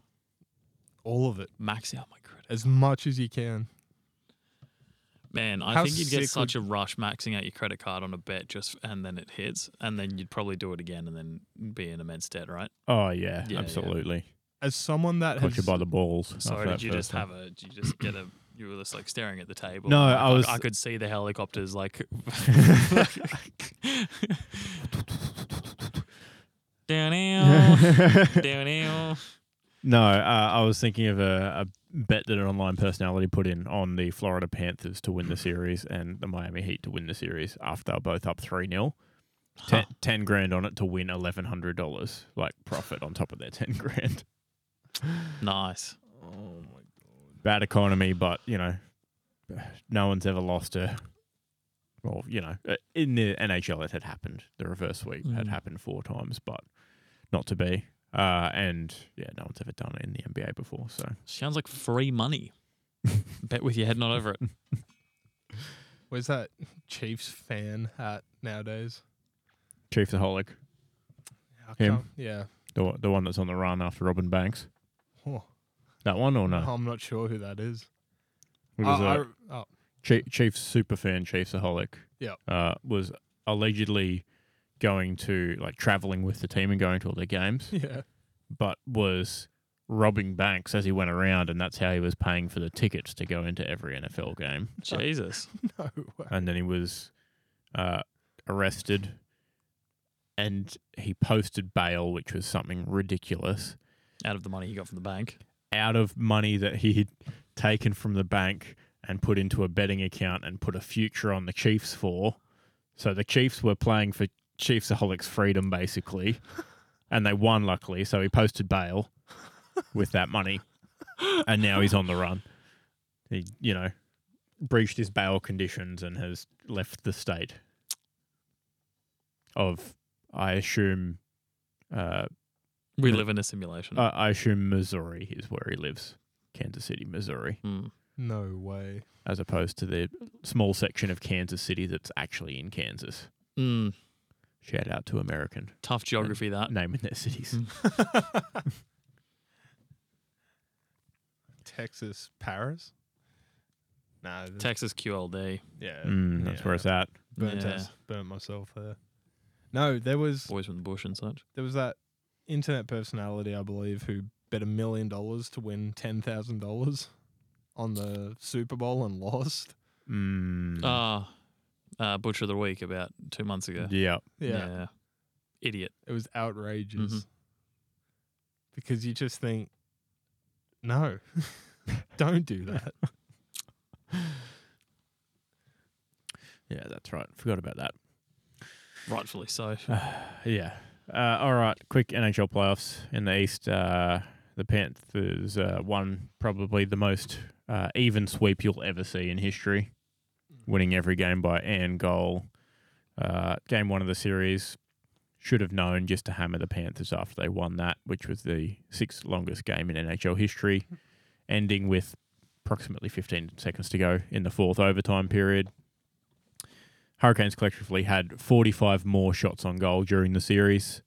[SPEAKER 2] all of it,
[SPEAKER 3] max out my credit.
[SPEAKER 2] as much as you can.
[SPEAKER 3] Man, I
[SPEAKER 2] How
[SPEAKER 3] think you'd get
[SPEAKER 2] sick would-
[SPEAKER 3] such a rush maxing out your credit card on a bet just and then it hits, and then you'd probably do it again and then be in immense debt, right?
[SPEAKER 1] oh, yeah,
[SPEAKER 3] Yeah,
[SPEAKER 1] absolutely.
[SPEAKER 2] As someone that
[SPEAKER 1] Caught you
[SPEAKER 2] has
[SPEAKER 1] by the balls.
[SPEAKER 3] So
[SPEAKER 1] after
[SPEAKER 3] did
[SPEAKER 1] that
[SPEAKER 3] you just
[SPEAKER 1] first one.
[SPEAKER 3] have a? Did you just get a? You were just like staring at the table.
[SPEAKER 1] No,
[SPEAKER 3] Like,
[SPEAKER 1] I was-
[SPEAKER 3] I, could see the helicopters
[SPEAKER 1] <laughs>
[SPEAKER 3] like. <laughs> <laughs> down
[SPEAKER 1] <laughs>
[SPEAKER 3] down <laughs> down.
[SPEAKER 1] No, uh, I was thinking of a, a bet that an online personality put in on the Florida Panthers to win the series and the Miami Heat to win the series after they were both up 3 0. Ten,
[SPEAKER 3] Huh.
[SPEAKER 1] 10 grand on it to win $1,100, like profit on top of their <laughs> 10 grand.
[SPEAKER 3] Nice.
[SPEAKER 2] Oh my
[SPEAKER 1] Bad economy, but, you know, no one's ever lost a. Well, you know, uh, in the NHL, it had happened. The reverse sweep had
[SPEAKER 3] Mm.
[SPEAKER 1] happened four times, but not to be. Uh, and yeah, no one's ever done it in the NBA before. So
[SPEAKER 3] Sounds like free
[SPEAKER 1] <laughs>
[SPEAKER 3] money. bet with your head not over it.
[SPEAKER 2] Where's that Chiefs fan hat nowadays?
[SPEAKER 1] Chief the Holic.
[SPEAKER 2] How
[SPEAKER 1] Him.
[SPEAKER 2] come- Yeah.
[SPEAKER 1] The one- the one that's on the run after Robin Banks.
[SPEAKER 2] Oh,
[SPEAKER 1] That one or no?
[SPEAKER 2] I'm not sure who that is.
[SPEAKER 1] It was
[SPEAKER 2] Uh-huh. I-
[SPEAKER 1] a
[SPEAKER 2] I- oh, <laughs>
[SPEAKER 1] Chief, Chiefs super fan, Chiefsaholic.
[SPEAKER 2] Yeah.
[SPEAKER 1] Uh, was allegedly going to like traveling with the team and going to all their games,
[SPEAKER 2] yeah.
[SPEAKER 1] but was robbing banks as he went around, and that's how he was paying for the tickets to go into every NFL game.
[SPEAKER 3] Jesus.
[SPEAKER 2] No way.
[SPEAKER 1] and then he was uh, arrested and he posted bail which was something ridiculous
[SPEAKER 3] Out of the money you got from the bank.
[SPEAKER 1] out of money that he had taken from the bank and put into a betting account and put a future on the Chiefs for. So the Chiefs were playing for Chiefsaholics freedom basically, and they won luckily. So he posted bail with that money, and now he's on the run. He, you know, breached his bail conditions and has left the state of, I assume, uh,
[SPEAKER 3] We
[SPEAKER 1] Yeah. Uh,
[SPEAKER 3] live in a simulation.
[SPEAKER 1] I I assume Missouri is where he lives, Kansas City, Missouri,
[SPEAKER 3] Hmm.
[SPEAKER 2] No way. <laughs>
[SPEAKER 1] as opposed to the small section of Kansas City that's actually in Kansas.
[SPEAKER 3] Mm,
[SPEAKER 1] Shout out to American
[SPEAKER 3] tough geography that.
[SPEAKER 1] naming their cities.
[SPEAKER 3] Mm.
[SPEAKER 2] Texas, Paris? Nah. th-
[SPEAKER 3] Texas QLD.
[SPEAKER 2] yeah.
[SPEAKER 1] Mm, that's
[SPEAKER 2] yeah.
[SPEAKER 1] where it's at.
[SPEAKER 2] Burnt,
[SPEAKER 3] Yeah.
[SPEAKER 2] us- burnt myself there. No, there was
[SPEAKER 3] Boys from the bush and such.
[SPEAKER 2] there was that internet personality, I believe, who bet a million dollars to win ten thousand dollars on the Super Bowl and lost.
[SPEAKER 1] Mm.
[SPEAKER 3] Ah, uh, Butcher of the Week about two months ago.
[SPEAKER 1] yeah.
[SPEAKER 2] <laughs> Yeah. Mm-hmm.
[SPEAKER 3] Idiot.
[SPEAKER 2] It was outrageous. Because you just think, no, <laughs> don't do that.
[SPEAKER 1] Yeah, that's right. Forgot about that.
[SPEAKER 3] Rightfully so.
[SPEAKER 1] Yeah. Uh, all right. Quick NHL playoffs in the East. Uh, the Panthers uh, won probably the most uh, even sweep you'll ever see in history. winning every game by an goal. Uh, game one of the series should have known just to hammer the Panthers after they won that, which was the sixth longest game in NHL history, ending with approximately 15 seconds to go in the fourth overtime period. Hurricanes collectively had 45 more shots on goal during the series,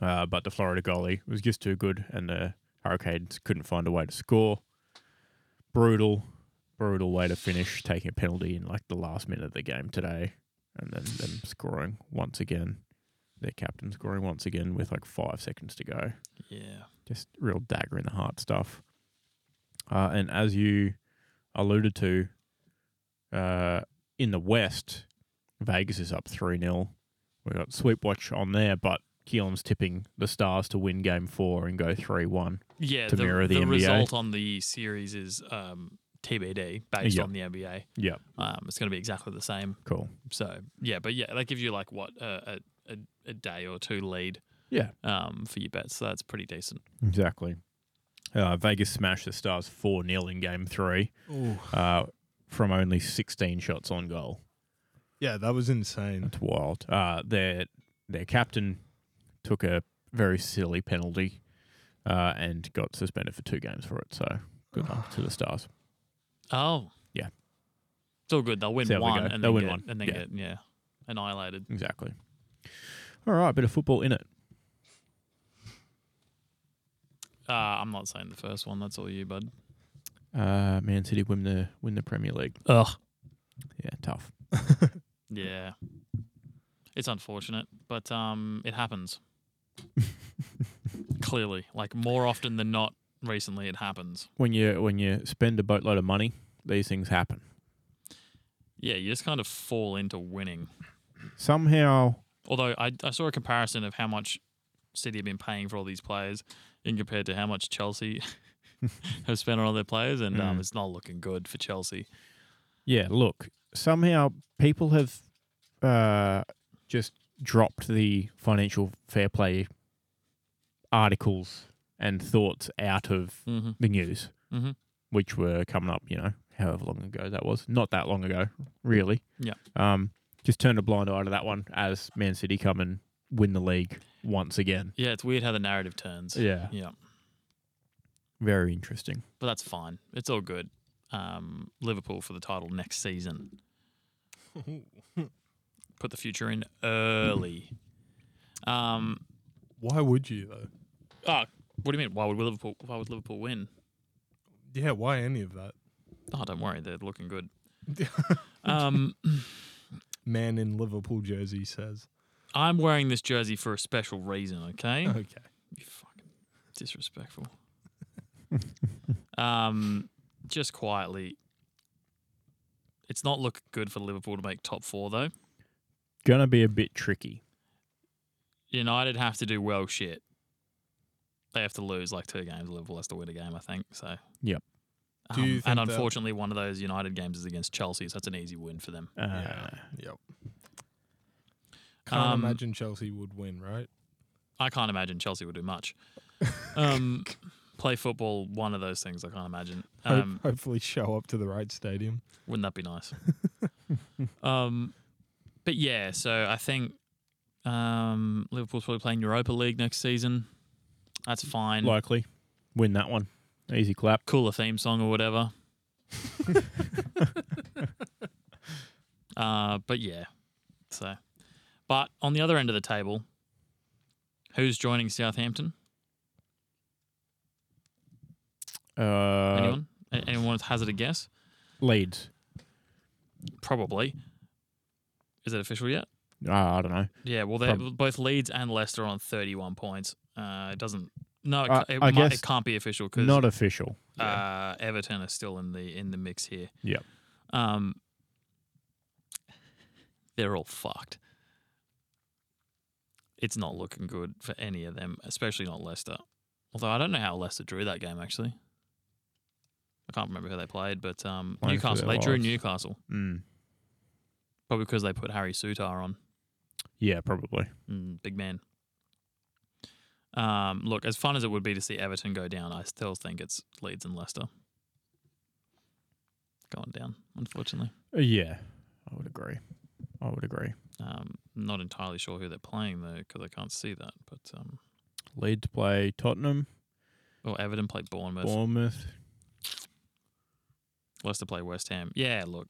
[SPEAKER 1] uh, but the Florida goalie was just too good, and the Hurricanes couldn't find a way to score. Brutal, brutal way to finish, taking a penalty in like the last minute of the game today, and then them scoring once again. Their captain scoring once again with like five seconds to go
[SPEAKER 3] Yeah.
[SPEAKER 1] just real dagger in the heart stuff. Uh, and as you alluded to, uh, in the West, Vegas is up 3 0. We've got Sweep Watch on there, but Keelan's tipping the Stars to win game four and go 3 1.
[SPEAKER 3] Yeah.
[SPEAKER 1] To
[SPEAKER 3] the
[SPEAKER 1] mirror the
[SPEAKER 3] the
[SPEAKER 1] NBA.
[SPEAKER 3] result on the series is um, TBD based
[SPEAKER 1] Yeah.
[SPEAKER 3] on the NBA.
[SPEAKER 1] Yeah,
[SPEAKER 3] Um, it's going to be exactly the same.
[SPEAKER 1] cool.
[SPEAKER 3] So yeah, but yeah, that gives you like what a a, a, a day or two lead
[SPEAKER 1] Yeah,
[SPEAKER 3] um, for your bets. So that's pretty decent.
[SPEAKER 1] exactly. Uh, Vegas smashed the Stars 4 0 in game three uh, from only 16 shots on goal.
[SPEAKER 2] Yeah, that was <laughs> insane.
[SPEAKER 1] It's wild. Uh, their their captain took a very silly penalty uh, and got suspended for two games for it. So good luck to the Stars.
[SPEAKER 3] Oh
[SPEAKER 1] Yeah.
[SPEAKER 3] it's all good. They'll win
[SPEAKER 1] See how we
[SPEAKER 3] one
[SPEAKER 1] go.
[SPEAKER 3] and then
[SPEAKER 1] They'll win
[SPEAKER 3] get,
[SPEAKER 1] one.
[SPEAKER 3] and then
[SPEAKER 1] Yeah.
[SPEAKER 3] get yeah annihilated.
[SPEAKER 1] Exactly. All right, bit of football in it.
[SPEAKER 3] Uh, I'm not saying the first one. That's all you, bud.
[SPEAKER 1] Uh, Man City win the win the Premier League.
[SPEAKER 3] Ugh.
[SPEAKER 1] Yeah, tough.
[SPEAKER 3] Yeah. It's unfortunate, but um, it happens. Clearly, like more often than not, recently it happens.
[SPEAKER 1] When you when you spend a boatload of money, these things happen.
[SPEAKER 3] Yeah, you just kind of fall into winning.
[SPEAKER 1] Somehow,
[SPEAKER 3] Although I, I saw a comparison of how much City have been paying for all these players in compared to how much Chelsea <laughs> have spent on all their players, and um,
[SPEAKER 1] Mm.
[SPEAKER 3] it's not looking good for Chelsea.
[SPEAKER 1] yeah. Look, somehow people have uh, just dropped the financial fair play articles and thoughts out of
[SPEAKER 3] Mm-hmm.
[SPEAKER 1] the news,
[SPEAKER 3] Mhm.
[SPEAKER 1] which were coming up, you know, however long ago that was. Not that long ago, really.
[SPEAKER 3] Yeah.
[SPEAKER 1] Um, just turned a blind eye to that one as Man City come and win the league once again.
[SPEAKER 3] Yeah, it's weird how the narrative turns.
[SPEAKER 1] Yeah.
[SPEAKER 3] yeah.
[SPEAKER 1] Very interesting.
[SPEAKER 3] but that's fine. It's all good. Um, Liverpool for the title next season. Put the future in early. Um,
[SPEAKER 2] Why would you though?
[SPEAKER 3] oh, what do you mean? Why would Liverpool? Why would Liverpool win?
[SPEAKER 2] Yeah, why any of that?
[SPEAKER 3] Oh, don't worry, they're looking good. Um,
[SPEAKER 2] Man in Liverpool jersey says.
[SPEAKER 3] I'm wearing this jersey for a special reason. Okay,
[SPEAKER 2] Okay.
[SPEAKER 3] you fucking disrespectful. um, just quietly, it's not looking good for Liverpool to make top four though.
[SPEAKER 1] Gonna be a bit tricky.
[SPEAKER 3] United have to do well shit. They have to lose like two games. Liverpool has to win a game, I think. So.
[SPEAKER 1] Yep.
[SPEAKER 2] Do you
[SPEAKER 3] Um,
[SPEAKER 2] think
[SPEAKER 3] and
[SPEAKER 2] that-
[SPEAKER 3] unfortunately, one of those United games is against Chelsea, so that's an easy win for them.
[SPEAKER 1] Uh,
[SPEAKER 2] Yeah. Yep. Can't
[SPEAKER 3] Um,
[SPEAKER 2] imagine Chelsea would win, right?
[SPEAKER 3] I can't imagine Chelsea would
[SPEAKER 2] <laughs>
[SPEAKER 3] do much. Um, play football, one of those things. I can't imagine.
[SPEAKER 2] Hope-
[SPEAKER 3] Um,
[SPEAKER 2] hopefully, show up to the right stadium.
[SPEAKER 3] Wouldn't that be nice? um, but yeah, so I think um, Liverpool's probably playing Europa League next season. That's fine.
[SPEAKER 1] Likely win that one. Easy clap.
[SPEAKER 3] cooler theme song or whatever. uh, but yeah, so. But on the other end of the table, who's joining Southampton?
[SPEAKER 1] Uh,
[SPEAKER 3] Anyone? A- Anyone has it a guess?
[SPEAKER 1] Leeds.
[SPEAKER 3] Probably. Is it official yet?
[SPEAKER 1] Uh, I don't know.
[SPEAKER 3] Yeah. Well, they're
[SPEAKER 1] Prob-
[SPEAKER 3] both Leeds and Leicester are on thirty-one points. Uh, it doesn't. No, it,
[SPEAKER 1] Uh,
[SPEAKER 3] ca- it,
[SPEAKER 1] I
[SPEAKER 3] might,
[SPEAKER 1] guess
[SPEAKER 3] it can't be official because
[SPEAKER 1] Not official.
[SPEAKER 3] uh, Everton are still in the in the mix here.
[SPEAKER 1] Yep.
[SPEAKER 3] Um, they're all fucked. It's not looking good for any of them, especially not Leicester. Although I don't know how Leicester drew that game actually. I can't remember who they played, but um,
[SPEAKER 1] Playing for
[SPEAKER 3] Newcastle.
[SPEAKER 1] their
[SPEAKER 3] They drew
[SPEAKER 1] lives.
[SPEAKER 3] Newcastle,
[SPEAKER 1] Mm.
[SPEAKER 3] probably because they put Harry Sutar on.
[SPEAKER 1] Yeah, probably.
[SPEAKER 3] Mm, big man. Um, look, as fun as it would be to see Everton go down, I still think it's Leeds and Leicester. going down, unfortunately.
[SPEAKER 1] Uh, yeah, I would agree. I would agree.
[SPEAKER 3] Um, not entirely sure who they're playing though, because I can't see that. But um,
[SPEAKER 1] Leeds play Tottenham,
[SPEAKER 3] oh, Everton played Bournemouth.
[SPEAKER 1] Bournemouth.
[SPEAKER 3] Leicester play West Ham. Yeah, look.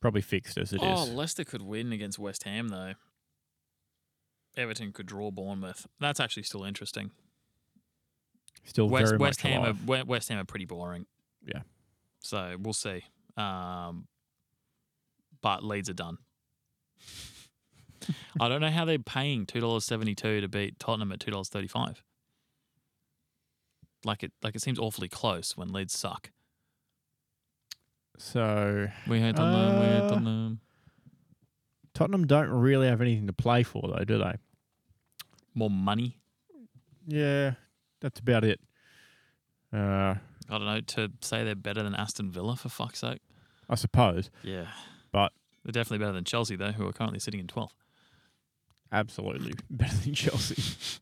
[SPEAKER 1] Probably fixed as it is.
[SPEAKER 3] oh, Leicester could win against West Ham though. Everton could draw Bournemouth. That's actually still interesting.
[SPEAKER 1] Still
[SPEAKER 3] West
[SPEAKER 1] very
[SPEAKER 3] West
[SPEAKER 1] much
[SPEAKER 3] Ham are,
[SPEAKER 1] alive.
[SPEAKER 3] We- West Ham are pretty boring.
[SPEAKER 1] Yeah.
[SPEAKER 3] So we'll see. Um, but Leeds are done. <laughs> I don't know how they're paying two dollars seventy two to beat Tottenham at two dollars thirty five. Like it, like it seems awfully close when Leeds suck.
[SPEAKER 1] So
[SPEAKER 3] We hate Tottenham. we hate
[SPEAKER 1] Uh,
[SPEAKER 3] Tottenham.
[SPEAKER 1] Tottenham don't really have anything to play for, though, do they?
[SPEAKER 3] More money.
[SPEAKER 1] Yeah, that's about it. Uh,
[SPEAKER 3] I don't know to say they're better than Aston Villa for fuck's sake.
[SPEAKER 1] I suppose.
[SPEAKER 3] Yeah,
[SPEAKER 1] But-
[SPEAKER 3] they're definitely better than Chelsea though, who are currently sitting in twelfth.
[SPEAKER 1] Absolutely <laughs> better than Chelsea.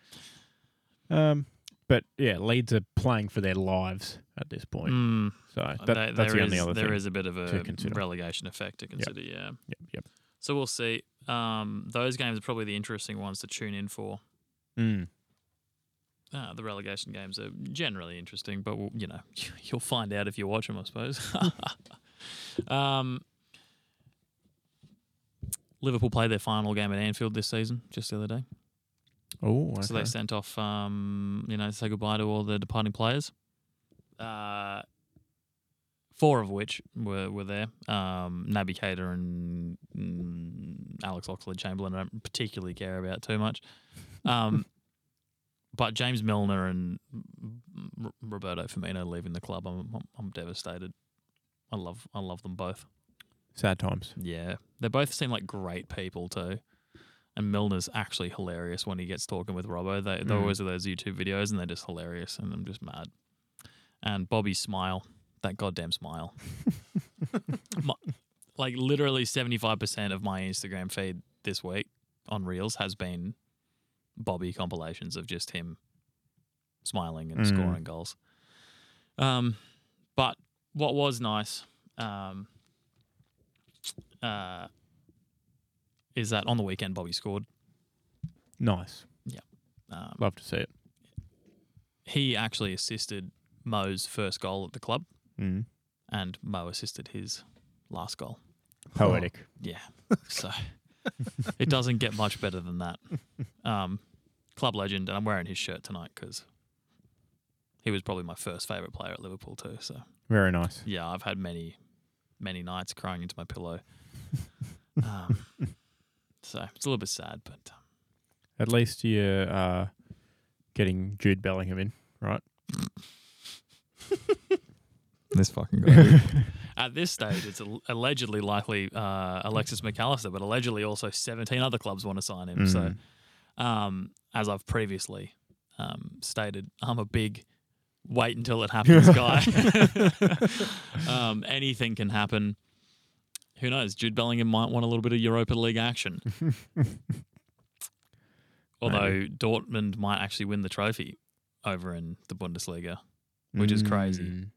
[SPEAKER 1] <laughs> um, but yeah, Leeds are playing for their lives at this point.
[SPEAKER 3] Mm,
[SPEAKER 1] So that,
[SPEAKER 3] There-
[SPEAKER 1] that's
[SPEAKER 3] there
[SPEAKER 1] the only
[SPEAKER 3] is-
[SPEAKER 1] other
[SPEAKER 3] there
[SPEAKER 1] thing.
[SPEAKER 3] is a bit of
[SPEAKER 1] to
[SPEAKER 3] a
[SPEAKER 1] consider.
[SPEAKER 3] relegation effect to consider. Yeah.
[SPEAKER 1] Yep, yep.
[SPEAKER 3] So we'll see. Um, those games are probably the interesting ones to tune in for.
[SPEAKER 1] Mm.
[SPEAKER 3] Uh, the relegation games are generally interesting, but we'll, you know, <laughs> you'll find out if you watch them, I suppose. <laughs> um, Liverpool played their final game at Anfield this season, just the other day.
[SPEAKER 1] Oh, okay.
[SPEAKER 3] So they sent off, um, you know, say goodbye to all the departing players. Uh, four of which were were there: um, Naby Keita and mm, Alex Oxlade-Chamberlain. I don't particularly care about too much, um, <laughs> but James Milner and R- Roberto Firmino leaving the club. I'm, I'm I'm devastated. I love I love them both.
[SPEAKER 1] Sad times.
[SPEAKER 3] Yeah, they both seem like great people too. And Milner's actually hilarious when he gets talking with Robbo. They, they
[SPEAKER 1] Mm.
[SPEAKER 3] always do those YouTube videos, and they're just hilarious, and I'm just mad. And Bobby's smile, that goddamn smile. <laughs> My- like literally 75% of my Instagram feed this week on Reels has been Bobby compilations of just him smiling and
[SPEAKER 1] Mm.
[SPEAKER 3] scoring goals. Um, but what was nice um, uh, is that on the weekend Bobby scored.
[SPEAKER 1] Nice.
[SPEAKER 3] Um,
[SPEAKER 1] Love to see it.
[SPEAKER 3] he actually assisted Mo's first goal at the club,
[SPEAKER 1] Mm.
[SPEAKER 3] and Mo assisted his last goal.
[SPEAKER 1] Poetic.
[SPEAKER 3] Yeah, so <laughs> it doesn't get much better than that. Um, club legend, and I'm wearing his shirt tonight because he was probably my first favorite player at Liverpool too. So
[SPEAKER 1] Very nice.
[SPEAKER 3] yeah, I've had many, many nights crying into my pillow. Um, so it's a little bit sad, but um,
[SPEAKER 1] At least you're uh, getting Jude Bellingham in, right?
[SPEAKER 3] this fucking guy. <laughs> At this stage, it's al- allegedly likely uh, Alexis McAllister, but allegedly also 17 other clubs want to sign him. So,
[SPEAKER 1] Mm.
[SPEAKER 3] um, as I've previously um, stated, I'm a big wait until it
[SPEAKER 1] Mm.
[SPEAKER 3] <laughs> happens
[SPEAKER 1] <laughs>
[SPEAKER 3] guy. <laughs> um, anything can happen. Who knows? Jude Bellingham might want a little bit of Europa League action. Although Dortmund might actually win the trophy over in the Bundesliga. Which is crazy.
[SPEAKER 1] Mm.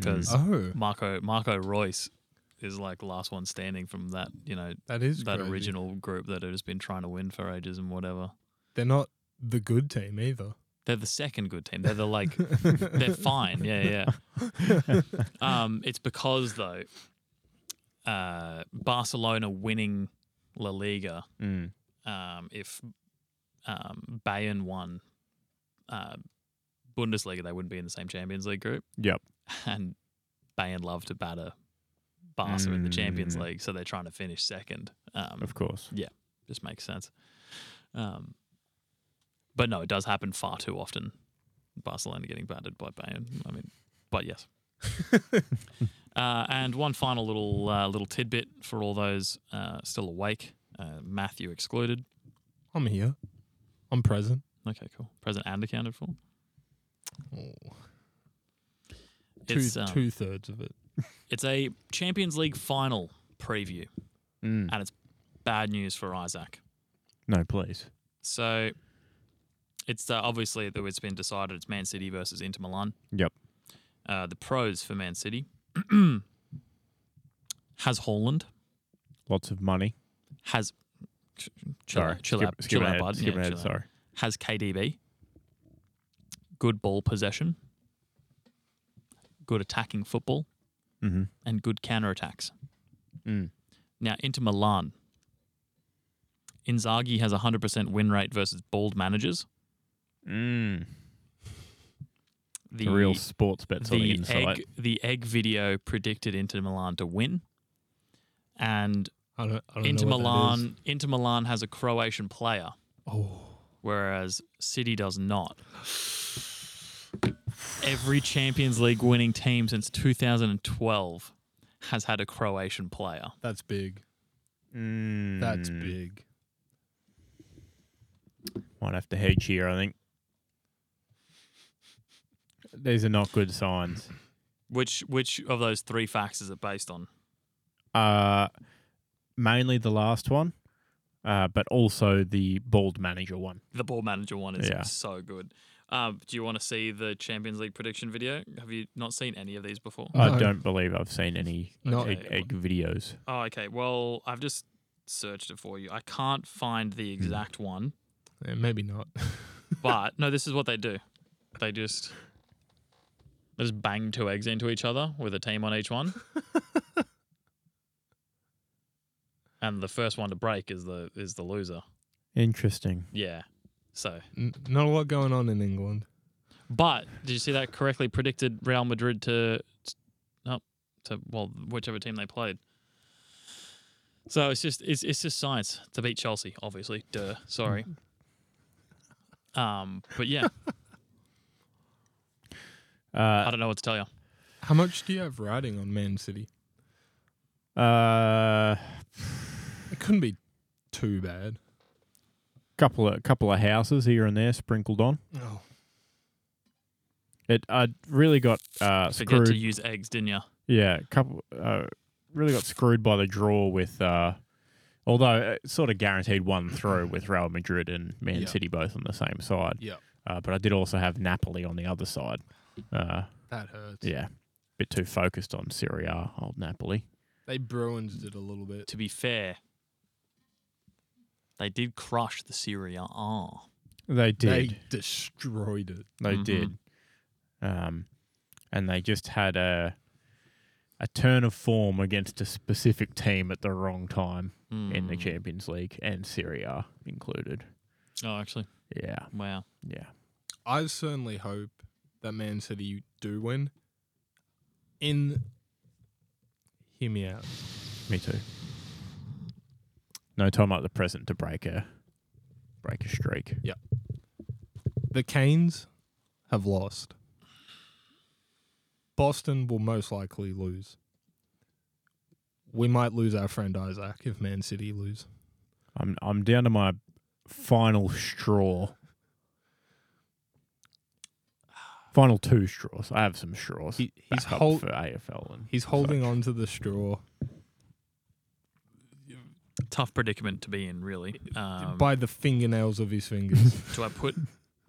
[SPEAKER 3] 'Cause-
[SPEAKER 1] Mm.
[SPEAKER 2] Oh,
[SPEAKER 3] Marco Marco Royce is like last one standing from that, you know,
[SPEAKER 2] that is
[SPEAKER 3] that
[SPEAKER 2] crazy.
[SPEAKER 3] original group that had just been trying to win for ages and whatever.
[SPEAKER 2] They're not the good team either.
[SPEAKER 3] They're the second good team. They're
[SPEAKER 2] <laughs>
[SPEAKER 3] the like they're fine. Yeah, yeah.
[SPEAKER 1] Mm.
[SPEAKER 3] <laughs> Um, it's because though, uh, Barcelona winning La Liga.
[SPEAKER 1] Mm.
[SPEAKER 3] Um, if um, Bayern won uh, Bundesliga, they wouldn't be in the same Champions League group.
[SPEAKER 1] Yep.
[SPEAKER 3] and Bayern love to batter Barca in the Champions
[SPEAKER 1] Mm.
[SPEAKER 3] League, so they're trying to finish second. Um,
[SPEAKER 1] Of course.
[SPEAKER 3] just makes sense. Um, but no, it does happen far too often. Barcelona getting battered by Bayern. I mean, but yes. uh, and one final little uh, little tidbit for all those uh, still awake, uh, Matthew excluded.
[SPEAKER 2] I'm here. I'm present.
[SPEAKER 3] Okay, cool. Present and accounted for.
[SPEAKER 2] Oh. Two
[SPEAKER 3] It's um,
[SPEAKER 2] two thirds of it.
[SPEAKER 3] it's a Champions League final preview.
[SPEAKER 1] Mm.
[SPEAKER 3] And it's bad news for Isaac.
[SPEAKER 1] No, please.
[SPEAKER 3] So it's uh, obviously that it's been decided it's Man City versus Inter Milan.
[SPEAKER 1] Yep.
[SPEAKER 3] Uh, the pros for Man City <clears throat> has Holland,
[SPEAKER 1] Lots of money.
[SPEAKER 3] has ch- chill
[SPEAKER 1] Sorry.
[SPEAKER 3] out, chill
[SPEAKER 1] skip,
[SPEAKER 3] out,
[SPEAKER 1] skip
[SPEAKER 3] chill out,
[SPEAKER 1] ahead,
[SPEAKER 3] bud.
[SPEAKER 1] skip
[SPEAKER 3] Yeah,
[SPEAKER 1] ahead,
[SPEAKER 3] chill out.
[SPEAKER 1] sorry.
[SPEAKER 3] Has KDB, good ball possession, good attacking football,
[SPEAKER 1] Mm-hmm.
[SPEAKER 3] and good counter attacks.
[SPEAKER 1] Mm.
[SPEAKER 3] Now into Milan. Inzaghi has a 100% win rate versus bald managers.
[SPEAKER 1] Mm.
[SPEAKER 3] Mm. The,
[SPEAKER 1] The real sports bets on the
[SPEAKER 3] the
[SPEAKER 1] inside.
[SPEAKER 3] egg, the egg video predicted Inter Milan to win. And
[SPEAKER 2] I don't, I don't
[SPEAKER 3] Inter
[SPEAKER 2] know what that is.
[SPEAKER 3] Milan Inter Milan has a Croatian player,
[SPEAKER 2] Oh,
[SPEAKER 3] whereas City does not. Every Champions League winning team since 2012 has had a Croatian player.
[SPEAKER 2] that's big.
[SPEAKER 1] Mm.
[SPEAKER 2] That's big.
[SPEAKER 1] Might have to hedge here, I think. These are not good signs.
[SPEAKER 3] Which which of those three facts is it based on?
[SPEAKER 1] Uh, mainly the last one, uh, but also the bald manager one.
[SPEAKER 3] The ball manager one is
[SPEAKER 1] Yeah.
[SPEAKER 3] so good. Um, do you want to see the Champions League prediction video? Have you not seen any of these before?
[SPEAKER 1] I
[SPEAKER 2] No.
[SPEAKER 1] don't believe I've seen any
[SPEAKER 2] No.
[SPEAKER 1] egg, egg videos.
[SPEAKER 3] Oh, okay. Well, I've just searched it for you. I can't find the exact one,
[SPEAKER 2] Yeah, maybe not. <laughs>
[SPEAKER 3] but no, this is what they do. They just they just bang two eggs into each other with a team on each one. and the first one to break is the is the loser.
[SPEAKER 1] Interesting.
[SPEAKER 3] Yeah. So,
[SPEAKER 2] N- not a lot going on in England.
[SPEAKER 3] but did you see that correctly predicted Real Madrid to no, to well, whichever team they played. So it's just it's it's just science to beat Chelsea, obviously. Duh. Sorry. Um, but yeah, I
[SPEAKER 1] Uh,
[SPEAKER 3] don't know what to tell you.
[SPEAKER 2] How much do you have riding on Man City?
[SPEAKER 1] uh, <sighs>
[SPEAKER 2] It couldn't be too bad.
[SPEAKER 1] couple of couple of houses here and there sprinkled on.
[SPEAKER 2] Oh,
[SPEAKER 1] It I really got uh,
[SPEAKER 3] Forget to
[SPEAKER 1] screwed.
[SPEAKER 3] use eggs, didn't you?
[SPEAKER 1] Yeah, couple uh, really got screwed by the draw with. Uh, although it sort of guaranteed one through with Real Madrid and Man
[SPEAKER 2] Yeah.
[SPEAKER 1] City both on the same side.
[SPEAKER 2] Yeah.
[SPEAKER 1] Uh, but I did also have Napoli on the other side. Uh,
[SPEAKER 2] that hurts.
[SPEAKER 1] yeah, bit too focused on Serie A, old Napoli.
[SPEAKER 2] They Bruins did a little bit.
[SPEAKER 3] To be fair, they did crush the Serie A.
[SPEAKER 1] They did.
[SPEAKER 2] They destroyed it.
[SPEAKER 1] They
[SPEAKER 3] Mhm.
[SPEAKER 1] did. Um, and they just had a a turn of form against a specific team at the wrong time in the
[SPEAKER 3] Mm.
[SPEAKER 1] Champions League and Serie A included.
[SPEAKER 3] Oh, actually,
[SPEAKER 1] Yeah,
[SPEAKER 3] wow.
[SPEAKER 1] yeah.
[SPEAKER 2] I certainly hope that Man City do win. In hear me out.
[SPEAKER 1] Me too. No time like the present to break a break a streak.
[SPEAKER 2] The Canes have lost. Boston will most likely lose. We might lose our friend Isaac if Man City lose.
[SPEAKER 1] I'm I'm down to my final straw. Final two straws. I have some straws.
[SPEAKER 2] He, he's
[SPEAKER 1] back up
[SPEAKER 2] hol-
[SPEAKER 1] for AFL and
[SPEAKER 2] he's holding on to the straw
[SPEAKER 3] Tough predicament to be in, really. Um,
[SPEAKER 2] by the fingernails of his fingers.
[SPEAKER 3] <laughs> do I put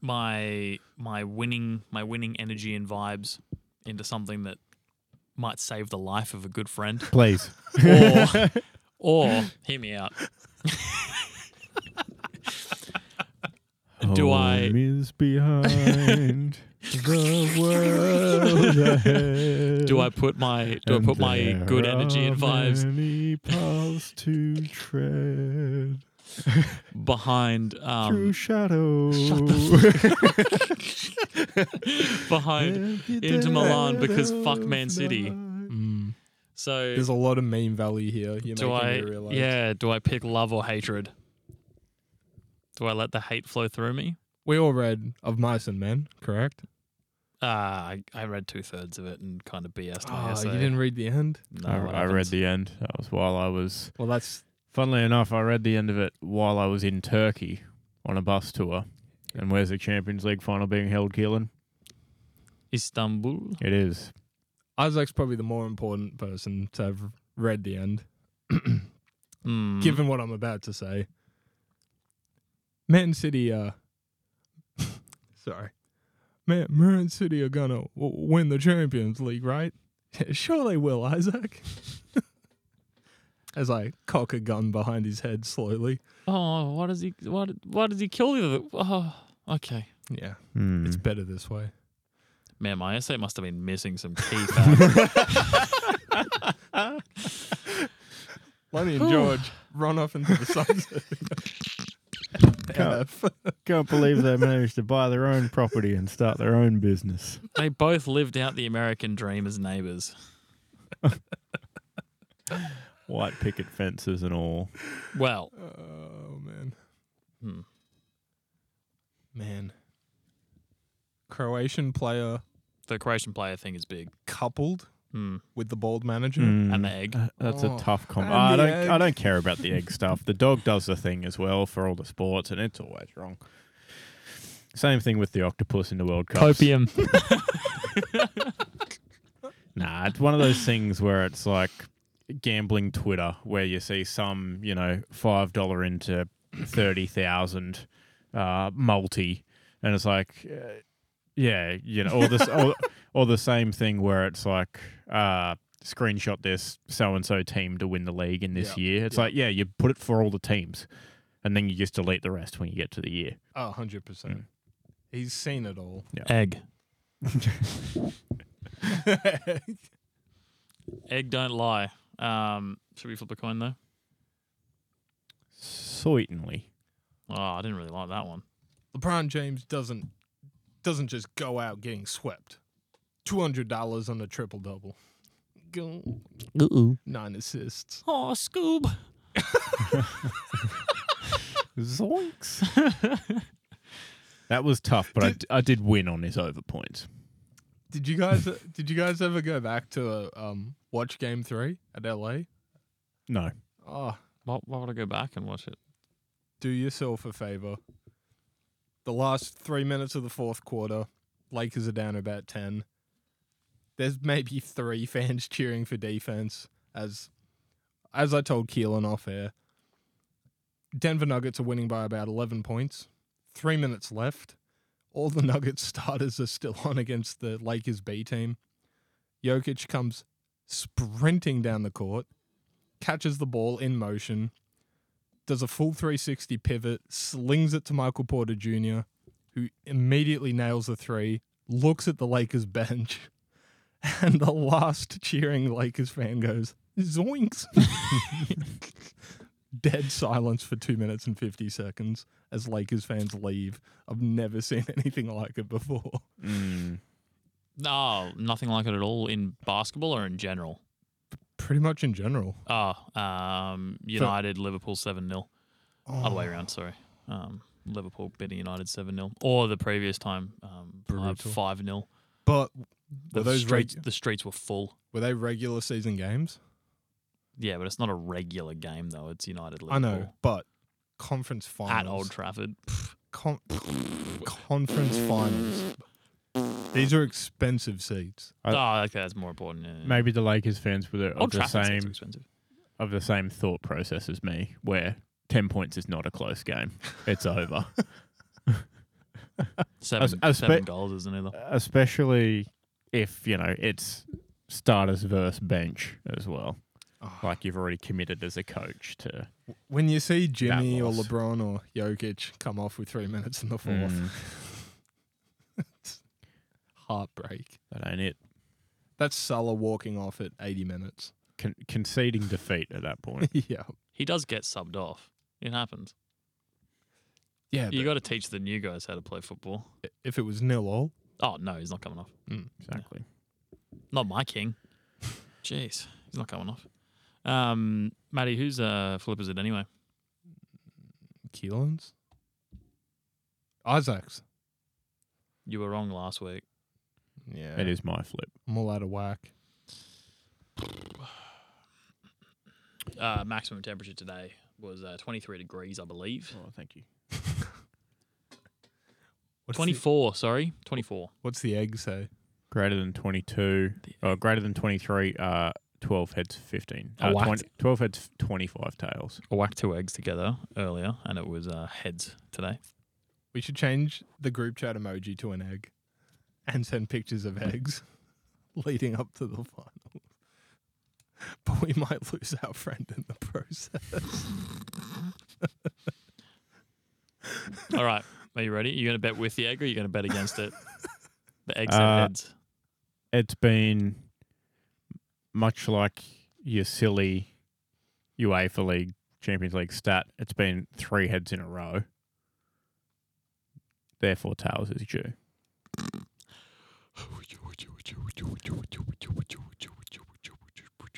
[SPEAKER 3] my my winning my winning energy and vibes into something that might save the life of a good
[SPEAKER 1] <laughs>
[SPEAKER 3] friend?
[SPEAKER 1] please.
[SPEAKER 3] Or, or hear me out. <laughs> Do I-
[SPEAKER 1] Home is
[SPEAKER 3] <laughs>
[SPEAKER 1] behind the world ahead,
[SPEAKER 3] Do I put my do I
[SPEAKER 1] and
[SPEAKER 3] put my
[SPEAKER 1] there
[SPEAKER 3] good energy and
[SPEAKER 1] are
[SPEAKER 3] vibes
[SPEAKER 1] Many paths to tread
[SPEAKER 3] behind
[SPEAKER 1] through
[SPEAKER 3] um
[SPEAKER 1] shadow.
[SPEAKER 3] behind into Milan because fuck Man
[SPEAKER 2] <laughs>
[SPEAKER 3] City.
[SPEAKER 2] Mm.
[SPEAKER 3] so
[SPEAKER 2] There's a lot of meme value here. You're
[SPEAKER 3] do
[SPEAKER 2] making
[SPEAKER 3] I
[SPEAKER 2] me realize.
[SPEAKER 3] yeah do I pick love or hatred? Do I let the hate flow through me?
[SPEAKER 2] We all read Of Mice and Men, correct?
[SPEAKER 3] Uh, I, I read two thirds of it and kind of BS'd my
[SPEAKER 2] Ah,
[SPEAKER 3] essay.
[SPEAKER 2] you didn't read the end?
[SPEAKER 3] No,
[SPEAKER 1] I,
[SPEAKER 3] what
[SPEAKER 1] I read
[SPEAKER 3] happens?
[SPEAKER 1] the end. That was while I was.
[SPEAKER 2] Well, that's
[SPEAKER 1] Funnily enough, I read the end of it while I was in Turkey on a bus tour. And where's the Champions League final being held, Keelan?
[SPEAKER 3] Istanbul.
[SPEAKER 1] It is.
[SPEAKER 2] Isaac's probably the more important person to have read the end,
[SPEAKER 3] Mm.
[SPEAKER 2] given what I'm about to say. Man City, uh, <laughs> sorry, Man, Marin City are gonna w- win the Champions League, right? <laughs> sure they will, Isaac. <laughs> As I cock a gun behind his head slowly.
[SPEAKER 3] Oh, why does he? Why did? Why did he kill the? other- Oh, okay.
[SPEAKER 2] Yeah,
[SPEAKER 1] Hmm.
[SPEAKER 2] it's better this way.
[SPEAKER 3] Man, my essay must have been missing some
[SPEAKER 2] <laughs>
[SPEAKER 3] key facts.
[SPEAKER 2] Lenny
[SPEAKER 3] Whew.
[SPEAKER 2] and George run off into the sunset. F.
[SPEAKER 1] Can't believe they managed to buy their own property and start their own business.
[SPEAKER 3] they both lived out the American dream as neighbors.
[SPEAKER 1] White picket fences and all.
[SPEAKER 3] Well,
[SPEAKER 2] Oh man,
[SPEAKER 3] hmm.
[SPEAKER 2] man. Croatian player
[SPEAKER 3] the Croatian player thing is big.
[SPEAKER 2] coupled
[SPEAKER 3] Hmm.
[SPEAKER 2] with the bald manager.
[SPEAKER 1] Mm.
[SPEAKER 3] And the egg.
[SPEAKER 1] Hmm. That's
[SPEAKER 2] Oh,
[SPEAKER 1] a tough combo.
[SPEAKER 2] and
[SPEAKER 1] I
[SPEAKER 2] the
[SPEAKER 1] don't. I
[SPEAKER 2] egg.
[SPEAKER 1] don't care about the egg stuff. The dog does the thing as well for all the sports, and it's always wrong. Same thing with the octopus in the World Cup.
[SPEAKER 3] Copium.
[SPEAKER 1] Nah, it's one of those things where it's like gambling Twitter, where you see some, you know, five dollar into thirty thousand uh, multi, and it's like, uh, yeah, you know, or this, or, or the same thing where it's like, uh, screenshot this so and so team to win the league in this
[SPEAKER 2] Yep,
[SPEAKER 1] year. It's
[SPEAKER 2] yep.
[SPEAKER 1] like, yeah, you put it for all the teams, and then you just delete the rest when you get to the year.
[SPEAKER 2] Oh, 100 percent. He's seen it all.
[SPEAKER 3] Egg. <laughs> Egg don't lie. Um, should we flip a coin though?
[SPEAKER 1] Certainly.
[SPEAKER 3] Oh, I didn't really like that one.
[SPEAKER 2] LeBron James doesn't doesn't just go out getting swept. Two hundred dollars on the triple double. Go
[SPEAKER 3] Ooh.
[SPEAKER 2] nine assists.
[SPEAKER 3] Oh, Scoob.
[SPEAKER 1] <laughs> Zoinks. that was tough, but I d I I, did win on his over points.
[SPEAKER 2] Did you guys <laughs> did you guys ever go back to uh, um watch Game Three at LA?
[SPEAKER 1] No.
[SPEAKER 2] Oh,
[SPEAKER 3] Why, why would I go back and watch it?
[SPEAKER 2] do yourself a favor. The last three minutes of the fourth quarter, Lakers are down about 10. There's maybe three <laughs> fans cheering for defense. As as I told Keelan off air, Denver Nuggets are winning by about 11 points. Three minutes left. All the <laughs> Nuggets starters are still on against the Lakers B team. Jokic comes sprinting down the court, catches the ball in motion, does a full 360 pivot, slings it to Michael Porter Jr., who immediately nails the three, looks at the Lakers bench, <laughs> and the last cheering Lakers fan goes, Zoinks. <laughs> Dead silence for two minutes and 50 seconds as Lakers fans leave. I've never seen <laughs> anything like it before.
[SPEAKER 1] Mm.
[SPEAKER 3] No, Oh, nothing like it at all in basketball or in general.
[SPEAKER 2] Pretty much in general.
[SPEAKER 3] Oh, um, United, Liverpool 7 0. Other way around, sorry. Um, Liverpool beating United 7 0. Or the previous time, um,
[SPEAKER 2] Brutal.
[SPEAKER 3] 5 0.
[SPEAKER 2] But
[SPEAKER 3] The,
[SPEAKER 2] were, those
[SPEAKER 3] streets,
[SPEAKER 2] reg-
[SPEAKER 3] the streets were full.
[SPEAKER 2] were they regular season games?
[SPEAKER 3] Yeah, but it's not a regular game, though. It's United Liverpool.
[SPEAKER 2] I know, but conference finals.
[SPEAKER 3] At Old Trafford. Pff,
[SPEAKER 2] Con- conference finals. These are expensive seats.
[SPEAKER 3] oh, okay, that's more important. Yeah, yeah.
[SPEAKER 1] Maybe the Lakers fans were of
[SPEAKER 3] Old
[SPEAKER 1] the
[SPEAKER 3] Trafford's not too
[SPEAKER 1] same
[SPEAKER 3] expensive.
[SPEAKER 1] of the same thought process as me, where ten points is not a close game; it's over.
[SPEAKER 3] Seven,
[SPEAKER 1] I spe-
[SPEAKER 3] seven goals, isn't it? though?
[SPEAKER 1] <laughs> Especially if you know it's starters versus bench as well. Like you've already committed as a coach to
[SPEAKER 2] When you see Jimmy or
[SPEAKER 1] loss.
[SPEAKER 2] LeBron or Jokic come off with three minutes in the fourth,
[SPEAKER 1] Mm,
[SPEAKER 2] heartbreak.
[SPEAKER 1] that ain't it.
[SPEAKER 2] That's Sulla walking off at 80 minutes. <laughs>
[SPEAKER 1] Con- conceding defeat at that <laughs> point.
[SPEAKER 2] yeah.
[SPEAKER 3] He does get subbed off. It happens.
[SPEAKER 2] Yeah.
[SPEAKER 3] you
[SPEAKER 2] but
[SPEAKER 3] got to teach the new guys how to play football.
[SPEAKER 2] if it was nil all,
[SPEAKER 3] Oh, no, he's not coming off.
[SPEAKER 1] Exactly.
[SPEAKER 3] Not my <laughs> king. Jeez, he's not coming off. Um, Matty, whose uh, flip is it anyway?
[SPEAKER 2] Keelan's? Isaac's.
[SPEAKER 3] You were wrong last week.
[SPEAKER 2] Yeah.
[SPEAKER 1] That is my flip.
[SPEAKER 2] I'm all out of whack.
[SPEAKER 3] Uh, maximum temperature today was uh, 23 degrees, I believe.
[SPEAKER 1] Oh, thank you.
[SPEAKER 2] What's The,
[SPEAKER 3] 24, sorry, 24.
[SPEAKER 2] what's the egg say?
[SPEAKER 1] Greater than twenty-two or greater than twenty-three. Uh, twelve heads, fifteen.
[SPEAKER 3] I
[SPEAKER 1] Uh,
[SPEAKER 3] whacked.
[SPEAKER 1] 20 Twelve heads, twenty-five tails.
[SPEAKER 3] I whacked two eggs together earlier, and it was uh, heads today.
[SPEAKER 2] We should change the group chat emoji to an egg. and send pictures of eggs <laughs> leading up to the final. <laughs> But we might lose our friend in the process.
[SPEAKER 3] All right. Are you ready? Are you going to bet with the egg or are you going to bet against it? The eggs have
[SPEAKER 1] Uh,
[SPEAKER 3] heads.
[SPEAKER 1] It's been much like your silly UEFA League Champions League stat. It's been three heads in a row. Therefore, tails is due.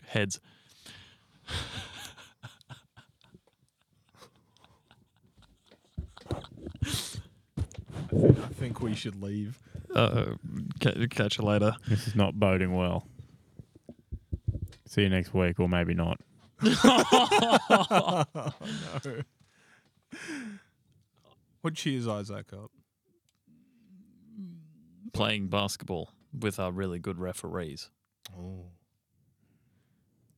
[SPEAKER 3] Heads.
[SPEAKER 2] I think we should leave.
[SPEAKER 3] Uh, catch you later.
[SPEAKER 1] This is not boding well. See you next week, or maybe not.
[SPEAKER 2] No. What cheers Isaac up?
[SPEAKER 3] Playing basketball with our really good referees.
[SPEAKER 2] Oh.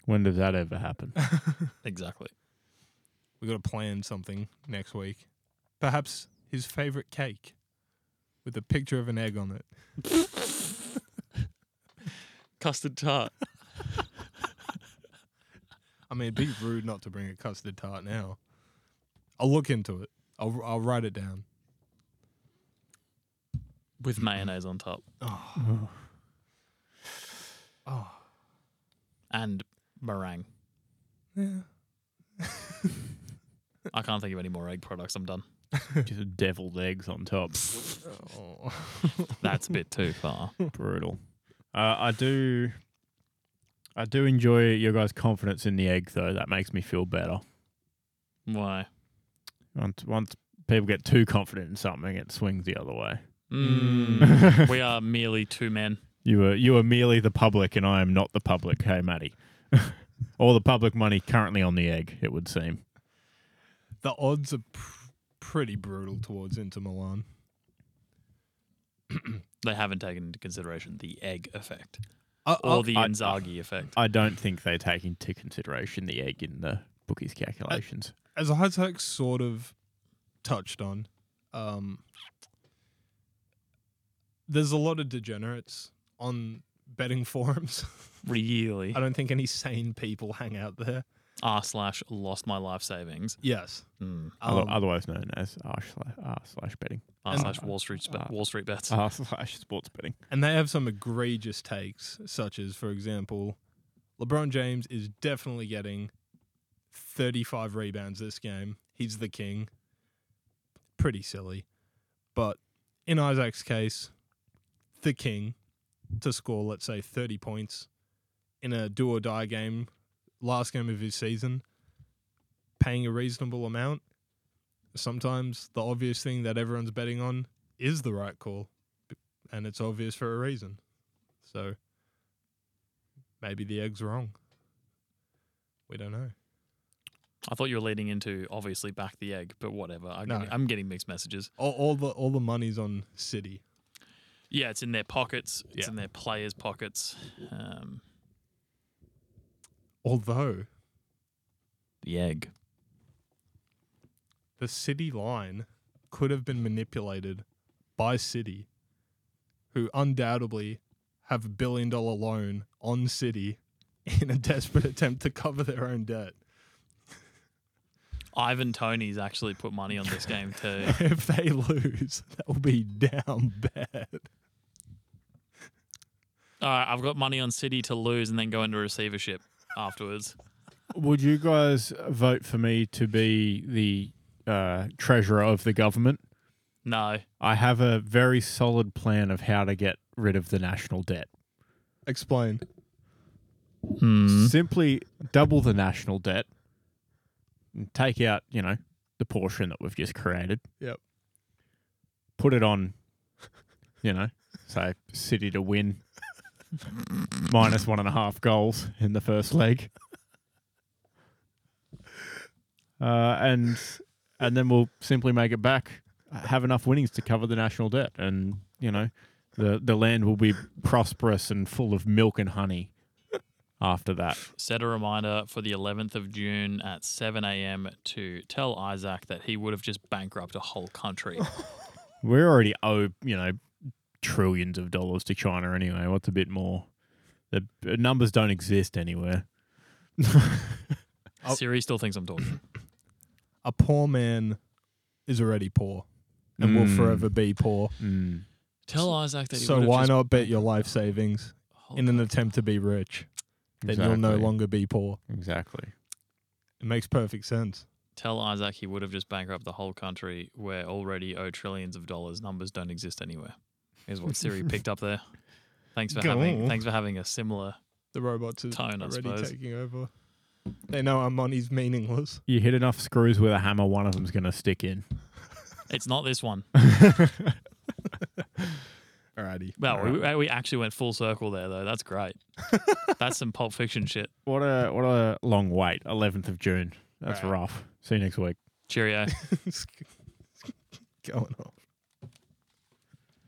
[SPEAKER 1] When does that ever happen?
[SPEAKER 3] Exactly.
[SPEAKER 2] We got to plan something next week. Perhaps his favorite cake with a picture of an egg on it.
[SPEAKER 3] Custard tart.
[SPEAKER 2] I mean, it'd be rude not to bring a custard tart now. I'll look into it. I'll I'll write it down.
[SPEAKER 3] with mayonnaise on top
[SPEAKER 2] Oh, oh.
[SPEAKER 3] and meringue.
[SPEAKER 2] yeah. <laughs>
[SPEAKER 3] I can't think of any more egg products. I'm done.
[SPEAKER 1] Just deviled eggs on top.
[SPEAKER 2] Oh.
[SPEAKER 3] That's a bit too far.
[SPEAKER 1] Brutal. Uh, I do. I do enjoy your guys' confidence in the egg, though. That makes me feel better.
[SPEAKER 3] Why?
[SPEAKER 1] Once, once people get too confident in something, it swings the other <laughs> way.
[SPEAKER 3] Mm, we are merely two men.
[SPEAKER 1] You are you are merely the public, and I am not the public. Hey, <laughs> Matty. All the public money currently on the egg, it would seem.
[SPEAKER 2] the odds are pr- pretty brutal towards Inter Milan.
[SPEAKER 3] They haven't taken into consideration the egg effect
[SPEAKER 2] I,
[SPEAKER 3] or the
[SPEAKER 1] Oh, I-
[SPEAKER 3] Inzaghi effect.
[SPEAKER 1] I don't think they take into consideration the egg in the bookies calculations.
[SPEAKER 2] as Isaac sort of touched on, um, there's a lot of degenerates on betting forums.
[SPEAKER 3] Really?
[SPEAKER 2] I don't think any sane people hang out there.
[SPEAKER 3] eh? R slash lost my life savings.
[SPEAKER 2] Yes.
[SPEAKER 3] Mm.
[SPEAKER 1] Other-
[SPEAKER 2] Um,
[SPEAKER 1] otherwise known as R slash, R slash betting.
[SPEAKER 3] R
[SPEAKER 2] And-
[SPEAKER 3] slash Wall Street spe-
[SPEAKER 1] Uh,
[SPEAKER 3] Wall Street bets.
[SPEAKER 1] R slash sports betting.
[SPEAKER 2] and they have some egregious takes, such as, for example, LeBron James is definitely getting 35 rebounds this game. He's the king. Pretty silly. But in Isaac's case, the king to score, let's say, 30 points in a do or die game, last game of his season, paying a reasonable amount. Sometimes the obvious thing that everyone's betting on is the right call and it's obvious for a reason. So maybe the egg's wrong. We don't know.
[SPEAKER 3] I thought you were leading into obviously back the egg, but whatever. I'm,
[SPEAKER 2] No.
[SPEAKER 3] getting, I'm getting mixed messages.
[SPEAKER 2] All, all the all the money's on City.
[SPEAKER 3] Yeah, it's in their pockets.
[SPEAKER 2] Yeah.
[SPEAKER 3] It's in their players' pockets. Um,
[SPEAKER 2] Although
[SPEAKER 3] the egg.
[SPEAKER 2] the City line could have been manipulated by City, who undoubtedly have a billion dollar loan on City in a desperate attempt to cover their own <laughs> debt.
[SPEAKER 3] Ivan Tony's actually put money on this game <laughs> too.
[SPEAKER 2] if they lose, they'll be down bad.
[SPEAKER 3] All right, I've got money on City to lose and then go into receivership afterwards.
[SPEAKER 1] Would you guys vote for me to be the uh, treasurer of the government?
[SPEAKER 3] No,
[SPEAKER 1] I have a very solid plan of how to get rid of the national debt.
[SPEAKER 2] Explain.
[SPEAKER 3] Hmm. Mm-hmm.
[SPEAKER 1] Simply double the national debt and take out, you know, the portion that we've just created.
[SPEAKER 2] Yep.
[SPEAKER 1] Put it on, you know, say City to win minus one and a half goals in the first leg. Uh, and and then we'll simply make it back, have enough winnings to cover the national debt, and you know, the the land will be prosperous and full of milk and honey. After that,
[SPEAKER 3] set a reminder for the 11th of June at 7 a.m. to tell Isaac that he would have just bankrupted a whole country.
[SPEAKER 1] we're already owe you know trillions of dollars to China anyway. What's a bit more? The uh, numbers don't exist anywhere.
[SPEAKER 2] Oh.
[SPEAKER 3] Siri still thinks
[SPEAKER 2] <clears throat>
[SPEAKER 3] I'm talking.
[SPEAKER 2] A poor man is already poor and will
[SPEAKER 1] Mm.
[SPEAKER 2] forever be poor.
[SPEAKER 1] Mm.
[SPEAKER 3] Tell Isaac that. He
[SPEAKER 2] So
[SPEAKER 3] would've
[SPEAKER 2] why
[SPEAKER 3] just-
[SPEAKER 2] not bet your life savings
[SPEAKER 3] Hold
[SPEAKER 2] in an
[SPEAKER 3] on.
[SPEAKER 2] attempt to be rich? Then you'll no
[SPEAKER 1] Exactly.
[SPEAKER 2] longer be poor.
[SPEAKER 1] Exactly.
[SPEAKER 2] It makes perfect sense.
[SPEAKER 3] Tell Isaac he would have just bankrupted the whole country. We're already owe trillions of dollars. Numbers don't exist anywhere. Is
[SPEAKER 2] <laughs>
[SPEAKER 3] what Siri picked up there. Thanks for
[SPEAKER 2] Go
[SPEAKER 3] having.
[SPEAKER 2] on.
[SPEAKER 3] Thanks for having a similar.
[SPEAKER 2] The robots are
[SPEAKER 3] Tone, I
[SPEAKER 2] already
[SPEAKER 3] suppose.
[SPEAKER 2] taking over. They know our money's meaningless. <laughs>
[SPEAKER 1] You hit enough screws with a hammer, one of them's going to stick in.
[SPEAKER 3] It's not this one.
[SPEAKER 2] <laughs> Alrighty.
[SPEAKER 3] Well, we, we actually went full circle there though.
[SPEAKER 2] <laughs>
[SPEAKER 3] That's great. That's some Pulp Fiction shit.
[SPEAKER 1] What a what a long wait. Eleventh of June. That's
[SPEAKER 2] Right.
[SPEAKER 1] rough. See you next week.
[SPEAKER 3] Cheerio.
[SPEAKER 2] It's going off.